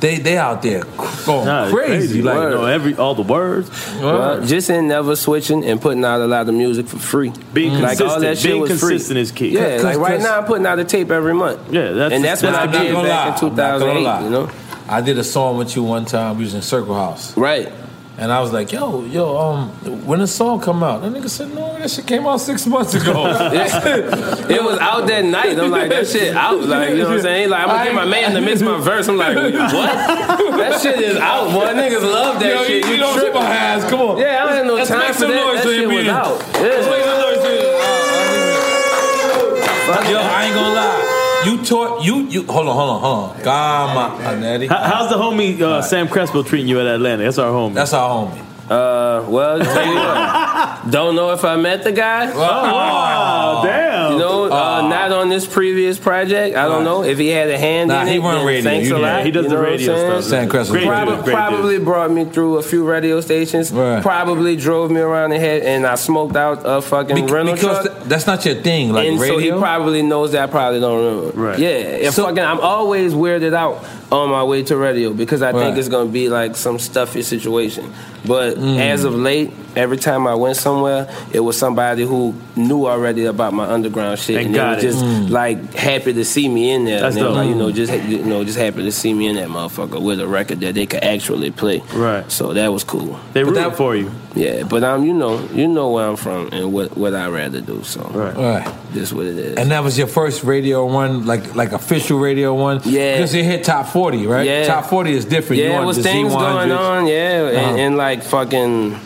S6: they they out there going
S9: Nah,
S6: crazy.
S9: crazy.
S6: Like
S9: Word.
S6: you know,
S9: every all the words. Well, just in never switching and putting out a lot of music for free.
S6: Being
S9: Mm. like all
S6: consistent.
S9: that shit
S6: Being
S9: was free.
S6: consistent is key.
S9: Yeah,
S6: Cause-
S9: like right
S6: cause-
S9: now I'm putting out a tape every month.
S6: Yeah,
S9: that's- And that's what I did back in 2008, you know?
S6: I did a song with you one time. We was in Circle House,
S9: right?
S6: And I was like, "Yo, yo, um, when the song come out?" That nigga said, "No, that shit came out six months ago."
S9: Yeah. it was out that night. I'm like, that shit out. Like, you know what I'm saying? Like, I'm gonna get my man to mix my verse. I'm like, what? that shit is out, boy. Niggas love that
S6: Yo,
S9: shit.
S6: you don't trip my ass. Come on.
S9: Yeah, I don't have no
S6: Let's
S9: time
S6: make
S9: for
S6: some
S9: that.
S6: noise
S9: that
S6: for
S9: shit
S6: him,
S9: was
S6: Ian.
S9: out. Yeah.
S6: Yo, I ain't gonna lie. You taught you you. Hold on, hold on, hold on. God, my, my daddy.
S10: How- how's the homie uh, Sam Crespo treating you at Atlanta? That's our homie. That's
S6: our homie.
S9: Uh, well, tell you what, don't know if I met the guy.
S10: Oh, damn.
S9: You know, uh, not on this previous project. I don't know if he had a hand
S6: Nah,
S9: in it.
S6: he run
S9: then
S6: radio.
S9: Thanks
S6: You
S9: a
S6: know,
S9: lot.
S6: he does
S9: You
S6: the
S9: know what I'm
S6: radio
S9: saying?
S6: stuff. Sam Crespo's Great
S9: Prob-
S6: dude, great dude.
S9: probably brought me through a few radio stations. Probably drove me around the head, and I smoked out a fucking rental
S6: because
S9: truck.
S6: th- that's not your thing, like
S9: and so he
S6: radio.
S9: probably knows that I probably don't remember.
S6: Right.
S9: Yeah. If fucking, I'm always weirded out on my way to radio because I
S6: Right.
S9: think it's gonna be like some stuffy situation. But
S6: Mm.
S9: as of late, every time I went somewhere, it was somebody who knew already about my underground shit,
S10: And
S9: they
S10: got
S9: were
S10: it.
S9: just
S10: Mm.
S9: like happy to see me in there.
S10: That's
S9: and they were
S10: dope.
S9: like, you know, just you know, just happy to see me in that motherfucker with a record that they could actually play. Right. So that was cool.
S10: They
S9: But
S10: rooting
S9: that-
S10: for you.
S9: Yeah, but um, you know, you know where I'm from and what what I rather do. So right,
S6: Right.
S9: this what it is.
S6: and that was your first radio one, like like official radio one. Yeah, because it hit top forty, right?
S9: Yeah.
S6: Top forty is different.
S9: Yeah,
S6: you
S9: it was things going on. Yeah,
S6: Uh-huh.
S9: and, and like fucking,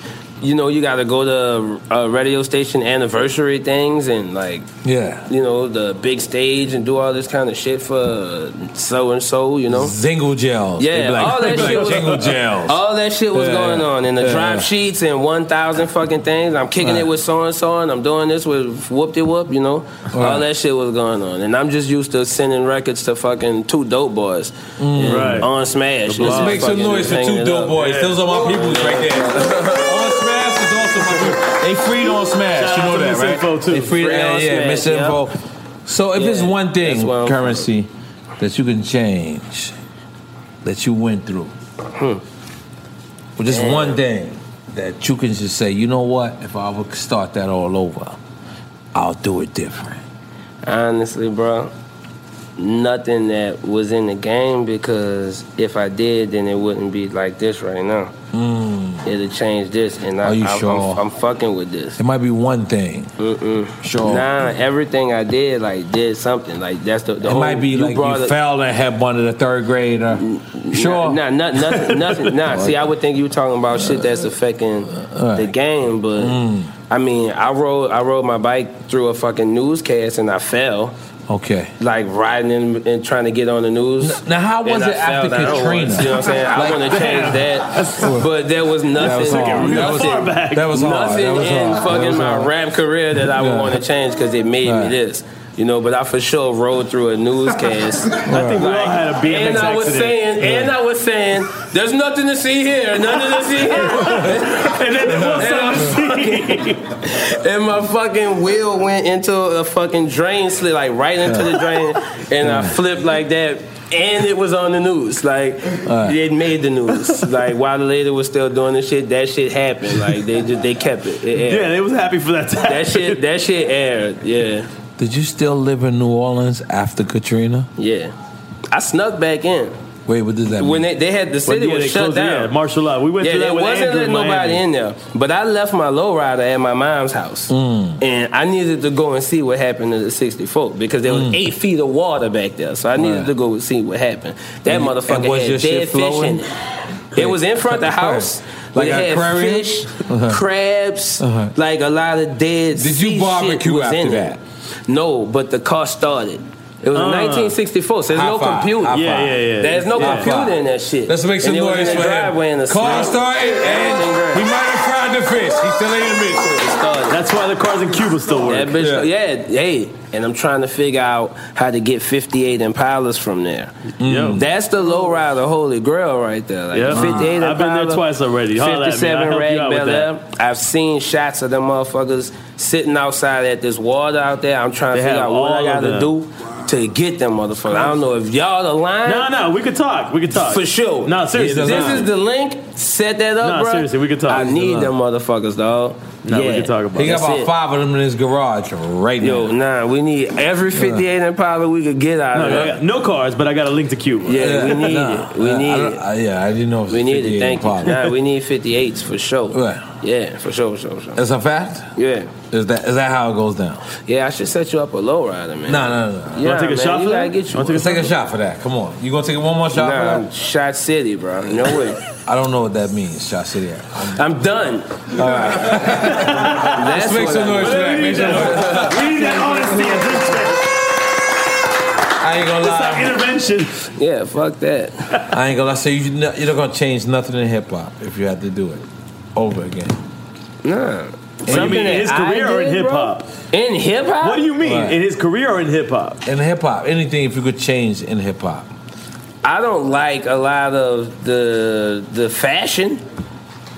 S9: you know, you got to go to uh, radio station anniversary things and like,
S6: Yeah.
S9: you know, the big stage and do all this kind of shit for so and so. You know,
S6: Zingle gels. They
S9: Yeah,
S6: be like-
S9: all
S6: they
S9: that
S6: be
S9: shit
S6: like,
S9: was
S6: jingle gels.
S9: All that shit was
S6: Yeah,
S9: going on, and the
S6: yeah.
S9: drop sheets and one thousand fucking things. I'm kicking
S6: Right.
S9: it with so and so, and I'm doing this with whoop de whoop. You know,
S6: Right.
S9: all that shit was going on, and I'm just used to sending records to fucking two dope boys
S6: Mm.
S9: and
S6: Right.
S9: on Smash.
S6: Let's
S9: and
S6: make some
S9: fucking
S6: noise for
S9: hanging
S6: two
S9: it
S6: dope
S9: up.
S6: boys. Those are my peoples right there. on Smash is also my people. They freed on Smash.
S10: Shout
S6: you
S10: out
S6: know
S10: to
S6: that,
S10: Miss
S6: right?
S10: Info, too.
S6: They freed
S10: Free
S6: yeah,
S10: on
S6: yeah,
S10: Smash,
S6: Miss
S10: yeah.
S6: Info. So if it's one thing,
S10: where I'm from.
S6: currency, that you can change, that you went through, well, just
S10: Yeah.
S6: one thing that you can just say, you know what? If I would start that all over, I'll do it different.
S9: Honestly, bro, nothing that was in the game because if I did, then it wouldn't be like this right now. It'll change this, and I,
S6: Are you
S9: I,
S6: sure?
S9: I'm, I'm fucking with this.
S6: It might be one thing.
S9: Mm-mm.
S6: Sure.
S9: Nah, everything I did, like, did something. Like, that's the. the
S6: It
S9: whole,
S6: might be like
S9: brought Mm.
S6: you
S9: up-
S6: fell and had one of the third grader. Sure.
S9: Nah, nah, nah, nothing, nothing. Nah, see, I would think you talking about shit
S6: Uh,
S9: that's affecting the game,
S6: mm.
S9: but I mean, I rode, I rode my bike through a fucking newscast and I fell.
S6: Okay.
S9: like riding in and trying to get on the news.
S6: Now, how
S9: And
S6: was
S9: I
S6: it after
S9: fell down.
S6: Katrina?
S9: You know what I'm saying? I
S6: Like,
S9: want to change
S6: damn.
S9: that, but there was nothing.
S6: That was hard. That was-
S9: nothing-
S6: that was hard.
S9: nothing
S6: That was
S9: in
S6: hard. That
S9: fucking
S6: was
S9: my
S6: hard.
S9: rap career that I would
S6: Yeah.
S9: want to change because it made me
S6: Right.
S9: this. You know, but I for sure rode through a newscast.
S10: I think we all had a BMX
S9: and I was
S10: accident.
S9: saying, and I was saying, there's nothing to see here, nothing to see here. and then there was and my fucking wheel went into a fucking drain slit, like right into the drain, and I flipped like that. And it was on the news. Like it made the news. Like while the lady was still doing this shit, that shit happened. Like they just they kept it. It aired.
S10: Yeah, they was happy for that. To
S9: that shit that shit aired. Yeah,
S6: Did you still live in New Orleans after Katrina?
S9: yeah. I snuck back in
S6: Wait, what did that mean?
S9: when they, they had the city
S10: yeah, they
S9: was shut
S10: closed it,
S9: down.
S10: yeah, martial law. We went
S9: yeah,
S10: through that
S9: they
S10: with
S9: wasn't
S10: Andrew in
S9: letting nobody
S10: Miami.
S9: in there. But I left my lowrider at my mom's house.
S6: Mm.
S9: and I needed to go and see what happened to the 64 because there was
S6: Mm.
S9: eight feet of water back there. So I needed
S6: Right.
S9: to go and see what happened. That
S6: And-
S9: motherfucker
S6: and was
S9: had
S6: your
S9: dead
S6: shit
S9: fish
S6: flowing?
S9: in it. It was in front of the house.
S6: Like
S9: it
S6: an
S9: had
S6: aquarium?
S9: fish,
S6: Uh-huh.
S9: crabs,
S6: Uh-huh.
S9: like a lot of dead.
S6: Did you
S9: sea shit
S6: barbecue
S9: was
S6: after
S9: in it.
S6: that?
S9: No, but the car started. It was
S6: Uh.
S9: in 1964, so there's
S6: High
S9: no
S6: five,
S9: computer.
S6: high Yeah, five. yeah, yeah.
S9: There's no
S6: High
S9: computer
S6: five.
S9: in that shit.
S6: Let's make some
S9: And it was in
S6: noise
S9: the
S6: for
S9: driveway in
S6: him.
S9: the
S6: Car
S9: snow.
S6: started, and he might have fried the fish. He still ain't admit to it.
S10: That's why the cars in Cuba still work.
S9: That bitch, yeah. hey. And I'm trying to figure out how to get 58 Impalas from there.
S10: Yo.
S9: That's the low rider holy grail right there. Like
S10: Yeah.
S9: 58
S10: I've been there
S9: Impala,
S10: twice already. Holla at me. I'll
S9: 57
S10: help you
S9: Rag
S10: out with
S9: Bel
S10: that.
S9: Air. I've seen shots of them motherfuckers sitting outside at this water out there. I'm trying
S10: They
S9: to figure
S10: have
S9: out what I
S10: all of
S9: got to
S10: them.
S9: do to get them motherfuckers. I don't know if y'all the line.
S10: No, no, we could talk. We could talk
S9: For sure.
S10: No, seriously,
S9: This is the link. Set that up,
S10: Nah,
S9: bro.
S10: seriously, we could talk.
S9: I
S10: This is
S9: need
S10: the
S9: them motherfuckers, dog.
S10: Nah, we could talk about
S6: He got
S9: That's
S6: about
S9: it.
S6: five of them in his garage right
S9: Yo,
S6: now.
S9: nah, we need every 58 Impala we could get out
S10: No,
S9: of
S10: I
S9: there.
S10: got no cars, but I got a link to Cuba.
S9: Yeah, we need
S6: Nah,
S9: it. We
S6: I- I
S9: need
S6: don't-
S9: it.
S6: I- yeah, I didn't know. It was
S9: We need it.
S6: 58
S9: Thank you.
S6: Impala.
S9: Nah, we need 58s for sure.
S6: Right.
S9: Yeah, for sure, for sure, for sure.
S6: That's a fact.
S9: Yeah.
S6: Is that is that how it goes down?
S9: Yeah, I should set you up a lowrider, man.
S6: No, no, no.
S9: Yeah, man, you gotta get you.
S6: Let's take a
S9: one.
S6: shot for that. Come on, you gonna take one more shot for
S9: Nah,
S6: that?
S9: shot city, bro. No way.
S6: I don't know what that means, shot city. I'm-
S9: I'm done.
S6: All right.
S9: That's
S6: Let's make
S9: what
S6: some
S9: I-
S6: noise for that. Make some noise.
S10: We need that honesty
S6: I ain't
S10: in this shit.
S6: gonna lie.
S10: It's like intervention.
S9: Yeah, fuck that.
S6: I ain't gonna lie. So you no- you're not gonna change nothing in hip hop if you had to do it over again.
S9: Nah.
S10: What do you mean in his career or in hip hop?
S9: In hip hop?
S10: What do you mean in his career or in hip hop?
S6: In hip hop, anything if you could change in hip hop.
S9: I don't like a lot of the the fashion.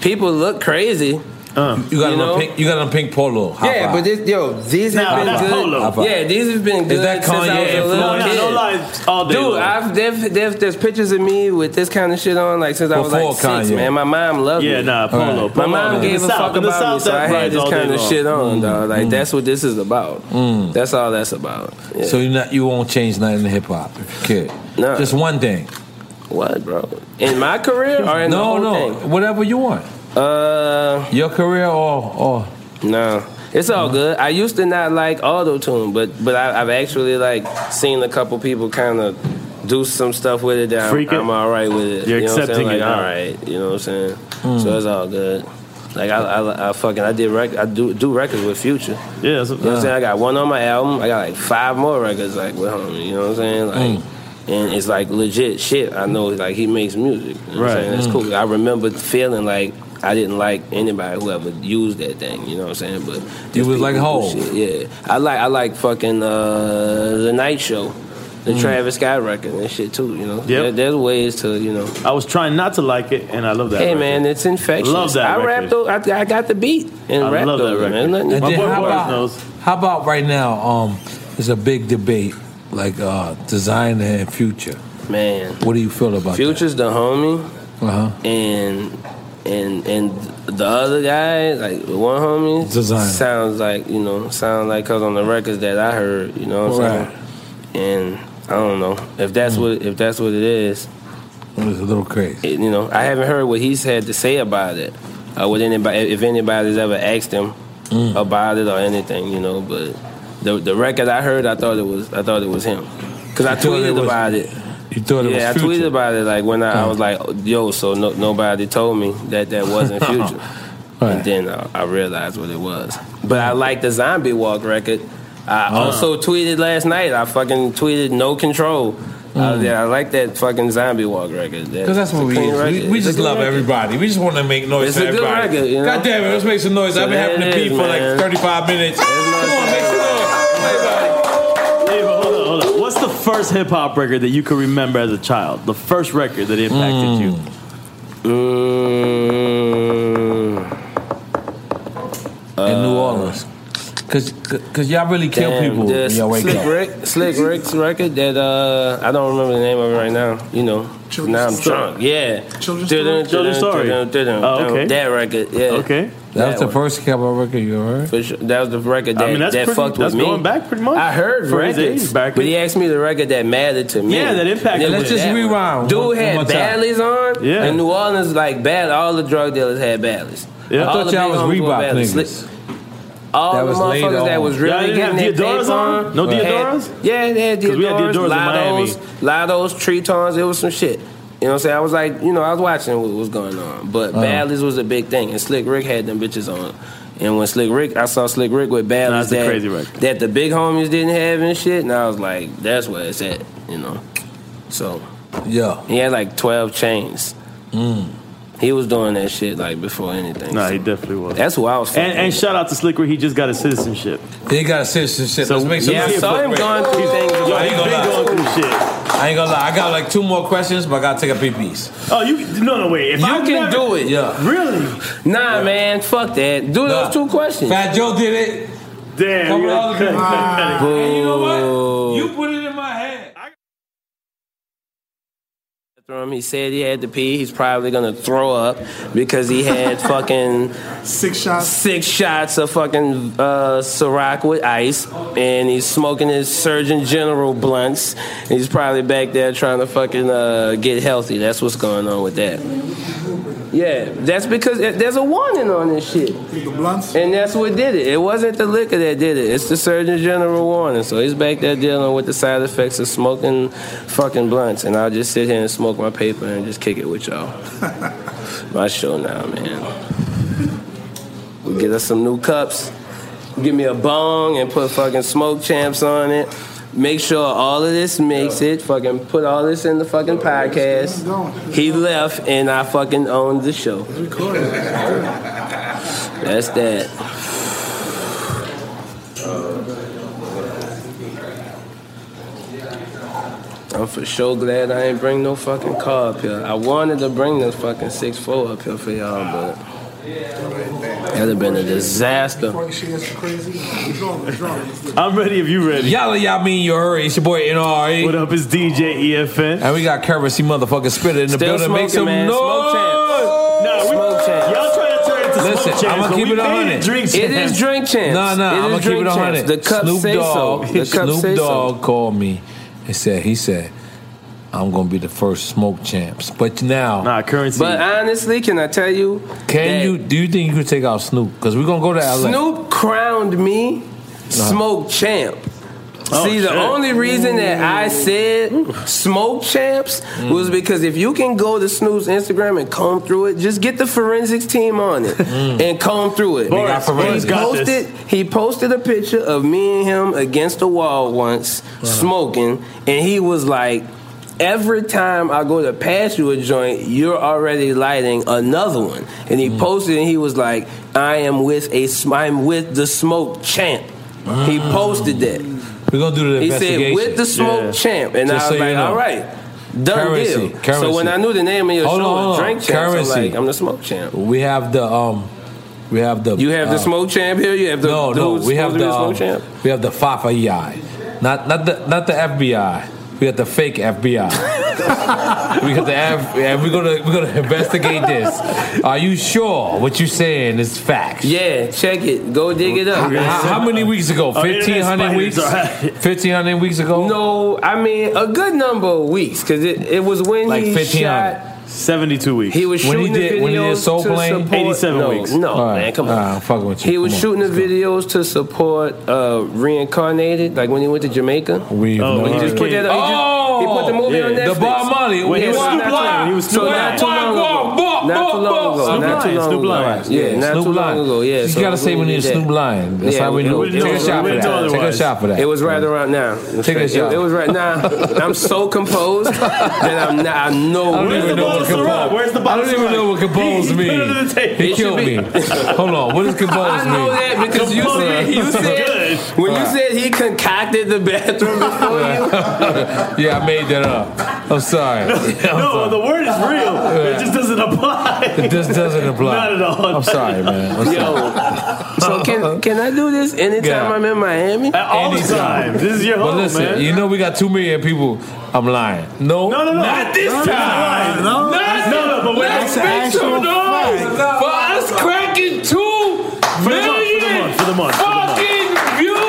S9: People look crazy.
S10: Uh.
S6: You
S9: You
S6: got on a
S9: know?
S6: pink. You got on a pink polo. How
S9: yeah,
S6: about?
S9: but this, yo, these
S10: Nah,
S9: have
S10: but
S9: been
S10: that's
S9: good.
S10: polo. How
S6: about-
S9: Yeah, these have been
S6: Is
S9: good
S6: that
S9: since I
S6: Kanye
S9: was a
S6: influence?
S9: little
S10: No, no,
S9: kid.
S10: no lies all day
S9: Dude,
S10: long.
S9: I've, there's, there's, there's pictures of me with this kind of shit on, like since I was
S6: Before
S9: like six,
S6: Kanye.
S9: man. My mom loved
S10: Yeah,
S9: me.
S10: nah, polo.
S9: My
S10: polo
S9: mom
S10: in
S9: gave
S10: the
S9: a
S10: South,
S9: fuck
S10: in the
S9: about me,
S10: South,
S9: so I
S10: that
S9: had
S10: rides
S9: this
S10: all
S9: kind
S10: day
S9: of
S10: long.
S9: shit on,
S6: Mm.
S9: dog. Like that's what this is about. That's all that's about. Yeah.
S6: So you not you won't change nothing in hip hop if you could.
S9: Nah.
S6: Just one thing.
S9: what, bro? In my career or in the
S6: No,
S9: whole
S6: no.
S9: thing?
S6: Whatever you want.
S9: Uh,
S6: Your career or or
S9: No, it's all good. I used to not like auto tune, but but I, I've actually like seen a couple people kind of do some stuff with it that I'm,
S10: Freak it.
S9: I'm all right with it.
S10: You're
S9: you know
S10: accepting
S9: what I'm saying?
S10: it now.
S9: Like, all right, you know what I'm saying.
S6: Hmm.
S9: So it's all good. Like I, I, I fucking I did rec- I do do records with Future.
S10: Yeah, that's what,
S9: You know what I'm saying? I got one on my album. I got like five more records like with him. You know what I'm saying? Like,
S6: Hmm.
S9: and it's like legit shit. I know like he makes music. You know what I'm
S10: Right.
S9: saying? That's cool. I remember feeling like I didn't like anybody who ever used that thing. You know what I'm saying? But
S6: You was like
S9: whole.
S6: Hov.
S9: Yeah, I like I like fucking uh, the Night Show.
S10: Mm.
S9: The Travis Scott record and shit too, you know. There- there's ways to, you know.
S10: I was trying not to like it, and I love that.
S9: hey
S10: record.
S9: man, it's infectious.
S10: Love that
S9: I
S10: record.
S9: rapped. o- I, I got the beat and
S10: I
S9: rapped
S10: love that
S9: over, it,
S10: record.
S9: man. Nothing-
S6: And
S10: My
S6: then
S10: boy
S6: how
S10: Boris
S6: about
S10: knows.
S6: how about right now? Um, there's a big debate like uh, designer and future.
S9: Man,
S6: What do you feel about
S9: Future's the homie.
S6: that? Uh huh.
S9: and and and the other guy, like the one homie,
S6: Design.
S9: sounds like you know, sounds like cause on the records that I heard, you know what I'm
S6: Right. Mm.
S9: saying? And I don't know if that's what if that's what it is.
S6: It was a little crazy.
S9: It, you know, I haven't heard what he's had to say about it. Uh, with anybody, if anybody's ever asked him
S6: Mm.
S9: about it or anything, you know. But the the record I heard, I thought it was I thought it was him because I
S6: You thought it
S9: tweeted
S6: was-
S9: about it.
S6: You thought it
S9: Yeah, I
S6: was future.
S9: tweeted about it like when I,
S6: Hmm.
S9: I was like, "Yo, so no, nobody told me that that wasn't Future,"
S6: Right.
S9: and then I, I realized what it was. But I like the Zombie Walk record I
S6: Oh.
S9: also tweeted last night. I fucking tweeted no control. Uh,
S6: Mm.
S9: yeah, I like that fucking zombie walk record. That-
S6: Because that's
S9: it's a
S6: what we
S9: clean
S6: is.
S9: record.
S6: We, we
S9: It's a
S6: just
S9: good
S6: love
S9: record.
S6: everybody. We just want to make noise
S9: It's
S6: for
S9: a good
S6: everybody.
S9: record, you know?
S6: God damn it, let's make some noise.
S9: So
S6: I've been
S9: there
S6: having to
S9: it
S6: pee
S9: is,
S6: for like
S9: man.
S6: 35 minutes.
S10: Dave, hold on, hold on. What's the first hip hop record that you could remember as a child? The first record that impacted you?
S9: Hmm. Uh,
S6: In New Orleans. Because y'all really kill
S9: Damn,
S6: people
S9: the
S6: when y'all wake
S9: Slick
S6: up.
S9: Rick, Slick Rick's record that uh, I don't remember the name of it right now. You know, now I'm drunk. Yeah,
S10: Children's
S9: Dun-dun,
S10: Story? Children's Story.
S9: dun-dun, dun-dun,
S10: Oh, okay.
S9: That record, yeah. Okay,
S6: That was the first Cowboy record you heard?
S9: For sure. That was the record that,
S6: I mean, that's
S9: that
S6: pretty-
S9: fucked
S6: that's
S9: with me.
S6: going back
S10: pretty much.
S9: I heard
S6: For his
S9: records,
S6: age back
S9: but
S6: then.
S9: he asked me the record that mattered to me.
S6: Yeah, that impacted
S9: And
S6: Let's
S9: it was
S6: just
S9: that
S6: rewind
S9: Dude
S6: one- one
S9: had
S6: more time.
S9: ballys on.
S6: Yeah.
S9: And New Orleans, like, bad. All the drug dealers had ballys.
S6: Yeah. I
S9: All
S6: thought
S9: the
S6: y'all
S9: big homies
S6: was
S9: wore
S6: Reebok
S9: ballys.
S6: niggas.
S9: Slick- All
S6: That
S9: the
S6: was later
S9: motherfuckers that
S6: on.
S9: was
S6: Y'all
S9: really
S6: didn't
S9: getting
S6: have
S9: their
S6: Deodoras
S9: paper
S6: on?
S9: on.
S6: No Deodoras?
S9: Had, yeah, they had
S6: 'Cause we had
S9: Deodoras,
S6: Deodoras in Miami.
S9: Lottos, Lottos, Tritons. It was some shit. You know what I'm saying? I was like, you know, I was watching what was going on.
S10: Uh.
S9: But
S6: Uh-huh.
S9: Bally's was a big thing, and Slick Rick had them bitches on. And when Slick Rick, I saw Slick Rick with Bally's
S10: That's a
S9: that,
S10: crazy record.
S9: that the big homies didn't have and shit, and I was like, that's where it's at, you know? So.
S6: Yeah.
S9: He had like 12 chains.
S6: Mm.
S9: He was doing that shit like before anything.
S10: Nah,
S9: so.
S10: he definitely was.
S9: That's who I was
S10: And,
S9: fucking
S10: and shout out to Slick Rick, he just got his citizenship.
S6: He got a citizenship. Let's make some
S10: yeah,
S6: noise
S10: I
S6: for
S10: saw
S6: Slick
S10: him
S6: Rick.
S10: going through things. Yo,
S6: I ain't gonna
S10: he's
S6: lie.
S10: been going through shit.
S6: I ain't gonna lie. I got like two more questions, but I gotta take a pee piece.
S10: Oh, you no no wait. If
S6: you
S10: I
S6: can
S10: never-
S6: do it. Yeah.
S10: Really?
S9: Nah, man, fuck that. Do those two questions.
S6: Fat Joe did it.
S10: Damn.
S6: Fuck all the people. And you know
S9: Boo.
S6: what? You put it in my head.
S9: After him, he said he had to pee. He's probably gonna throw up because he had fucking
S15: six shots,
S9: six shots of fucking uh, Ciroc with ice, and he's smoking his Surgeon General blunts. And he's probably back there trying to fucking uh, get healthy. That's what's going on with that. Yeah, that's because it- there's a warning on this shit. And that's what did it. It wasn't the liquor that did it. It's the Surgeon General warning. So he's back there dealing with the side effects of smoking fucking blunts. And I'll just sit here and smoke my paper and just kick it with y'all. my show now, man. We get us some new cups. Give me a bong and put fucking smoke champs on it. Make sure all of this makes it. Fucking put all this in the fucking podcast. He left and I fucking owned the show. That's that. I'm for sure glad I ain't bring no fucking car up here. I wanted to bring this fucking 6-4 up here for y'all, but that'd have been a disaster.
S15: She gets crazy. He's going to drunk.
S10: I'm ready if you ready.
S6: Y'all, y'all mean you hurry. It's your boy NRE.
S10: What up? It's E DJ EFN.
S6: And we got currency motherfucking spitter in the
S10: Still
S6: building. Make
S10: smoking,
S6: some
S10: man.
S6: noise.
S10: Smoke No, we, y'all trying to turn it to
S6: Listen,
S10: smoke champs,
S6: I'm
S10: but
S6: gonna keep
S10: we
S6: it
S10: made
S6: on it.
S10: Drink
S9: It is drink champs.
S6: No, no,
S9: It
S6: I'm
S9: is
S6: gonna keep
S9: drink
S6: it on it.
S9: champs. The cups
S6: Snoop
S9: say so.
S6: Dogg,
S9: The cups
S6: Snoop
S9: say so.
S6: Dogg called me and said he said I'm gonna be the first smoke champs. But now,
S10: nah, currency.
S9: But honestly, can I tell you?
S6: Can you? Do you think you could take out Snoop? Because we're gonna go to LA.
S9: Snoop crowned me Smoke Champ.
S6: Oh,
S9: See, the
S6: shit.
S9: only reason that I said Smoke Champs was because if you can go to Snoop's Instagram and comb through it, just get the forensics team on it and comb through it.
S6: Mm. They got forensics.
S9: he
S6: Got this.
S9: posted he posted a picture of me and him against the wall once
S6: Uh-huh.
S9: smoking, and he was like, "Every time I go to pass you a joint, you're already lighting another one." And
S6: Mm.
S9: he posted, and he was like, "I am with a sm- I'm with the smoke champ." He posted that.
S6: We're gonna do the
S9: He
S6: investigation.
S9: said with the smoke champ, and
S6: Just
S9: I
S6: so
S9: was
S6: you
S9: like,
S6: know.
S9: "All right." Done
S6: Currency,
S9: deal.
S6: currency.
S9: So when I knew the name of your
S6: Hold
S9: show,
S6: on,
S9: was
S6: hold on.
S9: Drink Champ, I'm
S6: Currency.
S9: like, I'm the Smoke Champ.
S6: We have the um, we have the.
S9: You have the
S6: uh,
S9: Smoke Champ here. You have the
S6: No,
S9: dude
S6: no, we
S9: supposed
S6: have
S9: to
S6: the,
S9: be Smoke
S6: um,
S9: Champ.
S6: we have the FAFAI, not not the not the FBI. We got the fake FBI. we got the F, yeah, we're gonna we're gonna investigate this. Are you sure what you're saying is fact?
S9: Yeah, check it. Go dig it up.
S6: How, how- how many weeks ago?
S9: Oh, internet
S6: Fifteen hundred
S9: spiders
S6: weeks.
S9: are-
S6: Fifteen hundred weeks ago.
S9: No, I mean a good number of weeks because it, it was when
S10: Like
S9: he
S10: 1500.
S9: shot.
S10: 72 weeks.
S9: He was
S10: When he
S9: shooting
S10: did-
S9: the videos
S10: when he did Soul
S9: to
S10: Plane?
S9: support.
S10: 87
S9: no,
S10: weeks.
S9: No,
S10: All right,
S9: man, come on.
S10: all right, I'm fucking with you.
S9: He was
S10: Come on,
S9: shooting the videos to support uh, reincarnated, like when he went to Jamaica.
S6: We
S10: Oh, no when he
S9: just put that.
S6: Oh,
S9: he, just, he put the movie
S10: yeah.
S9: on
S10: The
S9: Netflix.
S6: Bob Marley.
S9: Yeah,
S6: When he was
S9: so
S6: Snoop
S9: not
S6: Lion.
S9: too-
S6: When he was
S9: so
S6: Snoop
S9: not
S6: Lion.
S9: too long
S6: Walk,
S9: ago.
S6: walk, walk.
S9: not too long ago. not too long ago. Yeah, not too long ago. Yeah,
S6: You
S9: so
S6: gotta say we need
S9: did that.
S6: Snoop Lion. That's how we
S9: it
S6: knew.
S9: was-
S6: Take
S9: it
S6: a
S9: was-
S6: shot for
S9: it was
S6: that. Take a
S9: otherwise.
S6: shot for that.
S9: It was right around now.
S6: Take a
S9: It-
S6: shot.
S9: It was right now. I'm so composed that I'm not. I know.
S6: I don't even know what compose. I don't even know what compose means. He killed me. Hold on. What does compose
S9: I
S6: mean?
S9: know that because you said you said when you said he concocted the bathroom before you.
S6: yeah, I made that up. I'm sorry.
S10: No, the word is real. It just doesn't apply.
S6: It just doesn't apply.
S10: Not at all.
S6: I'm sorry, man. I'm sorry.
S9: So can can I do this anytime
S6: Yeah.
S9: I'm in Miami?
S6: Anytime. but listen, You know we got two million people. I'm lying. No, no, no, no. not this time.
S10: No,
S6: not
S10: no, but
S6: wait,
S10: wait,
S6: let's
S10: that's an
S6: make
S10: actual
S6: some noise
S10: fact.
S6: for us cracking two
S10: For the month, for the month, for the month, Uh, for
S6: fucking view.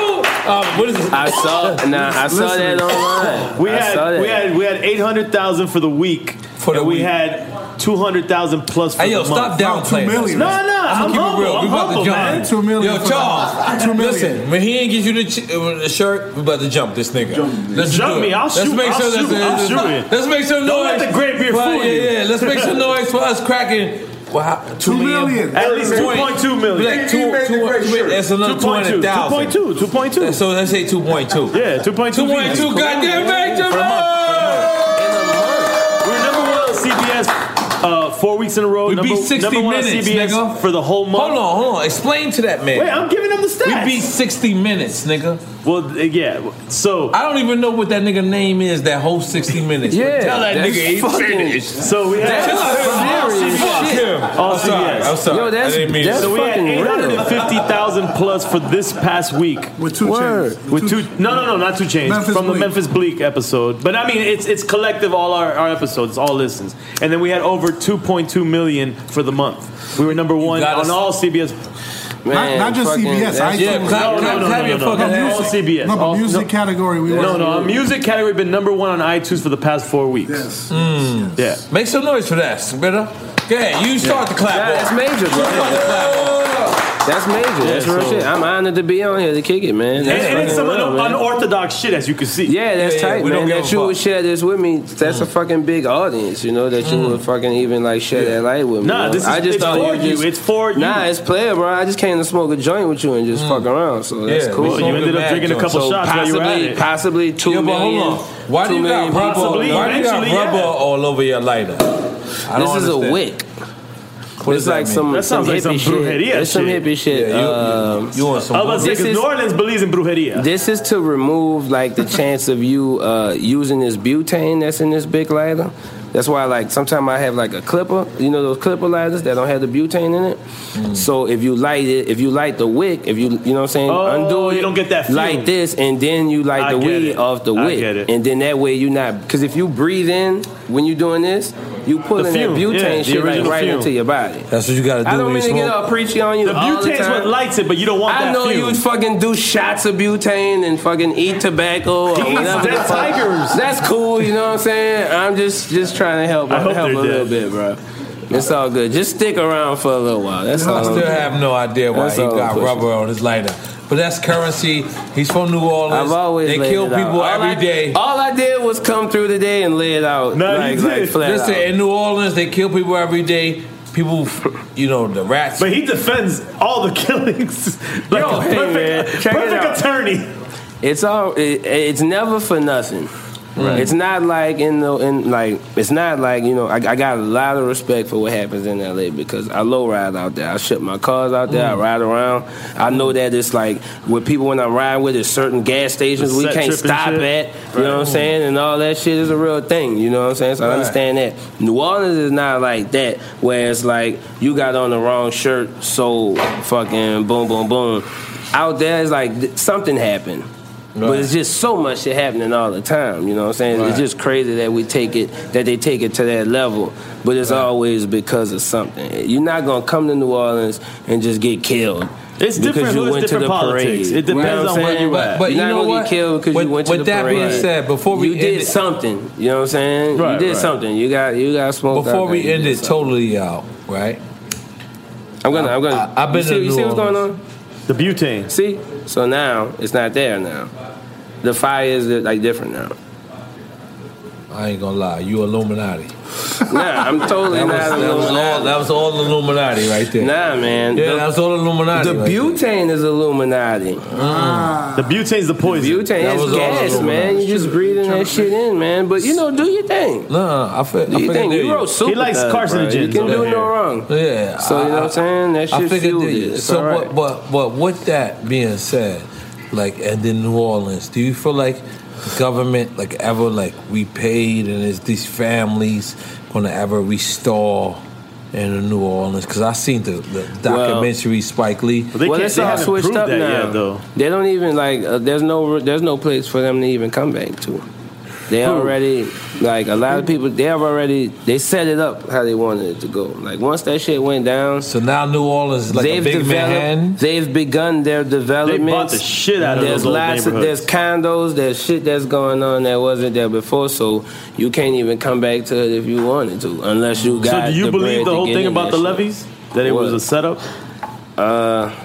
S6: Um, what is this?
S9: I saw. Nah, I saw that online.
S10: We
S9: I saw
S10: had
S9: that.
S10: we had we had eight hundred thousand for the week,
S6: the
S10: and we
S6: week.
S10: had two hundred thousand plus. For
S6: Hey yo,
S10: the
S6: stop
S10: month.
S6: downplaying. us.
S10: No, no, I'm,
S6: keep it
S10: humble.
S6: real.
S10: I'm
S6: we about
S10: humble,
S6: to jump.
S10: man.
S6: Yo, Charles. Listen, when he ain't gives you the, ch- uh, the shirt, we about to jump this nigga. Let's
S10: Jump
S6: do it.
S10: me. I'll
S6: let's
S10: shoot-
S6: Make
S10: I'll
S6: sure
S10: shoot- I'll
S6: let's,
S10: shoot it.
S6: let's, let's make some
S10: Don't
S6: noise.
S10: let the great beer
S6: Right,
S10: fool
S6: yeah,
S10: you.
S6: Yeah, let's make some noise for us cracking. Wow, two million.
S10: At least
S6: Point-
S10: 2.2 million.
S6: Like two, two, two, that's another
S10: 2.2,
S6: 200,000.
S10: 2.2, 2.2.
S6: So let's say 2.2.
S10: Yeah, 2.2.
S6: 2.2, goddamn make some
S10: We're number one on CBS uh, four weeks in a row.
S6: We
S10: number,
S6: beat 60
S10: number one on
S6: minutes,
S10: CBS
S6: nigga.
S10: for the whole month.
S6: Hold on, hold on. Explain to that man.
S10: Wait, I'm giving him the stats.
S6: We beat 60 minutes, nigga.
S10: Well, uh, yeah. So
S6: I don't even know what that nigga name is. That whole 60 minutes.
S10: Yeah,
S6: but tell that
S10: that's
S6: nigga he
S10: fucking-
S6: finished.
S10: So we had
S6: Tell him.
S10: serious
S6: Fuck
S10: shit.
S6: him.
S10: All
S6: I'm sorry.
S10: CBS.
S6: I'm sorry.
S10: Yo,
S6: I didn't mean
S10: so we had 850,000 plus for this past week. With
S15: two Word. chains.
S10: With two, no, no, no, not two chains.
S15: Memphis
S10: from
S15: Bleak.
S10: the Memphis Bleak episode. But I mean, it's it's collective, all our, our episodes, it's all listens. And then we had over 2.2 million for the month. We were number one
S6: gotta
S10: on
S6: s-
S10: all CBS.
S15: Not- not just fucking- CBS, that's-
S6: Yeah,
S15: iTunes.
S6: clap,
S10: No, no,
S6: clap,
S10: no,
S6: clap
S10: no,
S6: your
S10: no,
S6: fucking
S10: no.
S6: ass.
S15: All
S10: CBS.
S15: No,
S10: All-
S15: but music
S10: no.
S15: category. We
S10: No,
S15: were-
S10: no, our music category been number one on iTunes for the past four weeks.
S6: Mm.
S10: Yeah.
S6: Make some noise for that, Spitter. Go ahead, you start the clap.
S9: Yeah,
S6: off.
S9: that's major, bro.
S6: You start the clap off.
S9: That's major. That's
S10: Yeah,
S9: real
S10: so-
S9: shit. I'm honored to be on here to kick it, man.
S10: And,
S9: That's
S10: and it's
S9: fucking
S10: some
S9: real,
S10: un-
S9: man.
S10: unorthodox shit, as you can see.
S9: Yeah, that's
S6: Yeah, yeah,
S9: tight,
S6: we don't
S9: man.
S6: give
S9: That you
S6: a fuck.
S9: would share this with me. That's
S10: Mm.
S9: a fucking big audience, you know. That you would fucking even like share that light with me.
S10: Nah,
S9: bro.
S10: this is
S9: I just
S10: it's
S9: thought
S10: for
S9: you.
S10: you.
S9: just-
S10: It's for you. Mm.
S9: Nah, it's player, bro. I just came to smoke a joint with you and just fuck around. So that's
S6: Yeah, we
S9: cool.
S6: smoking
S10: You ended up
S6: bad
S10: drinking a
S6: joints.
S10: couple
S9: So
S10: shots while you were at
S9: possibly,
S10: it.
S9: possibly two
S6: Yo, but hold
S9: million-
S6: on. Why do
S9: two
S6: you got
S9: million
S6: rubber?
S10: Possibly,
S6: why do you got
S10: eventually, yeah.
S6: rubber all over your lighter? I
S9: This
S6: don't
S9: is a
S6: understand.
S9: wick.
S6: What
S9: It's
S6: does that
S9: like
S6: mean?
S9: some
S10: That sounds
S9: some
S10: like some
S9: hippie shit.
S10: brujeria
S9: It's some
S10: shit.
S9: hippie shit.
S6: Yeah, you-
S9: Um,
S6: You want
S10: I was
S6: some?
S10: saying,
S9: This
S10: 'cause
S9: is-
S10: New Orleans believes in brujeria.
S9: This is to remove like the chance of you uh, using this butane that's in this big lighter. That's why like sometimes I have like a clipper, you know those clipper lighters that don't have the butane in it.
S10: Mm.
S9: So if you light it, if you light the wick, if you you know what I'm saying,
S10: Oh,
S9: undo it,
S10: you don't get that fume.
S9: light this, and then you light
S10: I
S9: the
S10: get
S9: weed
S10: it.
S9: off the
S10: I
S9: wick,
S10: get it.
S9: and then that way you not because if you breathe in when you're doing this, you pulling that
S10: fume,
S9: butane
S10: yeah, the
S9: shit like
S10: original
S9: right
S10: fume.
S9: into your body.
S6: That's what you gotta do
S9: I don't
S6: when you
S9: mean to
S6: smoke.
S9: get all preachy on you.
S10: The
S9: all the
S10: butane's
S9: time.
S10: what lights it, but you don't want
S9: I
S10: that
S9: know
S10: fume.
S9: you would fucking do shots of butane and fucking eat tobacco. Or
S10: He eats
S9: whatever
S10: dead
S9: the fuck.
S10: tigers.
S9: That's cool. You know what I'm saying? I'm just just trying to help.
S10: I hope
S9: help a
S10: they're
S9: little bit,
S10: dead.
S9: bro. It's all good. Just stick around for a little while. That's all.
S6: I
S9: I'm
S6: still
S9: doing.
S6: have no idea why
S9: That's
S6: he
S9: all I'm
S6: got
S9: pushing.
S6: rubber on his lighter. But that's currency. He's from New Orleans.
S9: I've always
S6: they
S9: laid
S6: kill
S9: it out.
S6: people
S9: All
S6: every
S9: I-
S6: day.
S9: All I did was come through today and lay it out.
S10: No, you
S9: like,
S10: did.
S9: like flat
S6: Listen,
S9: out.
S6: in New Orleans, they kill people every day. People, you know, the rats.
S10: But he defends all the killings like
S9: Yo,
S10: a
S9: hey, man,
S10: perfect,
S9: check it
S10: perfect
S9: out.
S10: attorney.
S9: It's all. It, it's never for nothing. It's not like in the in like it's not like you know I, I got a lot of respect for what happens in LA because I low ride out there I ship my cars out there
S10: Mm.
S9: I ride around I know that it's like with people when I'm riding with it's certain gas stations
S10: The
S9: we
S10: set
S9: can't
S10: trip and
S9: stop
S10: shit.
S9: at you know what I'm saying and all that shit is a real thing you know what I'm saying so I
S6: Right.
S9: understand that New Orleans is not like that where it's like you got on the wrong shirt so fucking boom boom boom out there it's like th- something happened. But
S6: Right.
S9: it's just so much shit happening all the time. You know what I'm saying?
S6: Right.
S9: It's just crazy that we take it, that they take it to that level. But it's always because of something. You're not gonna come to New Orleans and just get killed.
S10: It's different who, it's different politics. It
S9: You know
S10: depends
S9: what I'm
S10: on where
S9: saying?
S10: you at.
S6: But
S9: you're
S6: you
S9: not
S6: know
S9: gonna
S6: what?
S9: get killed because
S6: With-
S9: you went to
S6: with
S9: the
S6: that
S9: parade.
S6: being said, before we
S9: you
S6: end
S9: did
S6: it-
S9: something. You know what I'm saying?
S10: Right,
S9: you did
S10: right.
S9: something. You got you got smoked.
S6: Before
S9: out
S6: we
S9: there. You
S6: end
S9: did
S6: it
S9: something.
S6: totally out, right?
S9: I'm gonna. I'm gonna.
S6: I- I've
S9: you
S6: been
S9: see,
S6: to
S9: you
S6: New
S9: see what's going on?
S10: The butane.
S9: See, so now it's not there now. The fire is like different now.
S6: I ain't gonna lie, you Illuminati.
S9: Nah, I'm totally
S6: that was,
S9: not
S6: that was
S9: Illuminati.
S6: all that was all Illuminati right there.
S9: Nah, man.
S6: Yeah,
S9: The-
S6: that was all Illuminati.
S9: The
S6: right Mm. there.
S9: butane is Illuminati.
S10: The butane's the poison.
S9: Butane is gas, man. You just breathing that shit in, man. But you know, do your thing.
S6: Nah, I feel.
S9: Do your
S6: I feel
S9: thing.
S6: I
S9: You
S6: do.
S9: wrote super. thug, bro. You can do no wrong.
S6: Yeah.
S9: So you know what I'm saying? That
S6: I
S9: shit
S6: figured
S9: fueled
S6: that-
S9: it. It's
S6: So,
S9: all right.
S6: but, but but with that being said, like, and then New Orleans, do you feel like government like ever like repaid and is these families gonna ever restore? In New Orleans, because I seen the, the documentary Spike Lee.
S9: well, it's all switched up now. They don't even like. Uh, there's no. There's no place for them to even come back to. They already like a lot of people. They have already. They set it up how they wanted it to go. Like once that shit went down.
S6: So now New Orleans is like a big Manhattan?
S9: They've begun their development.
S10: the shit out of
S9: there's
S10: those old
S9: lots of
S10: neighborhoods.
S9: there's condos. There's shit that's going on that wasn't there before. So you can't even come back to it if you wanted to, unless you got.
S10: so do you
S9: the
S10: believe
S9: bread
S10: the
S9: to
S10: whole
S9: get
S10: thing
S9: in
S10: about
S9: that
S10: the
S9: shit.
S10: levies? That it was
S9: What?
S10: a setup? Uh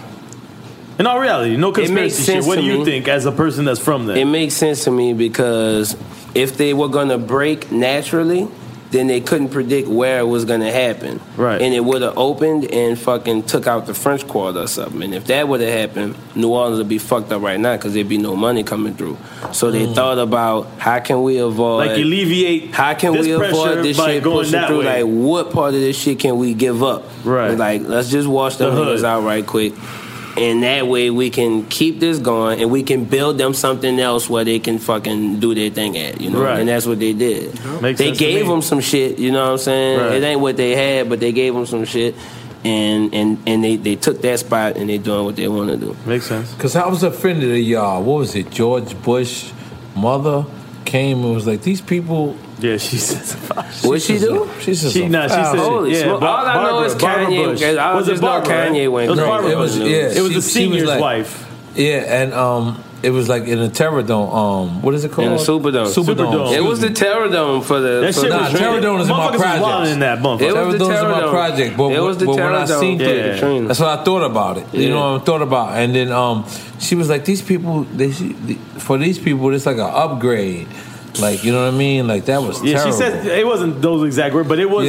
S10: in all reality, no
S9: It makes
S10: conspiracy shit.
S9: sense
S10: What do
S9: to
S10: you
S9: me.
S10: think as a person that's from there?
S9: It makes sense to me because if they were going to break naturally, then they couldn't predict where it was going to happen. Right. And it would have opened and fucking took out the French Quarter or something. And if that would have happened, New Orleans would be fucked up right now because there'd be no money coming through. So they
S10: Mm.
S9: thought about how can we avoid
S10: Like alleviate
S9: how can
S10: this
S9: we
S10: pressure
S9: avoid this
S10: by
S9: shit
S10: going
S9: pushing
S10: that
S9: through?
S10: way?
S9: Like what part of this shit can we give up? Right. Like let's just wash the
S10: The hood.
S9: niggas out right quick. And that way we can keep this going and we can build them something else where they can fucking do their thing at, you know?
S10: Right.
S9: And that's what they did.
S10: Makes
S9: they
S10: sense to
S9: gave
S10: me.
S9: them some shit, you know what I'm saying?
S10: Right.
S9: It ain't what they had, but they gave them some shit and and and they they took that spot and they doing what they want to do.
S10: Makes sense.
S6: Because I was offended at y'all. uh, What was it? George Bush mother came and was like, these people.
S10: Yeah, she says.
S9: What she do?
S6: She says
S10: She-
S6: a
S10: nah, she
S6: foul.
S10: said- Holy yeah, smoke. All I know
S6: Barbara-
S10: is
S6: Barbara
S10: Kanye-
S6: Bush.
S10: I Was it just know Barbara, Kanye right? went It was crazy. Barbara
S6: It was,
S10: Bush.
S6: yeah,
S10: It was
S6: she-
S10: the
S6: she
S10: senior's
S6: like-
S10: wife.
S6: Yeah, and um, it was like in a terradome. Um, what is it called?
S9: In the Superdome.
S6: Superdome. excuse
S9: It was the
S6: me.
S9: Terradome for the.
S6: That
S9: for
S6: shit
S9: the-
S6: was Nah, really- Terradome is in my motherfuckers was project. wildin' in that motherfucker.
S9: It was the
S6: Terradome is in my
S9: Terradome.
S6: project, but
S9: it was the
S6: but when I
S9: Terradome
S6: seen
S9: for
S6: it,
S9: Katrina.
S6: that's what I thought about it. You
S9: Yeah.
S6: know what I thought about. And then um, she was like, "These people, they she- for these people, it's like an upgrade. Like you know what I mean? Like that was
S10: Yeah,
S6: terrible.
S10: she said it wasn't those exact words, but it was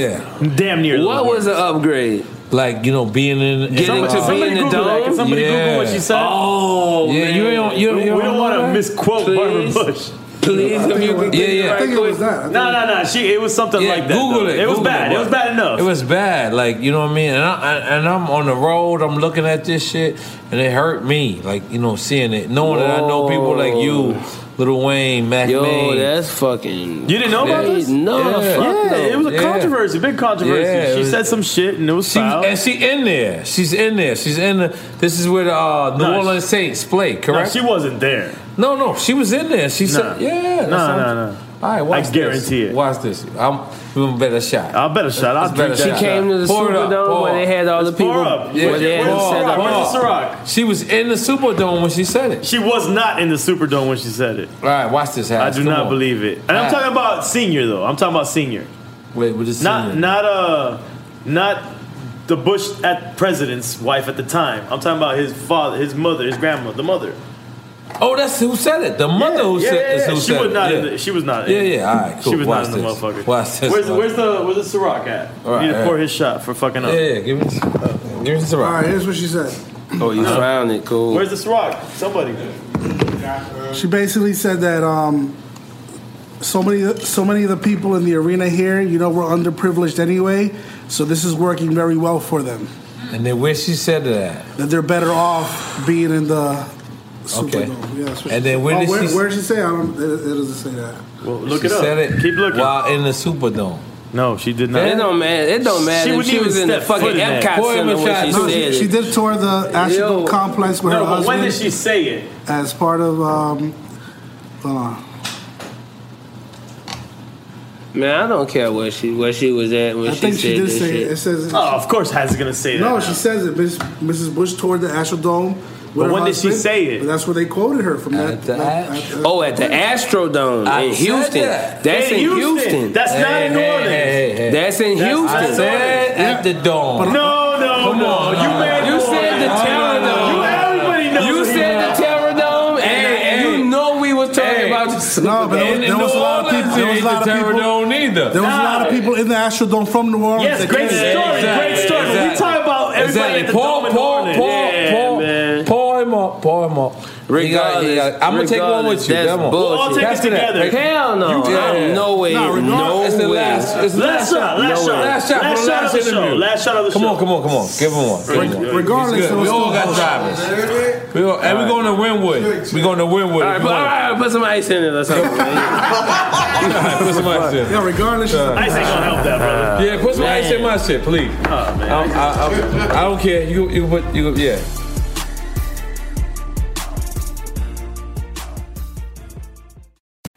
S10: damn near.
S6: What
S10: was
S9: an upgrade?
S6: Like you know, being in
S10: Getting
S6: in,
S10: to
S6: uh,
S10: be in the Somebody Google that. dome? Can somebody Google what she said?
S6: Oh, yeah,
S10: man.
S6: you don't. You,
S10: We-
S6: you
S10: we don't wanna misquote Barbara Bush.
S6: Please, if you could-
S10: yeah,
S6: I think it was
S10: that. No, no, no. She, it was something like that.
S6: Google
S10: though.
S6: it.
S10: It was
S6: Google
S10: bad. It was bad enough.
S6: It was bad. Like you know what I mean. And I, I- and I'm on the road. I'm looking at this shit, and it hurt me. Like you know, seeing it, knowing that I know people like you, Little Wayne, Mac.
S9: Yo,
S6: Maine.
S9: that's fucking.
S10: You didn't know about this?
S9: No,
S6: Yeah.
S9: fuck
S10: Yeah,
S9: no.
S10: it was a
S6: Yeah.
S10: controversy, big controversy.
S6: Yeah, it
S10: she
S6: was-
S10: said some shit and it was
S6: She,
S10: foul.
S6: and she in there. She's in there. She's in the. This is where the uh, New
S10: No,
S6: Orleans Saints play. Correct.
S10: she wasn't there.
S6: No, no, she was in there. She
S10: Nah.
S6: said, "Yeah,
S10: Nah,
S6: that's-
S10: nah, nah.
S6: All right,
S10: I
S6: watch
S10: guarantee
S6: this. it. Watch this. I'm gonna bet a shot.
S10: I'll bet a shot. I'll drink
S9: She came to the Superdome where they had all the people. Where they had them set up.
S6: She was in the Superdome when she said it.
S10: She was not in the Superdome when she said it.
S6: All right, watch this.
S10: I
S6: Hash.
S10: do
S6: Come
S10: not
S6: on.
S10: believe it. And I'm
S6: Hash.
S10: talking about senior though. I'm talking about senior.
S6: Wait, what is
S10: not
S6: senior?
S10: not uh not the Bush at president's wife at the time. I'm talking about his father, his mother, his grandmother, the mother.
S6: Oh, that's who said it. The mother who
S10: yeah,
S6: said
S10: yeah,
S6: is
S10: yeah.
S6: who
S10: She
S6: said
S10: was
S6: it.
S10: not in
S6: Yeah.
S10: the- she was not in
S6: Yeah,
S10: it.
S6: yeah. All right, cool.
S10: She was
S6: watch
S10: not in the
S6: this.
S10: motherfucker.
S6: Watch this.
S10: Where's, the- where's the where's the Ciroc at?
S6: All right,
S10: you need to
S6: all
S10: pour
S6: right.
S10: his shot for fucking up.
S6: Yeah, yeah, give me this. Give me this.
S15: All right, here's what she said.
S9: Oh, you found it, cool.
S10: Where's the Ciroc? Somebody.
S15: She basically said that um, so many so many of the people in the arena here, you know, were underprivileged anyway, so this is working very well for them.
S6: And then where she said that?
S15: That they're better off being in the
S6: Okay.
S15: Superdome. Yeah, that's what
S6: And
S15: she
S6: then
S15: said.
S6: where
S15: oh,
S6: did
S15: where,
S6: she-
S15: where did she say? I don't. It, it doesn't say that.
S10: Well,
S6: she Said it Keep looking. While in the Superdome.
S10: No, she did
S9: It don't matter. It don't matter. if she was in the fucking Epcot Center when she
S15: No,
S9: said
S15: she, she
S9: it.
S15: did tour the Astrodome complex with
S10: No,
S15: her
S10: but
S15: husband.
S10: when did she say it?
S15: As part of um, hold on.
S9: Man, I don't care where she where she was at when
S15: I
S9: she
S15: think
S9: said
S15: she did
S9: this
S15: say
S9: shit.
S15: it. It says
S10: Oh, of course, Has gonna say that.
S15: No,
S10: now.
S15: she says it. Miss, Mrs. Bush toured the Astrodome. with
S10: But
S15: her
S10: when did she
S15: husband,
S10: say it?
S15: But that's where they quoted her from that. that- that-
S9: Oh, at the Astrodome
S15: I
S9: in
S15: said
S9: Houston.
S15: that.
S9: That's
S15: In
S9: in
S15: Houston.
S9: Houston.
S15: That's not Hey, in New hey, Orleans.
S6: hey, hey.
S9: That's in
S6: That's-
S9: Houston.
S6: I said at the dome.
S9: But-
S10: No, no,
S6: Come
S10: no.
S6: on,
S10: you
S6: no.
S10: made
S9: You said the
S6: No, no,
S9: Terradome.
S6: no.
S9: You-
S10: everybody knows.
S9: You
S10: what he
S9: said
S10: knows.
S9: the Terradome, and,
S6: Hey,
S9: and
S6: hey.
S9: you know we was talking
S6: Hey.
S9: about the
S15: No, but there was, there was a lot of people. There was a lot of people
S16: Orlando.
S15: There was a lot of people in the Astrodome from New Orleans.
S16: Yes,
S15: that
S16: great
S15: came.
S16: story, great story. We talk
S9: Oh,
S16: about everybody at the
S6: Paul,
S16: Dome in
S6: Paul,
S16: Orlando.
S6: Paul,
S16: Yeah,
S6: Paul, Paul him up, Paul him up.
S9: Regardless-
S6: I'm gonna take one
S9: regardless,
S6: with you.
S9: that's
S6: Come on.
S9: bullshit. We'll all take it
S6: That's that.
S9: together. Hell no.
S6: You-
S9: No, no way. No, regardless-
S6: It's the
S9: no way.
S6: last. It's the
S9: Last shot, last
S6: No way.
S9: shot.
S6: Last shot.
S9: Last
S6: for
S9: shot of the show.
S6: interview.
S9: Last shot of the
S6: Come
S9: show.
S6: on, come on, come on. Give him one. Give him one.
S15: regardless,
S6: It's good.
S15: it was
S6: we all
S15: still
S6: got drivers. We all, and we're going to Winwood. We're going to Winwood.
S9: All right, but, all right, put some ice in it or something.
S6: put some ice in.
S15: Yeah, regardless.
S9: Ice ain't gonna help that, brother.
S6: Yeah, put some ice in my shit, please. Oh, man. I, I, I, I don't care. You, you, put, you, yeah.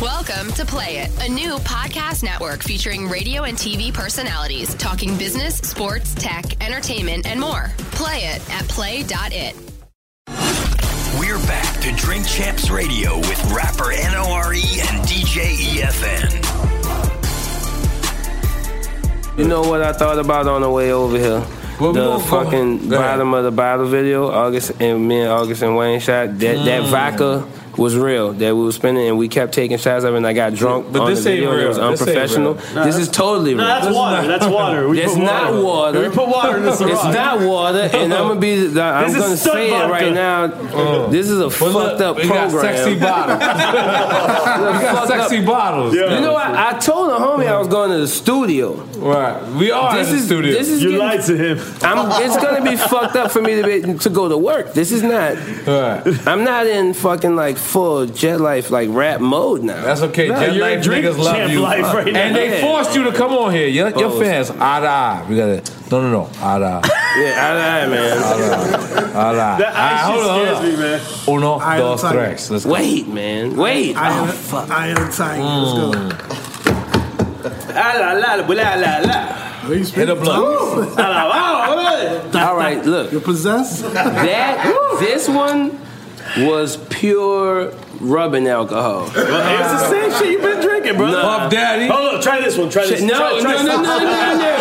S14: Welcome to Play It, a new podcast network featuring radio and TV personalities talking business, sports, tech, entertainment, and more. Play it at play.it.
S7: We're back to Drink Champs Radio with rapper NORE E and E DJ EFN.
S9: You know what I thought about on the way over here?
S11: we
S9: the
S11: gonna-
S9: fucking
S11: Go ahead.
S9: bottom of the bottle video, August and me and August and Wayne shot that that
S11: Mm.
S9: vodka was real that we were spending, and we kept taking shots of it. and I got drunk.
S6: But
S9: on
S6: this
S9: Oh, the
S6: ain't
S9: video, and
S6: real.
S9: It was
S6: This ain't
S9: unprofessional.
S6: real.
S9: This,
S6: Nah,
S9: is totally
S6: nah,
S9: real.
S6: that's This is water. not- That's water. We
S9: it's
S6: put
S9: not
S6: water.
S9: water.
S6: We put water in the Ciroc.
S9: It's not water, and I'm gonna be. the- I'm
S6: This is
S9: gonna
S6: stunt
S9: say it
S6: vodka.
S9: right now.
S6: Mm.
S9: This is a
S6: But look,
S9: fucked up
S6: we got
S9: program.
S6: sexy bottles. We got
S9: Fucked
S6: sexy
S9: up.
S6: bottles. Yeah.
S9: You know, I, I told a homie I was going to the studio. Right,
S6: We are in the studio.
S9: This is
S6: You
S9: getting-
S6: lied
S10: to him.
S9: I'm, it's gonna be fucked up for me to be, to go to work. This is not. I'm not in fucking like full jet life like rap mode now.
S6: That's okay. Jet life niggas love you, and they forced you to come on here. Your, your
S9: Oh.
S6: fans, eye to eye. We got it. Ah, No, no, no, eye to eye.
S9: Yeah, I man.
S6: Eye to eye.
S9: That
S6: Eye,
S9: actually
S6: Ah, hold on,
S9: scares
S6: hold on.
S9: me, man.
S6: Uno,
S9: Eye to
S6: dos,
S9: eye.
S6: tres. Let's go.
S9: Wait, man. Wait.
S17: I
S9: Oh,
S17: am,
S9: fuck.
S17: I am tight. Let's go.
S9: Ah, la, la, la, la, la.
S17: Hit
S9: a blunt. All right, look.
S17: You're possessed?
S9: That this one was pure rubbing alcohol.
S10: It's the same shit you've been drinking, brother.
S9: Nah. Puff Daddy.
S10: Hold on, try this one. Try this.
S9: No,
S10: try, try
S9: no, no, no, no,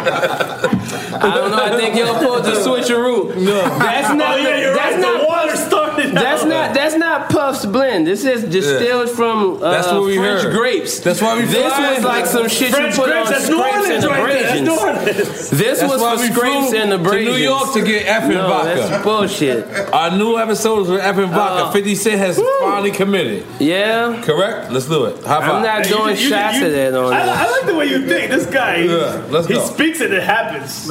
S9: I don't know. I think y'all pulled the switcheroo. No, that's not.
S10: Oh, yeah, you're
S9: that's
S10: right.
S9: not
S10: The water started.
S9: That's not. That's not Puff's blend. This is distilled from uh,
S6: That's what we
S9: French
S6: heard.
S9: grapes.
S6: That's why we
S9: This
S6: flying.
S9: was like some shit
S6: French
S9: you put
S6: grapes,
S9: on
S6: that's New
S9: scrapes and
S6: Orleans right there.
S9: abrasions.
S6: That's New Orleans.
S9: This
S6: That's
S9: was
S6: why
S9: for
S6: we
S9: scrapes
S6: flew
S9: and
S6: to
S9: abrasions.
S6: New York to get effing
S9: no,
S6: vodka.
S9: That's bullshit.
S6: Our new episodes with effing vodka.
S9: Uh,
S6: 50 Cent has finally committed.
S9: Yeah.
S6: Correct? Let's do it. High five.
S9: I'm not doing shots of that on
S10: I,
S9: this.
S10: I like the way you think. This guy, he-
S6: Yeah, let's
S10: he
S6: go.
S10: speaks and it happens.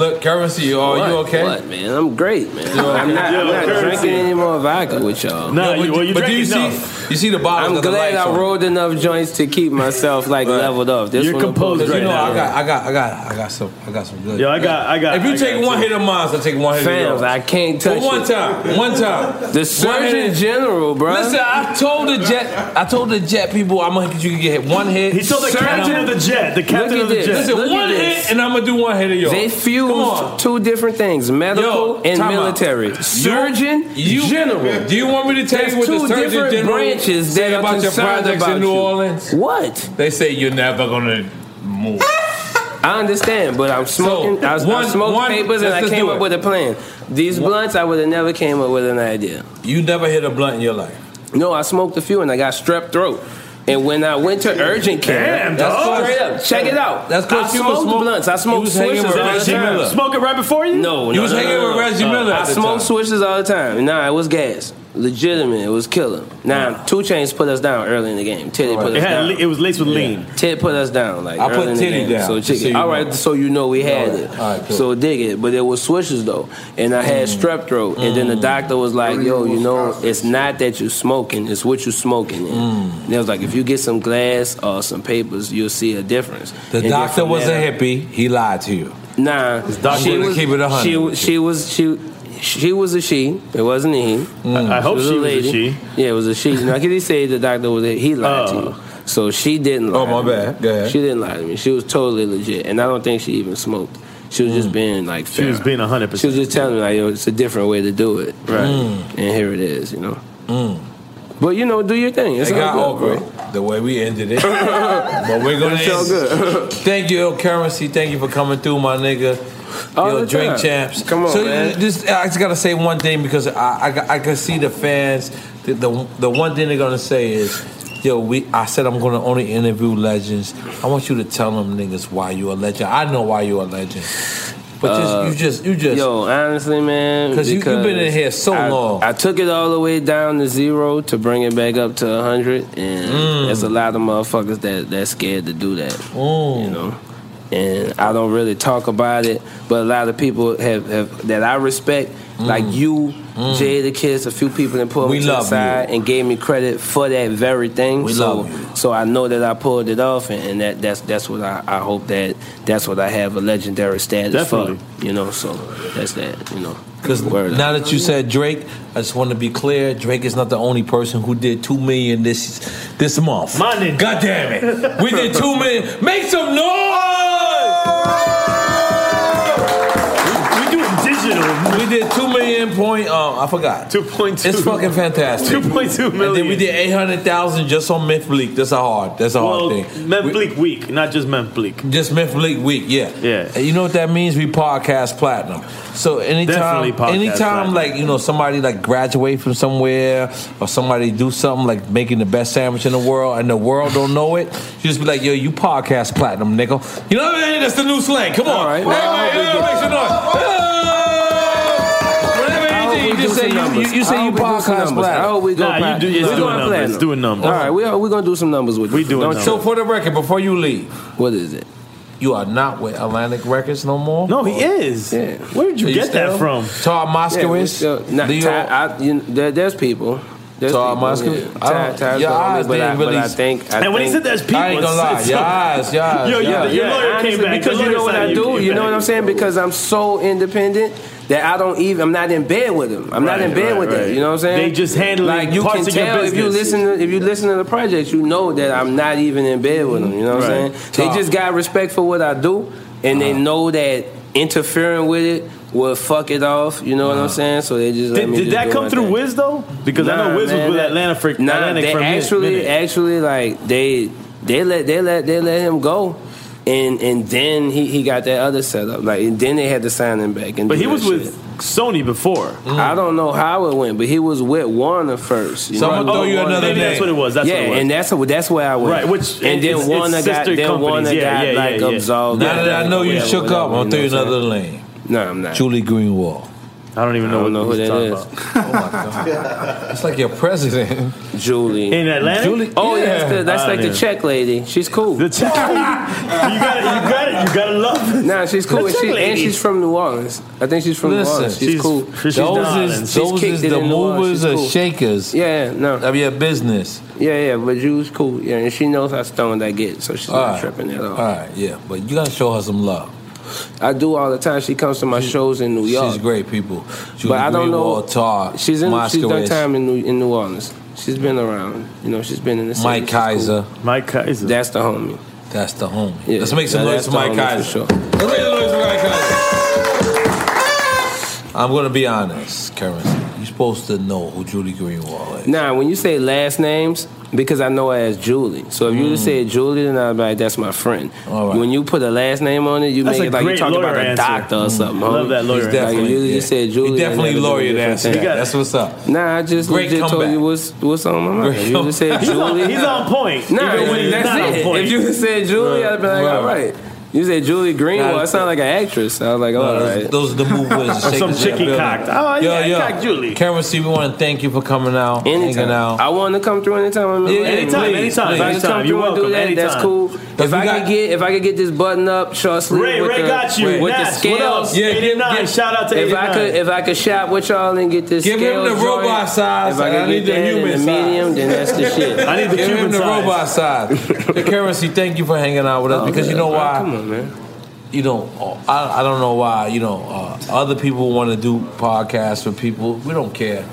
S6: Look, currency, you are you
S9: What?
S6: okay?
S9: What, man? I'm great, man.
S6: You okay?
S9: I'm not, I'm
S6: Yo,
S9: not
S6: currency.
S9: drinking any more vodka with y'all.
S6: No, Yo, you- but- well, you but do drank you see- enough. you see the bottles
S9: I'm
S6: got the
S9: glad
S6: lights
S9: I
S6: on.
S9: rolled enough joints to keep myself like leveled up. This one
S6: you know, I got, I got, I got, I got some, I got some good.
S9: Yo, I got- I got-
S6: If you
S9: I
S6: take
S9: got
S6: one
S9: too.
S6: hit of mine, I will take one hit of
S9: Fams,
S6: yours.
S9: I can't touch
S6: For one
S9: it.
S6: time, one time.
S9: The
S6: One
S9: Surgeon
S6: hit.
S9: General, bro.
S6: Listen, I told the jet, I told the jet people, I'm gonna you can get hit one hit.
S10: He told the
S6: Surgeon-
S10: captain of the jet, the captain
S6: Look at
S10: of the
S6: this.
S10: jet.
S6: Listen,
S9: Look at
S6: one
S9: this.
S6: hit, and I'm gonna do one hit of yours.
S9: They
S6: Come on.
S9: fused two different things: medical
S6: Yo,
S9: and
S6: time out.
S9: military. Surgeon
S6: You-
S9: General.
S6: Do you want me to tell
S9: There's
S6: you what
S9: two
S6: the Surgeon
S9: different
S6: General
S9: branches
S6: say
S9: that are
S6: about your
S9: concerned
S6: projects
S9: about
S6: in New
S9: you.
S6: Orleans?
S9: What?
S6: They say you're never gonna move.
S9: I understand, but I'm smoking. I,
S6: one-
S9: I smoked
S6: one-
S9: papers and
S6: let's
S9: I
S6: just
S9: came
S6: do
S9: up
S6: it.
S9: with a plan. These blunts, I would have never came up with an idea.
S6: You never hit a blunt in your life.
S9: No, I smoked a few and I got strep throat. And when I went to urgent care,
S6: Damn,
S9: that's
S6: dog.
S9: straight up. Check it out.
S6: That's 'cause
S9: I
S6: you was
S9: smoked
S6: smoke-
S9: blunts. I
S6: you
S9: smoked
S6: was hanging
S9: swishes
S6: with
S9: all the
S6: Reggie
S9: time.
S6: Miller.
S10: Smoke it right before you.
S9: No,
S6: You
S9: no,
S6: was
S9: no,
S6: hanging
S9: no,
S6: with
S9: no. Uh,
S6: Reggie Miller
S9: I
S6: at the
S9: smoked
S6: time.
S9: swishes all the time. Nah, it was gas. Legitimate, it was killer. Nah, two chains put us down early in the game. Teddy put us
S10: It had
S9: down.
S10: le- it was laced with lean.
S9: Ted put us down. Like
S6: I
S9: early
S6: put
S9: in the
S6: Titty
S9: game.
S6: down,
S9: So
S6: just
S9: chicken.
S6: so you
S9: all right,
S6: know.
S9: so you know we had it.
S6: All right, cool. Mm.
S9: So dig it. But it was swishes though, and I had strep throat. And then the doctor was like, "Yo, you know, it's not that you smoking. It's what you smoking." In.
S6: Mm.
S9: And they was like, "If you get some glass or some papers, you'll see a difference."
S6: The
S9: And then
S6: doctor
S9: from
S6: was a
S9: there-
S6: hippie. He lied to you.
S9: Nah,
S6: doctor
S9: she
S6: to
S9: was.
S6: keep it a hundred.
S9: she wa- she was she. She was a she. It wasn't a he.
S6: Mm.
S10: I- I hope she was a
S9: lady.
S10: she. Oh.
S9: Yeah, it was a she. Now, can he say the doctor was a he lied to you? So she didn't. Lie
S6: Oh, my
S9: to me.
S6: bad. Go ahead.
S9: She didn't lie to me. She was totally legit, and I don't think she even smoked. She was
S6: Mm.
S9: just being like.
S10: She was
S9: fair.
S10: being hundred
S9: She was
S10: percent.
S9: just telling me like, yo, it's a different way to do it, right?
S6: Mm.
S9: And here it is, you know. But you know, do your thing. It's
S6: it got
S9: all good,
S6: awkward the way we ended it. but we're gonna
S9: It's all
S6: end.
S9: good.
S6: Thank you, Ill Currency. Thank you for coming through, my nigga.
S9: All
S6: Yo,
S9: the
S6: drink
S9: time.
S6: champs.
S9: Come on,
S6: so uh,
S9: man.
S6: Just, I just gotta say one thing because I, I, ca- I can see the fans. The, the the one thing they're gonna say is, yo, we. I said I'm gonna only interview legends. I want you to tell them niggas why you a legend. I know why you a legend. But just,
S9: Uh,
S6: you just you just
S9: Yo, honestly, man,
S6: 'Cause you- you been in here so
S9: I-
S6: long.
S9: I took it all the way down to zero to bring it back up to hundred, and
S6: Mm.
S9: there's a lot of motherfuckers that that's scared to do that.
S6: Mm.
S9: You know. And I don't really talk about it, but a lot of people have, have that I respect, like you, Jay the Kiss, a few people that pulled
S6: Mm. We
S9: me to the
S6: love you.
S9: side and gave me credit for that very thing.
S6: We
S9: so,
S6: love you.
S9: so I know that I pulled it off, and, and that that's that's what I, I hope that that's what I have a legendary status
S6: Definitely.
S9: for. You know, so that's that. You know,
S6: Because
S9: Word up.
S6: now that you said Drake, I just want to be clear: Drake is not the only person who did two million this this month. My nigga, God damn it, we did two million. Make some noise! We do digital. We did two million standpoint, um, I forgot. Two point two. It's fucking fantastic.
S10: Two point two million.
S6: And then we did eight hundred thousand just on Memphis Bleak. That's a hard. That's a hard
S10: well,
S6: thing.
S10: Memph Bleak week, not just Memph Bleak.
S6: Just Memphis Bleak week. Yeah.
S10: Yeah.
S6: And you know what that means? We podcast platinum. So anytime,
S10: Definitely podcast
S6: anytime,
S10: platinum.
S6: like you know, somebody like graduate from somewhere or somebody do something like making the best sandwich in the world, and the world don't know it, you just be like, yo, you podcast platinum, nigga. You know what I mean? That's the new slang. Come on, Everybody, everybody make some noise.
S9: You
S6: just say you, you, you say you podcast
S9: I hope we go
S6: Nah, you
S9: plat-
S6: do- yeah,
S9: we
S6: do
S9: going
S6: numbers,
S9: platinum.
S6: do numbers.
S9: All right, we're we going to do some numbers with you. We
S6: doing
S9: Don't
S6: numbers.
S9: you?
S6: So for the record, before you leave, what is it? You are not with Atlantic Records no more. No, he
S10: is.
S6: Yeah.
S10: Where did you get that from?
S6: Todd
S9: Yeah, we
S6: Moskowitz.
S9: still- nah,
S6: Do you-
S9: Ty- I- you know, there- there's people. There's
S6: Todd
S9: people,
S6: Moskowitz?
S9: yeah.
S6: I don't-
S9: Ty- Ty's
S6: your
S9: the only,
S6: eyes
S9: but I-
S6: didn't really-
S9: but I think. I
S6: And when he
S9: think-
S6: said there's people, I ain't gonna lie. it's- Your eyes, your eyes, Yo, your your- eyes. your lawyer came
S9: Honestly,
S6: back.
S9: Because
S6: Your
S9: you know
S6: lawyer
S9: what
S6: said
S9: I
S6: you
S9: do.
S6: came
S9: You know
S6: back.
S9: what I'm saying? Because I'm so independent that I don't even. I'm not in bed with them. I'm not
S10: Right,
S9: in bed
S10: right,
S9: with
S10: right.
S9: them. You know what I'm saying?
S10: They just handling
S9: like you
S10: parts
S9: can
S10: of your
S9: tell if you
S10: business.
S9: listen. To, if you listen to the projects, you know that I'm not even in bed with them. You know what I'm saying?
S10: Right.
S9: They
S10: Talk.
S9: just got respect for what I do, and they know that interfering with it. Will fuck it off, you know what I'm saying? So they just let
S10: Did,
S9: me
S10: did
S9: just
S10: that
S9: do
S10: come
S9: my
S10: through
S9: thing.
S10: Wiz though? Because I know
S9: Nah,
S10: Wiz
S9: man,
S10: was with
S9: that-
S10: Atlantic for
S9: nah,
S10: Atlantic
S9: they
S10: for a minute-
S9: actually,
S10: minute.
S9: actually, like they they let they let they let him go, and and then he, he got that other setup. Like and then they had to sign him back. And
S10: But
S9: do
S10: he
S9: that
S10: was
S9: shit.
S10: with Sony before.
S9: I don't know how it went, but he was with Warner first.
S10: So I'ma throw you
S9: Warner-
S10: another Oh, Maybe that's name. what it was, that's
S9: yeah,
S10: what it was.
S9: and that's that's where I went.
S10: Right, which-
S9: and
S10: it's-
S9: then
S10: it's
S9: Warner got
S10: sister
S9: then
S10: companies.
S9: Warner
S10: Yeah,
S9: got
S10: yeah, yeah,
S9: like
S10: yeah.
S9: absolved.
S6: Now that I know you
S9: whatever,
S6: shook
S9: whatever,
S6: up, I'm gonna throw you
S9: know what
S6: another
S9: I'm
S6: lane.
S9: No, I'm not.
S6: Julie Greenwald.
S10: I don't even
S9: know,
S6: know
S9: who
S6: who
S9: that
S6: he's
S9: is.
S6: talking It's like your president.
S9: Julie.
S10: In Atlanta?
S9: Julie. Oh yeah, that's,
S10: Yeah.
S9: the, that's
S10: I
S9: like
S10: don't
S9: the
S10: know.
S9: check lady. She's cool. The
S10: check. you gotta, you gotta, you gotta love her.
S9: Nah, she's cool.
S10: The
S9: And, she,
S10: check
S9: and
S10: lady.
S9: she's from New Orleans. I think she's from New
S6: Listen,
S9: Orleans. She's,
S6: she's-
S9: cool.
S6: she's Those is-
S9: She's
S6: those
S9: kicked
S6: is
S9: it
S6: the
S9: in New Orleans.
S6: movers
S9: She's
S6: or
S9: cool.
S6: shakers
S9: Yeah, yeah, no.
S6: of your business.
S9: Yeah, yeah, but Ju's cool. Yeah, and she knows how stoned I get, so she's not
S6: Alright.
S9: tripping at all.
S6: Alright, yeah, but you gotta show her some love.
S9: I do all the time. She comes to my shows in New York.
S6: She's great people. Julie
S9: but I don't know.
S6: Greenwald, Tar,
S9: she's in. She's done
S6: Moskowitz.
S9: time in New, in New Orleans. She's been around. You know, she's been in the city.
S6: Mike
S9: She's cool.
S6: Kaiser.
S10: Mike Kaiser.
S9: That's the homie.
S6: That's the homie.
S9: Yeah,
S6: Let's make some
S9: yeah, that's
S6: noise for
S9: the
S6: Mike
S9: homie
S6: Kaiser.
S9: for sure.
S6: Let's make some noise for Mike Kaiser. I'm gonna be honest, Currency. You're supposed to know who Julie Greenwald is.
S9: Now, when you say last names, because I know her as Julie. So if you
S6: Mm.
S9: just said Julie, then I'd be like, that's my friend. When you put a last name on it, you
S10: That's
S9: make
S10: a
S9: it like you're
S10: great
S9: talking about
S10: lawyer
S9: a
S10: answer.
S9: doctor
S6: Mm.
S9: or something.
S10: Love
S9: homie.
S10: that lawyer
S9: He's
S10: answer.
S9: Like, if you
S10: Definitely,
S9: just
S10: yeah.
S9: said Julie.
S6: He definitely
S9: then that'd be a
S6: lawyered
S9: different
S6: answer.
S9: thing.
S6: that. That's what's up.
S9: Nah, I just
S6: Great
S9: legit told
S6: comeback.
S9: you what's what's on my mind.
S6: Great
S9: You just said
S6: comeback. He's on-
S9: Julie.
S6: he's on
S10: point,
S9: Nah,
S10: even when he's
S9: that's
S10: not on
S9: it.
S10: point.
S9: If you just said Julie, I'd be like,
S6: Right.
S9: all right. You said Julie Greenwald.
S6: Nah,
S9: I sound like an actress. I was like,
S6: No,
S9: all
S6: those,
S9: right.
S6: those are the movers.
S9: Or Uh, some chicky cocked. Oh, yeah, cock
S6: Julie. Cameron C, we want to thank you for coming out, hanging out.
S9: I want to come through anytime. I'm
S6: Yeah,
S9: available.
S6: anytime,
S9: Please,
S6: anytime,
S9: please.
S6: anytime.
S9: Just come
S6: You're
S9: through and do
S6: welcome,
S9: that. That's
S6: anytime.
S9: cool.
S6: If
S9: If
S6: we
S9: I
S6: got-
S9: could get, if I could get this button up, short sleeve.
S10: Ray,
S9: with
S10: Ray
S9: the,
S10: got you.
S9: With the
S10: Nats, what up?
S9: scales.
S10: Yeah, 89, shout out to
S9: If
S10: 89.
S9: I could, if I could shop with y'all and get this.
S6: Give him
S9: scale
S6: the
S9: joint,
S6: robot size,
S9: If I,
S6: and
S9: could
S6: I
S9: get
S6: need the
S9: that and
S6: human
S9: the
S6: size.
S9: medium, then that's the shit.
S6: Give him the robot side. The currency. Thank you for hanging out with us
S9: Oh,
S6: because you
S9: man,
S6: know
S9: bro,
S6: why.
S9: Come on, man.
S6: You know, uh, I, I don't know why. You know, uh, other people want to do podcasts for people. We don't care.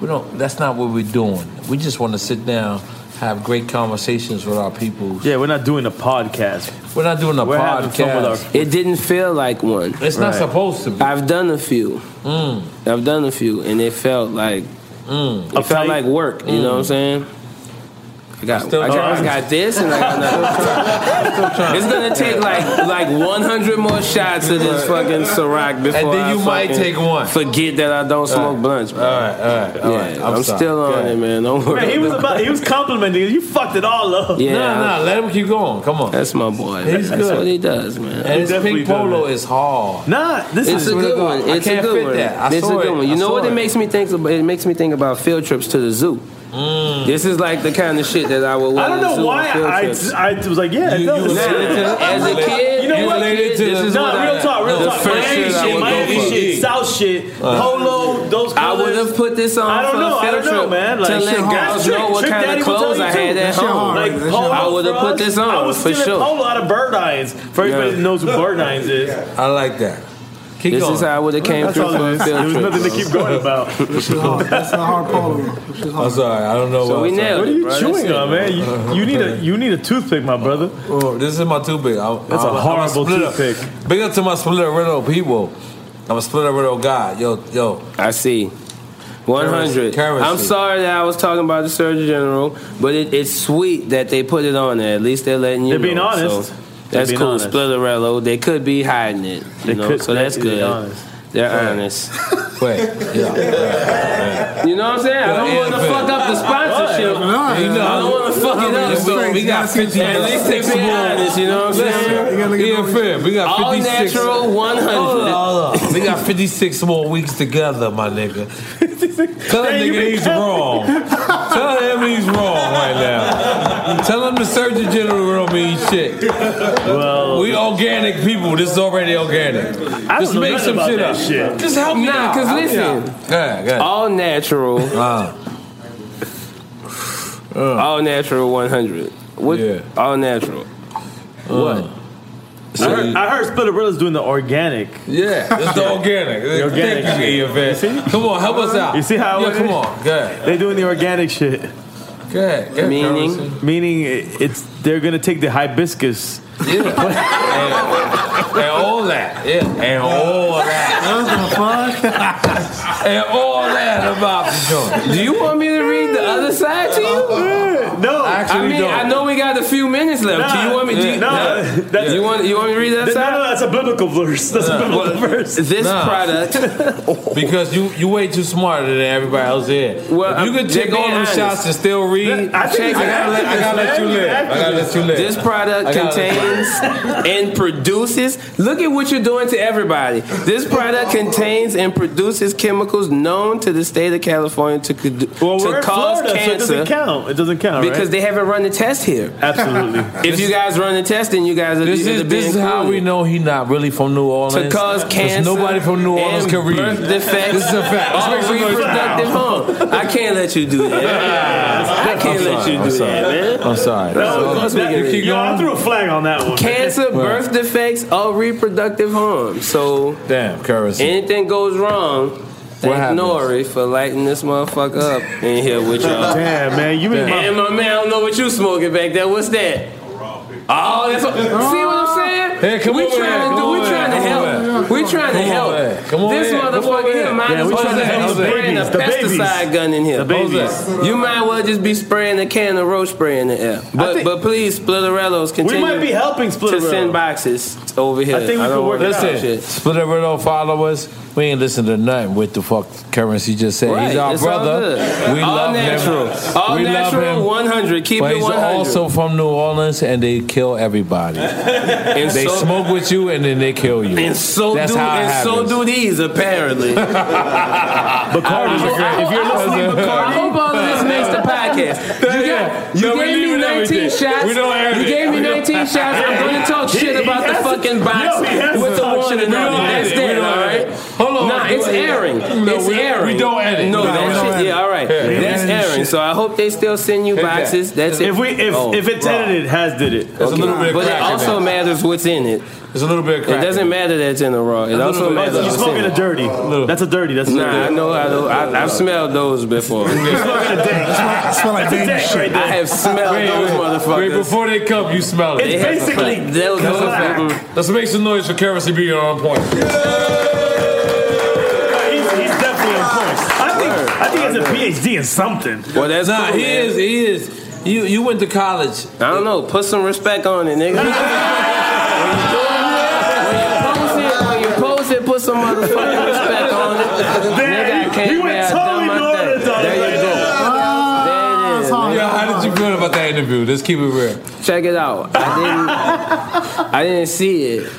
S6: We don't. That's not what we're doing. We just want to sit down, have great conversations with our people.
S10: Yeah, we're not doing a podcast.
S6: We're not doing a
S10: We're having fun with our-
S6: podcast.
S9: It didn't feel like one.
S6: It's not Right. supposed to be.
S9: I've done a few.
S6: mm,
S9: Mm. I've done a few, and it felt like it felt like work. You know what I'm saying? I got,
S6: Mm. Still
S9: I got, I
S6: trying.
S9: got this, and I got another. it's gonna take like like 100 more shots of this fucking Ciroc before.
S6: And then
S9: I
S6: you might
S9: fucking
S6: take one.
S9: Forget that I don't smoke
S6: right.
S9: blunts. Bro.
S6: All right, all right, all right.
S9: Yeah,
S6: I'm
S9: I'm,
S6: sorry.
S9: still on
S6: Okay.
S9: it, man. Don't worry.
S10: Man, he was about, he was complimenting you. You fucked it all up.
S9: Yeah,
S6: nah, nah. Let him keep going. Come on.
S9: That's my boy.
S6: He's
S9: That's
S6: good.
S9: what he does, man.
S6: And his pink polo is hard.
S10: Nah,
S9: This it's a good one. It's
S6: I can't
S9: a good
S6: fit
S9: one.
S6: that. I
S9: it's
S6: saw
S9: a good
S6: it.
S9: one.
S6: I
S9: You know
S6: saw
S9: what it makes me think about? It makes me think about field trips to the zoo.
S6: Mm.
S9: This is like the kind of shit that I would.
S10: I
S9: want
S10: don't
S9: to the
S10: know
S9: zoo
S10: why
S9: on field
S10: I,
S9: trips.
S10: I, was like, yeah,
S9: You-
S10: it does.
S9: you related to- as a kid,
S10: you know
S9: you
S10: what?
S9: related to
S10: This
S9: the-
S10: is
S9: what
S10: not
S9: I-
S10: real talk, real
S9: the
S10: talk.
S9: first
S10: Miami
S9: shit I
S10: shit,
S9: would go
S10: Miami
S9: for.
S10: shit, South shit,
S9: Uh.
S10: polo, those colors.
S9: I would have put this on
S10: I don't
S9: for
S10: know,
S9: a
S10: I
S9: field
S10: don't know,
S9: trip
S10: man. Like,
S9: to let girls know what kind of clothes I had at home.
S10: Like, polo
S9: I would have
S10: for
S9: put
S10: us.
S9: this on
S10: I was
S9: for
S10: stealing
S9: sure.
S10: polo out of Bird Irons. For everybody
S9: Yeah.
S10: that knows what Bird Irons is.
S6: I like that. Keep
S9: this
S6: going.
S9: is how I would have came
S10: That's
S9: through
S10: all it
S9: for a
S10: is.
S9: field
S10: There was
S9: trip.
S10: nothing to keep going about.
S18: That's a hard polo.
S6: I'm sorry. I don't know
S9: So
S6: what
S9: we
S6: I'm
S9: nailed
S6: talking
S10: What are
S9: it,
S10: you
S9: bro. That's
S10: chewing
S9: it.
S10: on, man? You, you need a you need a toothpick, my brother.
S6: Oh, this is my toothpick. I,
S10: That's a
S6: I'm- I'm
S10: horrible
S6: splitter.
S10: toothpick.
S6: Big up to my splitter rental people. I'm a split up with old guy. Yo, yo.
S9: I see. 100.
S6: Currency.
S9: I'm sorry that I was talking about the Surgeon General, but it, it's sweet that they put it on there. At least they're letting you
S10: They're
S9: know.
S10: being honest.
S9: So
S10: They're
S9: that's
S10: being
S9: cool.
S10: honest.
S9: Splitterello. They could be hiding it. You
S10: They
S9: know,
S10: could-
S9: so that's
S10: they're being
S9: good.
S10: honest.
S9: They're honest.
S6: Wait.
S9: You know what I'm saying? I don't want to fuck up the sponsorship.
S6: You know, I don't want to fuck it up. So we got 50.
S9: At least they be honest, you know what I'm saying?
S6: Yeah, fair. We got
S9: All
S6: 56.
S9: natural, 100.
S6: Hold on, hold on. We got 56 more weeks together, my nigga. Tell that nigga he's wrong. Tell him he's wrong right now. Tell him the Surgeon General don't mean shit. Well, we organic people. This is already organic.
S9: I
S6: Just
S9: don't know
S6: make
S9: nothing
S6: some
S9: about
S6: shit
S9: that
S6: up.
S9: shit.
S6: Just help me
S9: Nah,
S6: out.
S9: 'cause
S6: Help me
S9: listen.
S6: out. Go ahead, go ahead.
S9: All natural. All natural 100. What? All natural. What?
S10: I heard, I heard Splitabrilla's doing the organic.
S6: Yeah, it's the organic.
S10: The organic
S6: Thank you, EFN. Come on, help us out.
S10: You see how?
S6: Yeah,
S10: it
S6: come
S10: is?
S6: on. Go ahead.
S10: They doing the organic shit.
S6: Go ahead. Go ahead, Carlos.
S10: meaning it- it's they're gonna take the hibiscus.
S6: and all that. Yeah, and all that. and all that about the joint.
S9: Do you want me to read the other side to you?
S10: No,
S9: I,
S6: actually
S9: mean
S6: don't.
S9: I know we got a few minutes left. do you want me? Do you,
S10: no, that's-
S9: you want you want me to read the other
S10: No,
S9: side?
S10: no, that's a biblical verse. That's a biblical verse.
S9: This product.
S6: because you you way too smarter than everybody else here.
S9: Well,
S6: If you
S9: I'm-
S6: can take
S9: they're
S6: all
S9: being
S6: them
S9: honest.
S6: shots and still read.
S9: I think
S6: I
S9: it's
S6: gotta let, I gotta let you live. I gotta let you live.
S9: This
S6: I
S9: product
S6: gotta let you
S9: contains and produces. Look at what you're doing to everybody. This product contains and produces chemicals known to the state of California to, could- to
S10: We're in
S9: cause
S10: Florida, so it
S9: cancer.
S10: doesn't count. It doesn't count
S9: because
S10: right?
S9: they haven't run the test here.
S10: Absolutely.
S9: If you guys run the test, then you guys are
S6: This
S9: either
S6: is,
S9: being
S6: this is how
S9: cool
S6: we know he not really from New Orleans.
S9: to cause
S6: 'Cause
S9: cancer.
S6: Nobody from New Orleans
S9: and
S6: can read.
S9: Birth defects.
S6: This is a fact. Let's
S9: Or
S6: make some noise.
S9: reproductive harm. I can't let you do that. I can't
S6: I'm
S9: let
S6: sorry,
S9: you do
S6: I'm sorry.
S9: that, man.
S6: I'm sorry.
S9: No,
S10: That-
S9: that's what we can
S10: yo, I threw a flag on that one.
S9: Cancer, birth defects, or reproductive harm. So
S6: damn, currency.
S9: Anything goes wrong. Thank
S6: happens?
S9: Nori for lighting this motherfucker up in here with y'all.
S10: Damn, man, you in my-
S9: and my man. I don't know what you smoking back there. What's that? Oh, that's what, see what I'm saying?
S6: Hey, come
S9: we
S6: over here,
S9: trying to
S6: come
S9: do. We
S6: over
S9: trying to
S6: here, come over
S9: help.
S6: here.
S9: We trying to
S6: Come
S9: help.
S6: over here, come over
S9: This
S6: here, come over
S9: motherfucker
S6: here.
S9: here might
S6: Yeah,
S9: as
S6: we
S9: well
S6: trying to
S9: just
S6: help
S9: be
S6: the
S9: spraying a
S6: babies, the babies.
S9: pesticide gun in here.
S6: The babies.
S9: You might as well just be spraying a can of roach spray in the air. But but please, Splitterellos continue.
S10: might be helping
S9: to send
S10: Splitterello.
S9: boxes over here.
S6: I think we
S9: don't
S6: can work
S9: want
S6: it
S9: that
S6: out.
S9: shit.
S6: Split up with all followers. We ain't listen to nothing with the fuck currency just said.
S9: Right,
S6: He's our
S9: it's all
S6: brother.
S9: good.
S6: we
S9: All
S6: love him.
S9: natural. All
S6: we
S9: natural,
S6: love him.
S9: 100. Keep
S6: but
S9: it
S6: he's
S9: 100.
S6: also from New Orleans, and they kill everybody.
S9: And
S6: they
S9: so-
S6: smoke with you, and then they kill you.
S9: And so
S6: That's
S9: do
S6: how it
S9: and so
S6: happens.
S9: do these apparently.
S6: Bacardi's a great- if you're listening,
S9: I hope all of this makes the podcast. You, got, you
S6: No, we
S9: gave
S6: leave
S9: me
S6: it
S9: 19
S6: everything.
S9: shots.
S6: We don't air
S9: you
S6: it.
S9: gave me
S6: We don't-
S9: 19 shots. I'm going to talk
S6: He-
S9: shit
S6: he
S9: about the
S6: has to-
S9: fucking box
S6: Yo, he has
S9: with
S6: to
S9: the
S6: talk
S9: one
S6: shit
S9: and
S6: about
S9: all.
S6: it.
S9: That's
S6: We don't
S9: that, all
S6: edit.
S9: right?
S6: Hold on.
S9: Nah, it's
S6: We-
S9: airing.
S6: No,
S9: it's
S6: we- we
S9: airing.
S6: don't edit.
S9: No,
S6: We don't
S9: that
S6: edit.
S9: shit, yeah, all right.
S6: Yeah.
S9: That's
S6: Yeah.
S9: airing. So I hope they still send you
S6: Hit that.
S9: boxes. That's it.
S6: If we- if-
S9: Oh,
S6: if it's
S9: raw.
S10: It has did it.
S6: There's a little bit of
S9: But it
S6: crack in
S9: also
S6: there.
S9: matters what's in it.
S6: There's a little bit of
S9: It
S6: crack
S9: doesn't matter that it's in the raw. It
S6: A
S9: also
S6: little bit.
S9: matters.
S6: You're
S9: what's in
S10: smoking
S9: it.
S10: a dirty. That's a dirty. That's a
S9: Nah,
S10: dirty.
S9: I know. I know. I, I've smelled those before.
S15: I smell like
S10: That's a
S15: baby
S10: dick
S15: shit.
S10: right there.
S9: I have smelled
S6: Wait,
S9: those
S6: wait,
S9: motherfuckers.
S6: wait, before they come, you smell it.
S9: It's They have to basically fuck. they'll-
S6: That's
S9: they'll
S6: a fact. Let's make some noise for currency being on point.
S10: He's, he's definitely on point. I think I think it's a PhD in something.
S9: Well, that's
S6: nah,
S9: cool,
S6: he
S9: man.
S6: is. He is. You you went to college.
S9: I don't know. Put some respect on it, nigga. When you post it, when you post it, put some motherfucking respect on it. Nigga, I can't
S10: he
S9: be
S10: went
S9: out done
S10: totally
S9: my
S10: northern.
S9: thing. There you go. There it is,
S10: Oh,
S6: Yo,
S9: nigga.
S6: how did you feel about that interview? Let's keep it real.
S9: Check it out. I didn't. I didn't see it.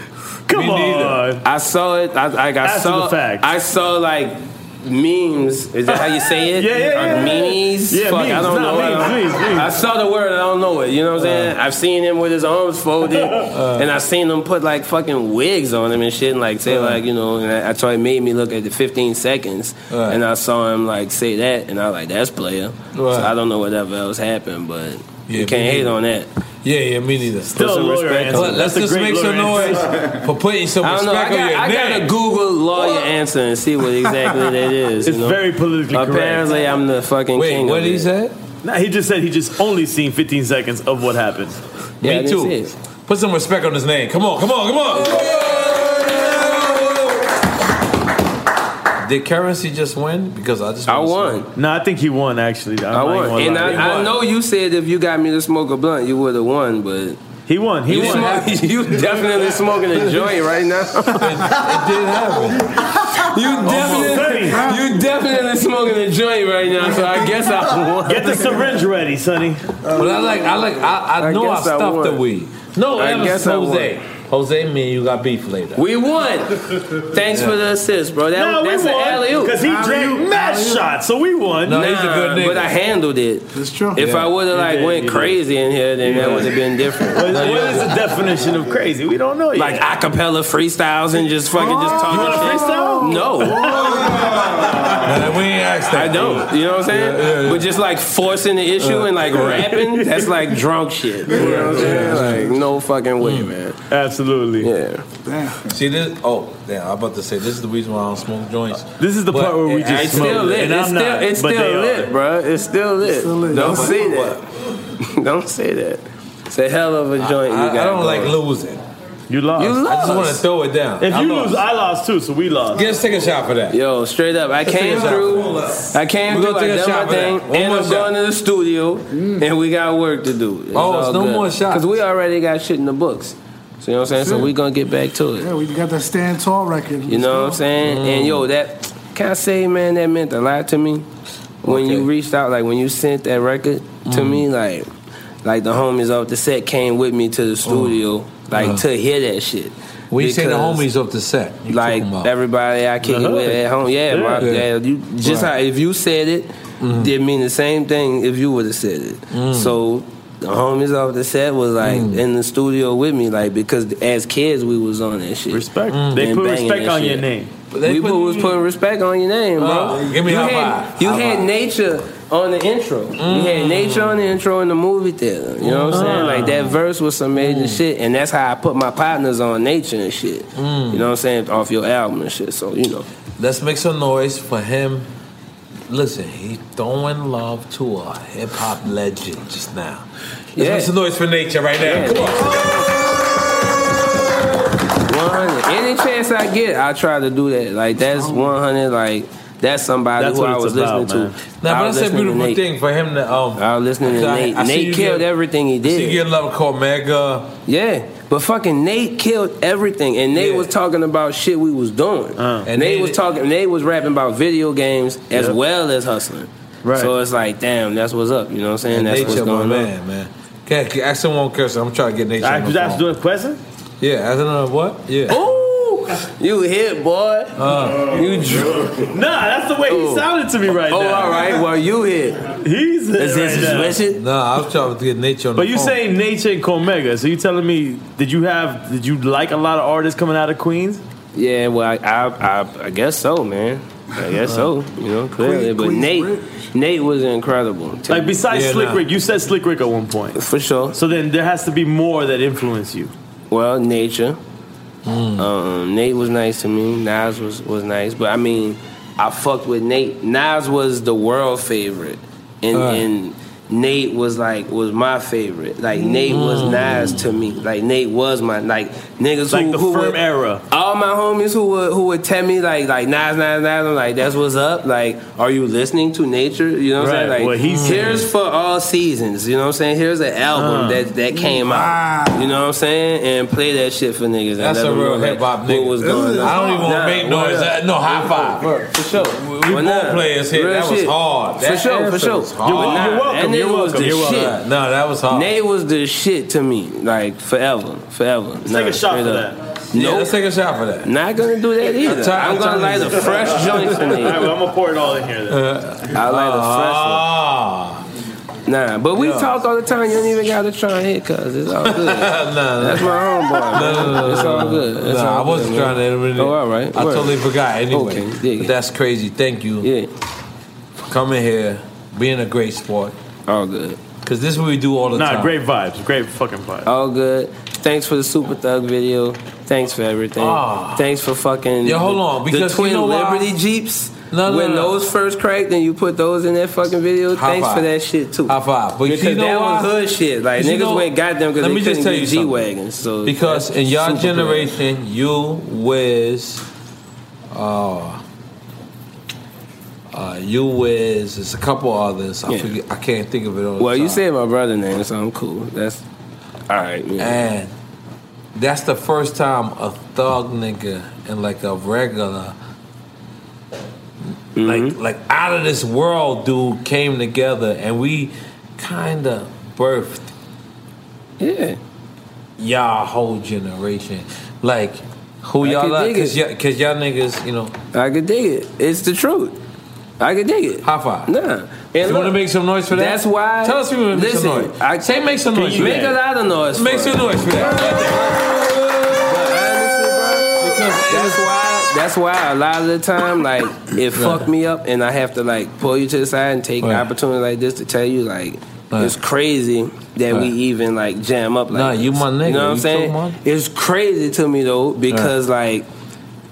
S10: Come
S6: Me neither.
S10: on.
S9: I saw it. I, like I
S10: After the
S9: saw.
S10: fact.
S9: I saw like memes. Is that how you say it?
S10: Yeah, yeah,
S9: Or
S10: yeah, yeah.
S9: memes.
S10: Yeah,
S9: Fuck, I
S10: memes.
S9: don't
S10: Nah,
S9: know. I,
S10: memes,
S9: don't-
S10: memes, memes. Uh.
S9: I saw the word. I don't know it. You know what I'm saying? I've seen him with his arms folded, and I've seen him put like fucking wigs on him and shit, and like say
S10: Uh.
S9: like you know. And I, I thought it made me look at the 15 seconds,
S10: Uh.
S9: and I saw him like say that, and I was like that's player.
S10: Uh.
S6: Right.
S9: So I don't know whatever else happened, but
S6: Yeah,
S9: you
S6: me
S9: can't hate
S6: neither.
S9: on that.
S6: Yeah, yeah, me neither.
S10: Still a lawyer answer.
S6: But let's
S10: That's a
S6: just
S10: great
S6: make some
S10: lawyer
S6: noise for putting some
S9: I don't know. I,
S6: respect on
S9: got,
S6: your
S9: I
S6: name.
S9: gotta Google lawyer answer and see what exactly that is.
S10: It's
S9: you know?
S10: very politically correct.
S9: Apparently, I'm the fucking
S6: Wait,
S9: king.
S6: what
S9: of
S6: did he
S9: it.
S6: say?
S10: Nah, he just said he just only seen 15 seconds of what happened.
S9: Yeah,
S6: Me
S9: that's
S6: too.
S9: it.
S6: Put some respect on his name. Come on, come on, come on. Did currency just win? Because I just
S9: I won.
S10: No, I think he won actually. I'm
S9: I
S10: not even
S9: won.
S10: gonna
S9: And
S10: lie.
S9: I, I know you said if you got me to smoke a blunt, you would have won, but.
S10: He won. He
S9: you
S10: won.
S9: Smoke, you definitely smoking a joint right now. it did happen. You definitely, you definitely smoking a joint right now. So I guess I won.
S10: Get the syringe ready, Sonny.
S6: But I like, I like, I, I,
S9: I
S6: know I
S9: guess I
S6: stuffed the
S9: won.
S6: weed. No,
S9: I
S6: that was
S9: guess I won.
S6: Jose. Jose, me, and you got beef later.
S9: We won. Thanks for the assist, bro. That,
S6: No, we
S9: that's
S6: won,
S9: an alley oop.
S6: 'cause he drank mad shots,
S10: so we won.
S6: No, he's a good nigga.
S9: Uh, But I handled it. That's
S15: true.
S9: If
S10: Yeah.
S9: I would have
S10: You
S9: like
S10: did,
S9: went
S10: you did.
S9: crazy in here, then that
S10: Yeah.
S9: would have been different.
S10: What- what is the definition of crazy? We don't
S6: Oh,
S10: know yet.
S9: Like acapella freestyles and just fucking just talking. You want freestyle? No.
S6: Oh. we ain't asked that.
S9: I don't. You know what I'm saying? But just like forcing the issue and like
S6: Uh,
S9: rapping, that's like drunk shit. You know what I'm saying? Like no fucking way,
S6: Hmm.
S9: man.
S10: Absolutely.
S9: Yeah.
S6: See this? Oh, damn! I'm about to say this is the reason why I don't smoke joints.
S10: Uh, This is the
S6: But
S10: part where we
S6: it-
S10: just
S6: it's
S10: smoke.
S6: still lit.
S10: And
S6: It's
S10: I'm
S6: still-
S10: not,
S9: It's
S10: but they
S9: still
S10: are.
S9: lit, bro. It's still lit.
S10: still lit.
S9: Don't
S10: But-
S9: say that. Don't say that. It's a hell of a joint.
S6: I-
S9: you got
S6: I don't like
S9: going.
S6: losing.
S10: You lost.
S9: You
S6: I just
S9: lost.
S6: want to throw it down.
S10: If
S6: I
S10: you
S6: lost.
S10: lose, I lost too, so we lost.
S6: Let's take a shot for that.
S9: Yo, straight up, I
S6: Let's take
S9: came
S6: a shot.
S9: through. I came
S6: We're
S9: through.
S6: gonna
S9: I
S6: take a shot
S9: done my
S6: for that.
S9: thing,
S6: One
S9: and
S6: more
S9: I'm going to the studio, and we got work to do.
S6: Mm. Oh, it's no more shots.
S9: because we already got shit in the books. So you know what I'm saying. So
S15: Shit.
S9: we gonna get back to it.
S15: Yeah, we got that stand tall record.
S9: You know what I'm saying? And yo, that can I say, man, that meant a lot to me. When you reached out, like when you sent that record
S6: Mm-hmm.
S9: to me, like like the homies off the set came with me to the studio, like
S6: Uh.
S9: to hear that shit.
S6: Mm. When you say the
S9: Because-
S6: homies off the set, you
S9: like
S6: talking about-
S9: everybody I kick
S6: The
S9: it
S6: hood.
S9: with at home. Yeah,
S6: Yeah.
S9: my-
S6: Yeah.
S9: yeah, you just
S6: Right.
S9: how if you said it, did it mean the same thing if you would have said it.
S6: Mm.
S9: So the homies off the set was like in the studio with me, like because as kids we was on that shit.
S10: Respect. They
S9: And
S10: put
S9: banging
S10: respect
S9: that
S10: on
S9: shit.
S10: your name.
S9: We put, was putting respect on your name, bro.
S6: Uh, give me
S9: you
S6: a high
S9: had,
S6: five.
S9: you
S6: High
S9: had
S6: five.
S9: nature on the intro. You had nature on the intro in the movie theater. You know what I'm saying?
S6: Mm.
S9: Like that verse was some major shit, and that's how I put my partners on nature and shit.
S6: Mm.
S9: You know what I'm saying? Off your album and shit. So you know.
S6: Let's make some noise for him. Listen, he's throwing love to a hip hop legend just now. Let's
S9: Yeah.
S6: make some noise for nature right now. Come on.
S9: 100. Any chance I get, I try to do that. Like that's 100. Like that's somebody
S6: That's
S9: who
S6: what
S9: I
S6: it's
S9: was
S6: about,
S9: listening
S6: man.
S9: to.
S6: Nah,
S9: I
S6: but
S9: was
S6: that's a
S9: listening to
S6: beautiful
S9: Nate.
S6: thing for him to. Um,
S9: I was listening to
S6: I- I
S9: Nate.
S6: see you
S9: Nate killed
S6: get-
S9: everything he
S6: So you
S9: did.
S6: get love called Mega.
S9: Yeah, but fucking Nate killed everything, and Nate was talking about shit we was doing.
S6: And
S10: Uh.
S9: and Nate
S6: Nate-
S9: was talking. Nate was rapping about video games as
S6: Yep.
S9: well as hustling.
S6: Right.
S9: So it's like, damn, that's what's up. You know what I'm saying?
S6: And
S9: that's
S6: nature,
S9: what's going
S6: my
S9: on.
S6: man, man. Okay, okay, ask him one question. I'm trying to get nature.
S9: I-
S6: on the
S9: could I ask
S6: phone.
S10: a question?
S6: Yeah, ask another what? Yeah. Uh.
S9: Ooh, you hit, boy. you drunk.
S10: Nah, that's the way he sounded to me right
S9: oh,
S10: now.
S9: all right. Well, you hit.
S10: He's hit
S9: Is this
S10: right now.
S9: his mission?
S6: No, I was trying to get nature on
S10: But
S6: the
S10: you
S6: phone.
S10: saying Nature and Comega, so you telling me did you have did you like a lot of artists coming out of Queens?
S9: Yeah, well, I, I, I, I guess so, man. I guess so.
S10: Uh,
S9: You know, clearly. but Nate, Nate was incredible. too.
S10: Like besides Slick Rick, you said Slick Rick at one point
S9: for sure.
S10: So then there has to be more that influence you.
S9: Well, nature. Um, Nate was nice to me. Nas was was nice, but I mean, I fucked with Nate. Nas was the world favorite, and
S6: Right.
S9: and Nate was like was my favorite. Like Nate was Nas to me. Like Nate was my like niggas
S10: Like
S9: who,
S10: the
S9: who
S10: firm
S9: would-
S10: era.
S9: All my homies who would who would tell me like like Nas Nas Nas. I'm like that's what's up. Like are you listening to nature? You know what I'm
S10: Right,
S9: saying? Like
S10: what he's
S9: here's
S10: saying.
S9: for all seasons. You know what I'm saying? Here's an album
S10: Uh.
S9: that that came out. You know what I'm saying? And play that shit for niggas.
S6: That's
S9: I
S6: a
S9: never
S6: real
S9: knew, like,
S6: hip hop
S9: What
S6: nigga.
S9: was going on.
S6: I don't even want to make
S9: why
S6: noise.
S9: not?
S6: No, high five.
S9: For sure.
S6: We
S9: Why
S6: both
S9: not?
S6: players here.
S9: Real
S6: that was
S9: shit.
S6: hard.
S9: For sure, for sure. You're- you're welcome, you're welcome, you're welcome.
S6: No, that was hard.
S9: Nate was the shit to me, like forever, forever.
S6: Let's take a shot for that. Yeah, let's take a shot for that.
S9: Not gonna do that either. I'm, gonna light a fresh joint for
S10: All
S9: Nate.
S10: right, well, I'm gonna pour it all in here. Then.
S9: I like the fresh one. Nah, but we
S10: Yeah.
S9: talk all the time. You don't even gotta try and hit, cuz it's all good.
S6: Nah, nah.
S9: That's my homeboy.
S6: No, no, no, no,
S9: It's
S6: no,
S9: all
S6: no.
S9: good. It's
S6: nah,
S9: all
S6: I wasn't
S9: good,
S6: trying to.
S9: man. Oh, all right.
S6: I
S9: Word.
S6: totally forgot. Anyway,
S9: Okay,
S6: But that's crazy. Thank you.
S9: Yeah.
S6: For coming here, being a great sport.
S9: All good.
S6: Cause this is what we do all the
S10: nah,
S6: time.
S10: great vibes, great fucking vibes.
S9: All good. Thanks for the Super Thug video. Thanks for everything.
S6: Ah.
S9: Thanks for fucking.
S6: Yo, hold on,
S9: the-
S6: because
S9: the
S6: you
S9: twin
S6: know why-
S9: Liberty Jeeps.
S6: No, no,
S9: when
S6: no.
S9: those first cracked and you put those in that fucking video,
S6: High
S9: thanks
S6: five.
S9: for that shit too.
S6: High five. But you
S9: because
S6: know
S9: that
S6: why?
S9: was hood shit. Like
S6: Because you
S9: niggas
S6: know-
S9: went goddamn because
S6: Let
S9: they
S6: me just
S9: couldn't
S6: tell
S9: get
S6: you something.
S9: G wagons. So
S6: because
S9: that's
S6: in your
S9: super good.
S6: generation, you was uh, uh, you Wiz. There's a couple others. I,
S9: Yeah.
S6: forget, I can't think of it all.
S9: Well,
S6: the
S9: you
S6: time.
S9: said my brother name, so I'm cool. That's all right. Yeah.
S6: And that's the first time a thug nigga and like a regular,
S9: Mm-hmm.
S6: like like out of this world dude came together, and we kind of birthed, yeah, y'all whole generation. Like who
S9: I
S6: y'all
S9: can
S6: are,
S9: dig
S6: cause
S9: it.
S6: y'all, cause y'all niggas, you know.
S9: I could dig it. It's the truth. I could dig it.
S6: High five.
S9: Nah.
S6: You wanna make some noise for that?
S9: That's why.
S6: Tell us if you wanna make some
S9: Listen,
S6: noise.
S9: I,
S6: Say make some noise for
S9: Make
S6: that.
S9: a lot of noise.
S6: Make
S9: for
S6: some
S9: it.
S6: noise for
S9: That's why. That's why a lot of the time, like it
S6: Right.
S9: fucked me up, and I have to like pull you to the side and take an opportunity like this to tell you, like
S6: Right.
S9: it's crazy that
S6: Right.
S9: we even like jam up. Like
S6: Nah, you
S9: this.
S6: my nigga.
S9: You know what
S6: You
S9: I'm
S6: took my-
S9: saying? It's crazy to me though because like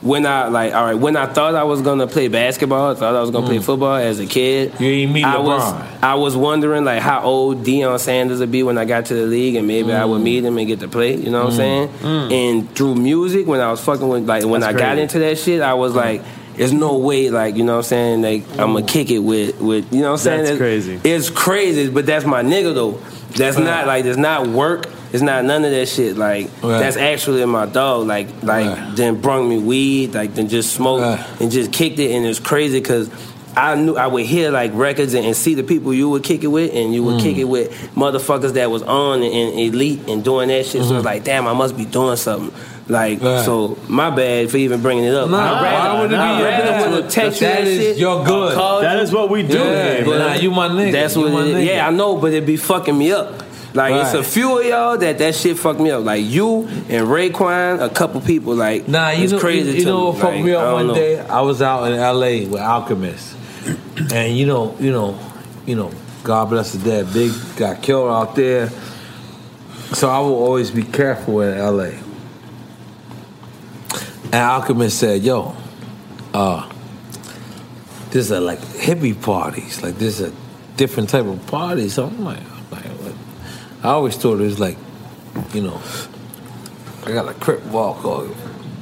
S9: when I like all right when I thought I was gonna play basketball, I thought I was gonna play football as a kid. You
S6: Mm. ain't meet
S9: I
S6: LeBron.
S9: was I was wondering like how old Deion Sanders would be when I got to the league, and maybe I would meet him and get to play. You know what
S6: Mm.
S9: I'm saying?
S6: Mm.
S9: And through music, when I was fucking with like when
S6: That's
S9: I got
S6: crazy.
S9: into that shit, I was like. There's no way, like you know, what I'm saying, like I'm gonna kick it with, with you know, what I'm saying,
S10: That's
S9: It's-
S10: crazy.
S9: It's crazy, but that's my nigga though. That's
S6: Right.
S9: not like it's not work. It's not none of that shit. Like
S6: Right.
S9: that's actually my dog. Like like then brung me weed. Like then just smoked and just kicked it. And it's crazy because I knew I would hear like records and, and see the people you would kick it with, and you would kick
S6: Mm.
S9: it with motherfuckers that was on and, and elite and doing that shit. So it's like damn, I must be doing something. Like
S6: Mm-hmm. Right.
S9: so, my bad for even bringing it up.
S6: Nah,
S9: I'd rather-
S6: why would it be
S9: I'd
S6: your
S9: rather
S6: bad?
S9: would've text you
S6: That
S9: that
S6: is
S9: shit,
S6: your good.
S9: or called
S6: That
S9: you.
S6: is what we do Yeah, here, but man. nah, you my nigga.
S9: That's
S6: You
S9: what
S6: my
S9: it
S6: nigga.
S9: is. Yeah, I know, but it be fucking me up. Like it's
S6: Right.
S9: a few of y'all that that shit fucked me up. Like you and Raekwon, a couple people. Like
S6: Nah, you
S9: it's
S6: know,
S9: crazy.
S6: you, you
S9: to
S6: know what
S9: me.
S6: fucked
S9: Like,
S6: me
S9: I
S6: up
S9: don't
S6: one
S9: know.
S6: day? I was out in L.A. with Alchemist, and you know, you know, you know, God bless the dead. Big got killed out there, so I will always be careful in L.A. And Alchemist said, "Yo, uh, this are like hippie parties. Like this is a different type of party." So I'm like, I'm like what? I always thought it was like, you know, I got a crip walk or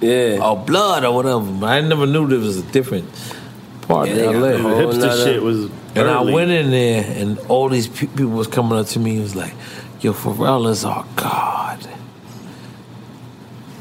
S9: yeah,
S6: or blood or whatever. But I never knew there was a different part
S10: Yeah,
S6: of
S10: they got
S6: LA.
S10: the whole Hipster nother- shit was
S6: And I
S10: early.
S6: went in there, and all these pe- people was coming up to me. and was like, "Yo, Pharrell is our god."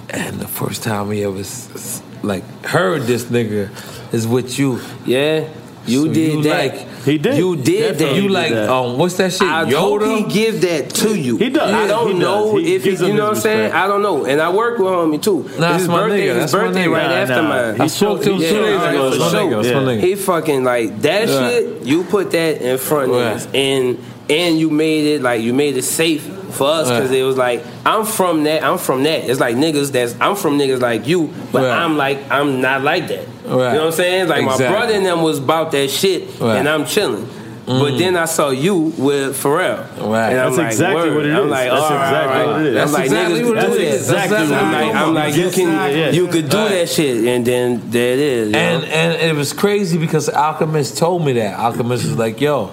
S6: And the first time he ever s- s- like heard this nigga is with you.
S9: Yeah, you did that.
S6: he did.
S9: You did that.
S6: You like um, what's that shit?
S9: I hope
S6: Yoda.
S9: he give that to you.
S6: He does.
S9: I don't
S6: He does.
S9: know
S6: He
S9: if he,
S6: gives him
S9: you know what I'm
S6: his
S9: saying.
S6: respect.
S9: I don't know. And I work with homie too.
S6: Nah,
S9: his
S6: that's my
S9: birthday,
S6: nigga.
S9: His
S6: That's my
S9: birthday
S6: nigga.
S9: right
S6: Nah,
S9: after
S6: nah.
S9: mine.
S6: He I spoke to him two days ago. That's my nigga. That's my nigga.
S9: He fucking like that
S6: Yeah.
S9: shit. You put that in front of us, and and you made it like you made it safe for us because
S6: Right.
S9: it was like I'm from that. I'm from that. It's like niggas that's I'm from niggas like you, but
S6: Right.
S9: I'm like I'm not like that.
S6: Right.
S9: You know what I'm saying? Like my
S6: Exactly.
S9: brother and them was about that shit,
S6: Right.
S9: and I'm chilling. But
S6: Mm.
S9: then I saw you with Pharrell.
S6: Right.
S9: And I'm
S6: That's
S9: like,
S6: exactly
S9: word.
S6: what it
S9: I'm
S6: is.
S9: like,
S6: That's
S9: all right,
S6: exactly
S9: all right.
S6: what it is.
S9: I'm
S6: That's
S9: like,
S6: exactly
S9: niggas
S6: what it
S9: do
S6: is.
S9: that.
S6: That's exactly
S9: I'm
S6: what
S9: like,
S6: I'm
S9: I'm like, you
S6: talking about. Yeah.
S9: can, you could do
S6: Right.
S9: that shit, and then there it is. you know?
S6: And and it was crazy because Alchemist told me that. Alchemist was like, "Yo,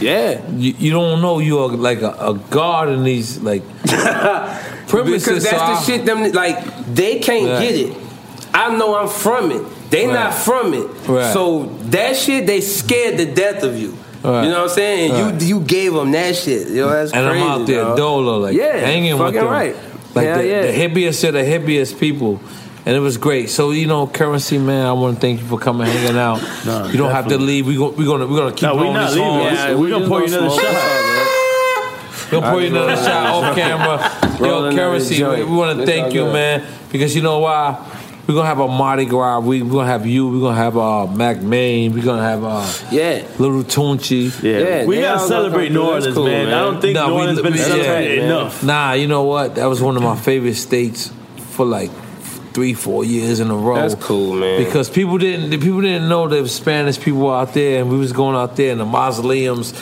S9: yeah,
S6: you, you don't know you are like a, a god in these like premises."
S9: Because
S6: so
S9: that's the
S6: I-
S9: shit them like they can't
S6: Right.
S9: get it. I know I'm from it. They
S6: Right.
S9: not from it.
S6: Right.
S9: So that shit they scared to death of you.
S6: Right.
S9: You know what I'm saying? And You you gave them that shit. Yo, that's
S6: and
S9: crazy,
S6: I'm out there
S9: dog.
S6: dolo, like
S9: yeah,
S6: hanging
S9: fucking
S6: with them,
S9: right.
S6: like
S9: yeah,
S6: the,
S9: yeah.
S6: the hippiest of the hippiest people. And it was great. So you know, currency man, I want to thank you for coming hanging out. you don't have to
S10: definitely.
S6: leave. We gon' we gonna we gonna keep
S10: No, we
S6: on
S10: not
S6: this
S10: leaving.
S6: on.
S10: We- Yeah, we we gonna just pour you gonna another smoke.
S6: Gonna pour you
S10: I
S6: another
S10: just
S6: shot
S10: rolled
S6: off
S10: another
S6: camera.
S10: joint. Rolled
S6: Yo,
S10: another
S6: currency,
S10: joint.
S6: we, want to
S10: It's
S6: thank
S10: all
S6: you,
S10: good.
S6: man, because you know why. We're gonna have a Mardi Gras. We're gonna have you. We're gonna have uh, Mac Main. We're gonna have uh,
S9: yeah,
S6: Little Tunchi.
S10: Yeah, we they gotta all gonna celebrate come New through. That's Orleans, cool, man. man. I don't think New
S6: we-
S10: Orleans been
S6: we-
S10: celebrated enough.
S6: Nah, you know what? That was one of my favorite states for like three, four years in a row.
S9: That's cool, man.
S6: Because people didn't, the people didn't know there was Spanish people out there, and we was going out there, and the mausoleums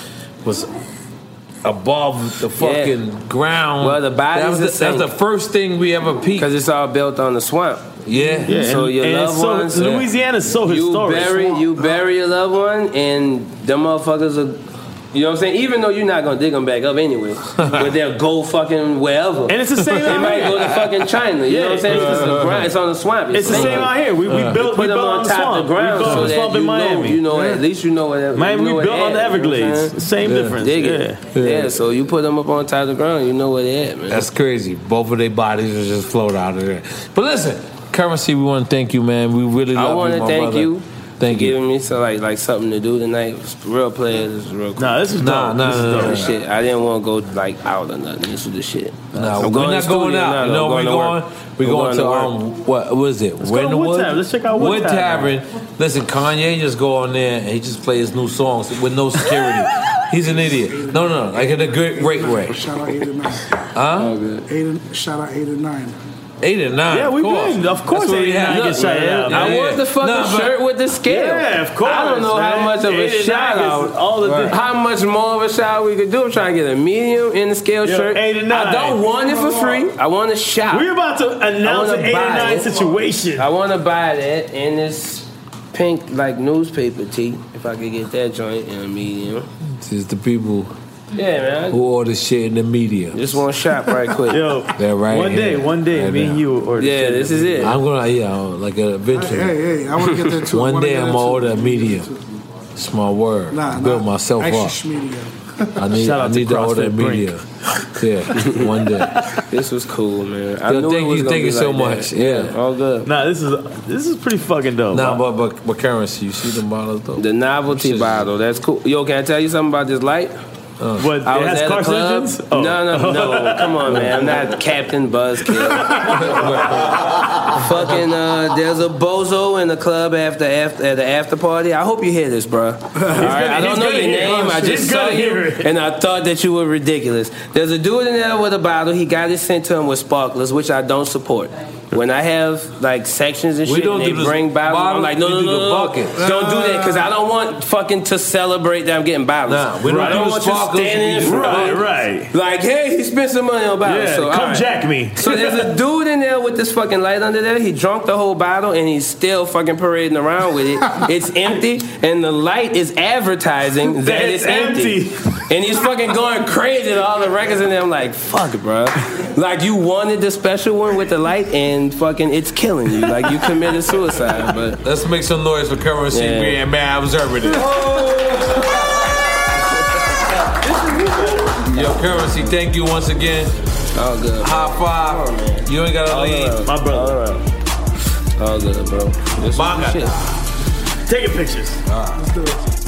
S6: was above the fucking ground.
S9: Well, the bodies
S6: That was
S9: are
S6: the- that's
S9: sank.
S6: the first thing we ever peaked
S9: because it's all built on the swamp.
S6: Yeah,
S10: Yeah,
S9: so
S10: and-
S9: your
S10: and
S9: loved
S10: it's so-
S9: ones,
S10: Louisiana's so
S9: you
S10: historic.
S9: Bury, you bury your loved one, and them motherfuckers are You know what I'm saying? Even though you're not gonna dig them back up anyway, but they'll go fucking wherever.
S10: And it's the same
S9: They
S10: out
S9: might
S10: here.
S9: go to fucking China. You know what I'm saying? It's, just a grind. it's on the swamp.
S10: It's the same out here. We- we
S9: Uh,
S10: built-
S9: put
S10: we
S9: them
S10: built on
S9: on
S10: the
S9: top
S10: swamp.
S9: of the ground
S10: We built on
S9: so
S10: the
S9: that
S10: swamp
S9: you
S10: in
S9: know,
S10: Miami.
S9: you know, at
S10: Yeah.
S9: least you know what.
S10: Miami,
S9: you know
S10: we
S9: where
S10: built
S9: they
S10: on the
S9: at, you know what I'm
S10: Everglades.
S9: saying?
S10: Same difference.
S9: dig
S10: Yeah.
S9: it. Yeah. So you put them up on top of the ground, you know where they at, man.
S6: That's crazy. Both of their bodies are just float out of there. But listen, currency, we want to thank you, man. We really love
S9: I
S6: you,
S9: want to
S6: my
S9: thank
S6: brother.
S9: you.
S6: Thank
S9: for
S6: you.
S9: Giving me some, like like something to do tonight. Real players, this is real. Cool.
S6: this is Nah, dope. nah, This is nah, dope. nah, nah.
S9: Shit, I didn't want to go like out or nothing. This is the shit.
S6: No,
S9: I'm
S6: we're
S9: going
S6: not
S9: to
S6: going
S9: studio now,
S6: out.
S9: though.
S6: No,
S9: I'm
S6: we're going.
S9: to work.
S6: We're
S9: I'm
S6: going to
S9: work.
S6: um. What was it?
S9: go to Wood
S6: Wynwood?
S9: Tavern. Let's check out Wood
S6: Wood
S9: Tavern.
S6: Tavern. Listen, Kanye just go on there and he just play his new songs with no security. He's an idiot. No, no, like in a good great way.
S15: Shout out eight and nine.
S6: Huh?
S15: Eight and, shout out eight and nine.
S6: Eight and nine.
S15: Yeah,
S6: of
S15: we
S6: course.
S15: been. Of
S6: That's
S15: course
S6: what we
S15: eight and
S6: had.
S15: nine get shot out,
S9: I
S6: Yeah,
S9: want
S6: yeah.
S9: the fucking
S6: Nah, but-
S9: shirt with the scale.
S6: Yeah, of course,
S9: I don't know
S6: man.
S9: how much of
S6: Eight
S9: a
S6: and
S9: shout
S6: nine
S9: out.
S6: is all the difference.
S9: how much more of a shout out we could do? I'm trying to get a medium in the scale
S10: Yo,
S9: shirt.
S10: eight and
S9: I don't
S10: nine.
S9: want it for free. I want a shot.
S10: We're about to announce
S9: I wanna
S10: an eight and
S9: buy
S10: nine
S9: it.
S10: situation.
S9: I want to buy that in this pink like newspaper tee. If I could get that joint in a medium.
S6: This is the people
S9: Yeah, man.
S6: who order shit in the media. Just
S9: one shot right quick.
S10: Yo,
S6: They're right.
S10: one day,
S6: here,
S10: one day,
S6: right
S10: me
S6: now.
S10: and you will order.
S6: Yeah, this is it. I'm gonna yeah, like a eventually.
S15: Hey, hey, hey, I wanna get there too. I
S6: One
S15: wanna
S6: day
S15: get
S6: I'm
S15: there
S6: gonna
S15: too.
S6: order a medium. It's my word.
S15: Nah,
S6: Build
S15: nah.
S6: myself
S15: Extra
S6: up.
S15: schmedium.
S6: I need
S15: Shout
S6: I
S15: out to
S6: need to order a
S15: CrossFit Brink.
S6: medium. Yeah, one day.
S9: This was cool, man.
S6: Yo, thank you, thank you so much. Yeah,
S9: all good.
S10: Nah, this is this is pretty fucking dope.
S6: Nah, but but, but currency, you see the bottles though.
S9: The novelty bottle. That's cool. Yo, can I tell you something about this light?
S6: Uh.
S10: What, it has
S9: a club.
S10: carcinogens? Oh.
S9: No, no, no. Come on, man. I'm not Captain Buzzkill. Fucking, uh, there's a bozo in the club after, after at the after party. I hope you hear this, bro. I don't
S5: he's gonna
S9: know your
S5: hear it.
S9: name. I
S5: He's
S9: just
S5: gonna
S9: saw you,
S5: hear it.
S9: and I thought that you were ridiculous. There's a dude in there with a bottle. He got it sent to him with sparklers, which I don't support. When I have like sections and
S6: We
S9: shit,
S6: don't
S9: and they
S6: do the
S9: bring bottles. I'm
S6: bottles,
S9: like, no,
S6: we
S9: no,
S6: do
S9: no,
S6: the
S9: no, no.
S6: buckets.
S9: don't do that because I don't want fucking to celebrate that I'm getting bottles.
S6: Nah, we don't
S9: I
S6: do
S9: don't
S6: the
S9: want you
S6: sparkles, we
S9: standing
S6: do
S9: in
S6: the
S9: front.
S6: buckets.
S10: Right.
S9: Like, hey, he spent some money on bottles.
S10: Yeah,
S9: so,
S10: come
S9: all right.
S10: jack me.
S9: So there's a dude in there with this fucking light under there. He drunk the whole bottle and he's still fucking parading around with it. It's empty and the light is advertising that,
S10: That
S9: it's
S10: it's empty.
S9: empty. and he's fucking going crazy to all the records in there. I'm like, fuck, bro. Like you wanted the special one with the light and fucking it's killing you. Like you committed suicide. But
S6: let's make some noise for currency
S9: Yeah.
S6: being mad observative. Yo, currency, thank you once again.
S9: All good.
S6: High five. you ain't gotta leave.
S10: My brother.
S9: All good, bro. This is
S6: Manga.
S9: the shit.
S10: Taking pictures.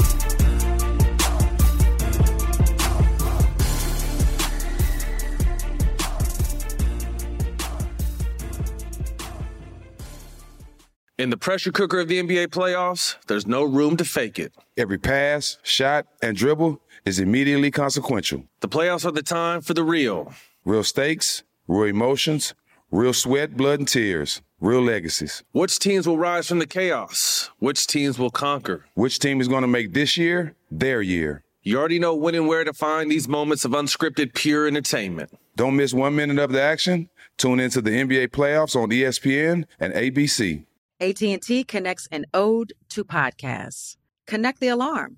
S19: In the pressure cooker of the NBA playoffs, there's no room to fake it.
S20: Every pass, shot, and dribble is immediately consequential.
S19: The playoffs are the time for the real.
S20: Real stakes, real emotions, real sweat, blood, and tears, real legacies.
S19: Which teams will rise from the chaos? Which teams will conquer?
S20: Which team is going to make this year their year?
S19: You already know when and where to find these moments of unscripted, pure entertainment.
S20: Don't miss one minute of the action. Tune into the NBA playoffs on E ESPN and ABC.
S21: AT&T connects an ode to podcasts. Connect the alarm,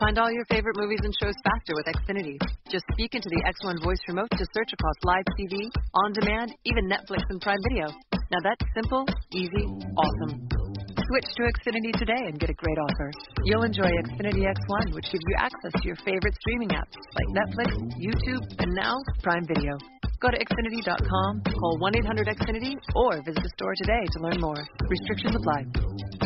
S22: Find all your favorite movies and shows faster with Xfinity. Just speak into the X1 voice remote to search across live TV, on demand, even Netflix and Prime Video. Now that's simple, easy, awesome. Switch to Xfinity today and get a great offer. You'll enjoy Xfinity X1, which gives you access to your favorite streaming apps like Netflix, YouTube, and now Prime Video. Go to Xfinity.com, call 1 800 Xfinity, or visit a store today to learn more. Restrictions apply.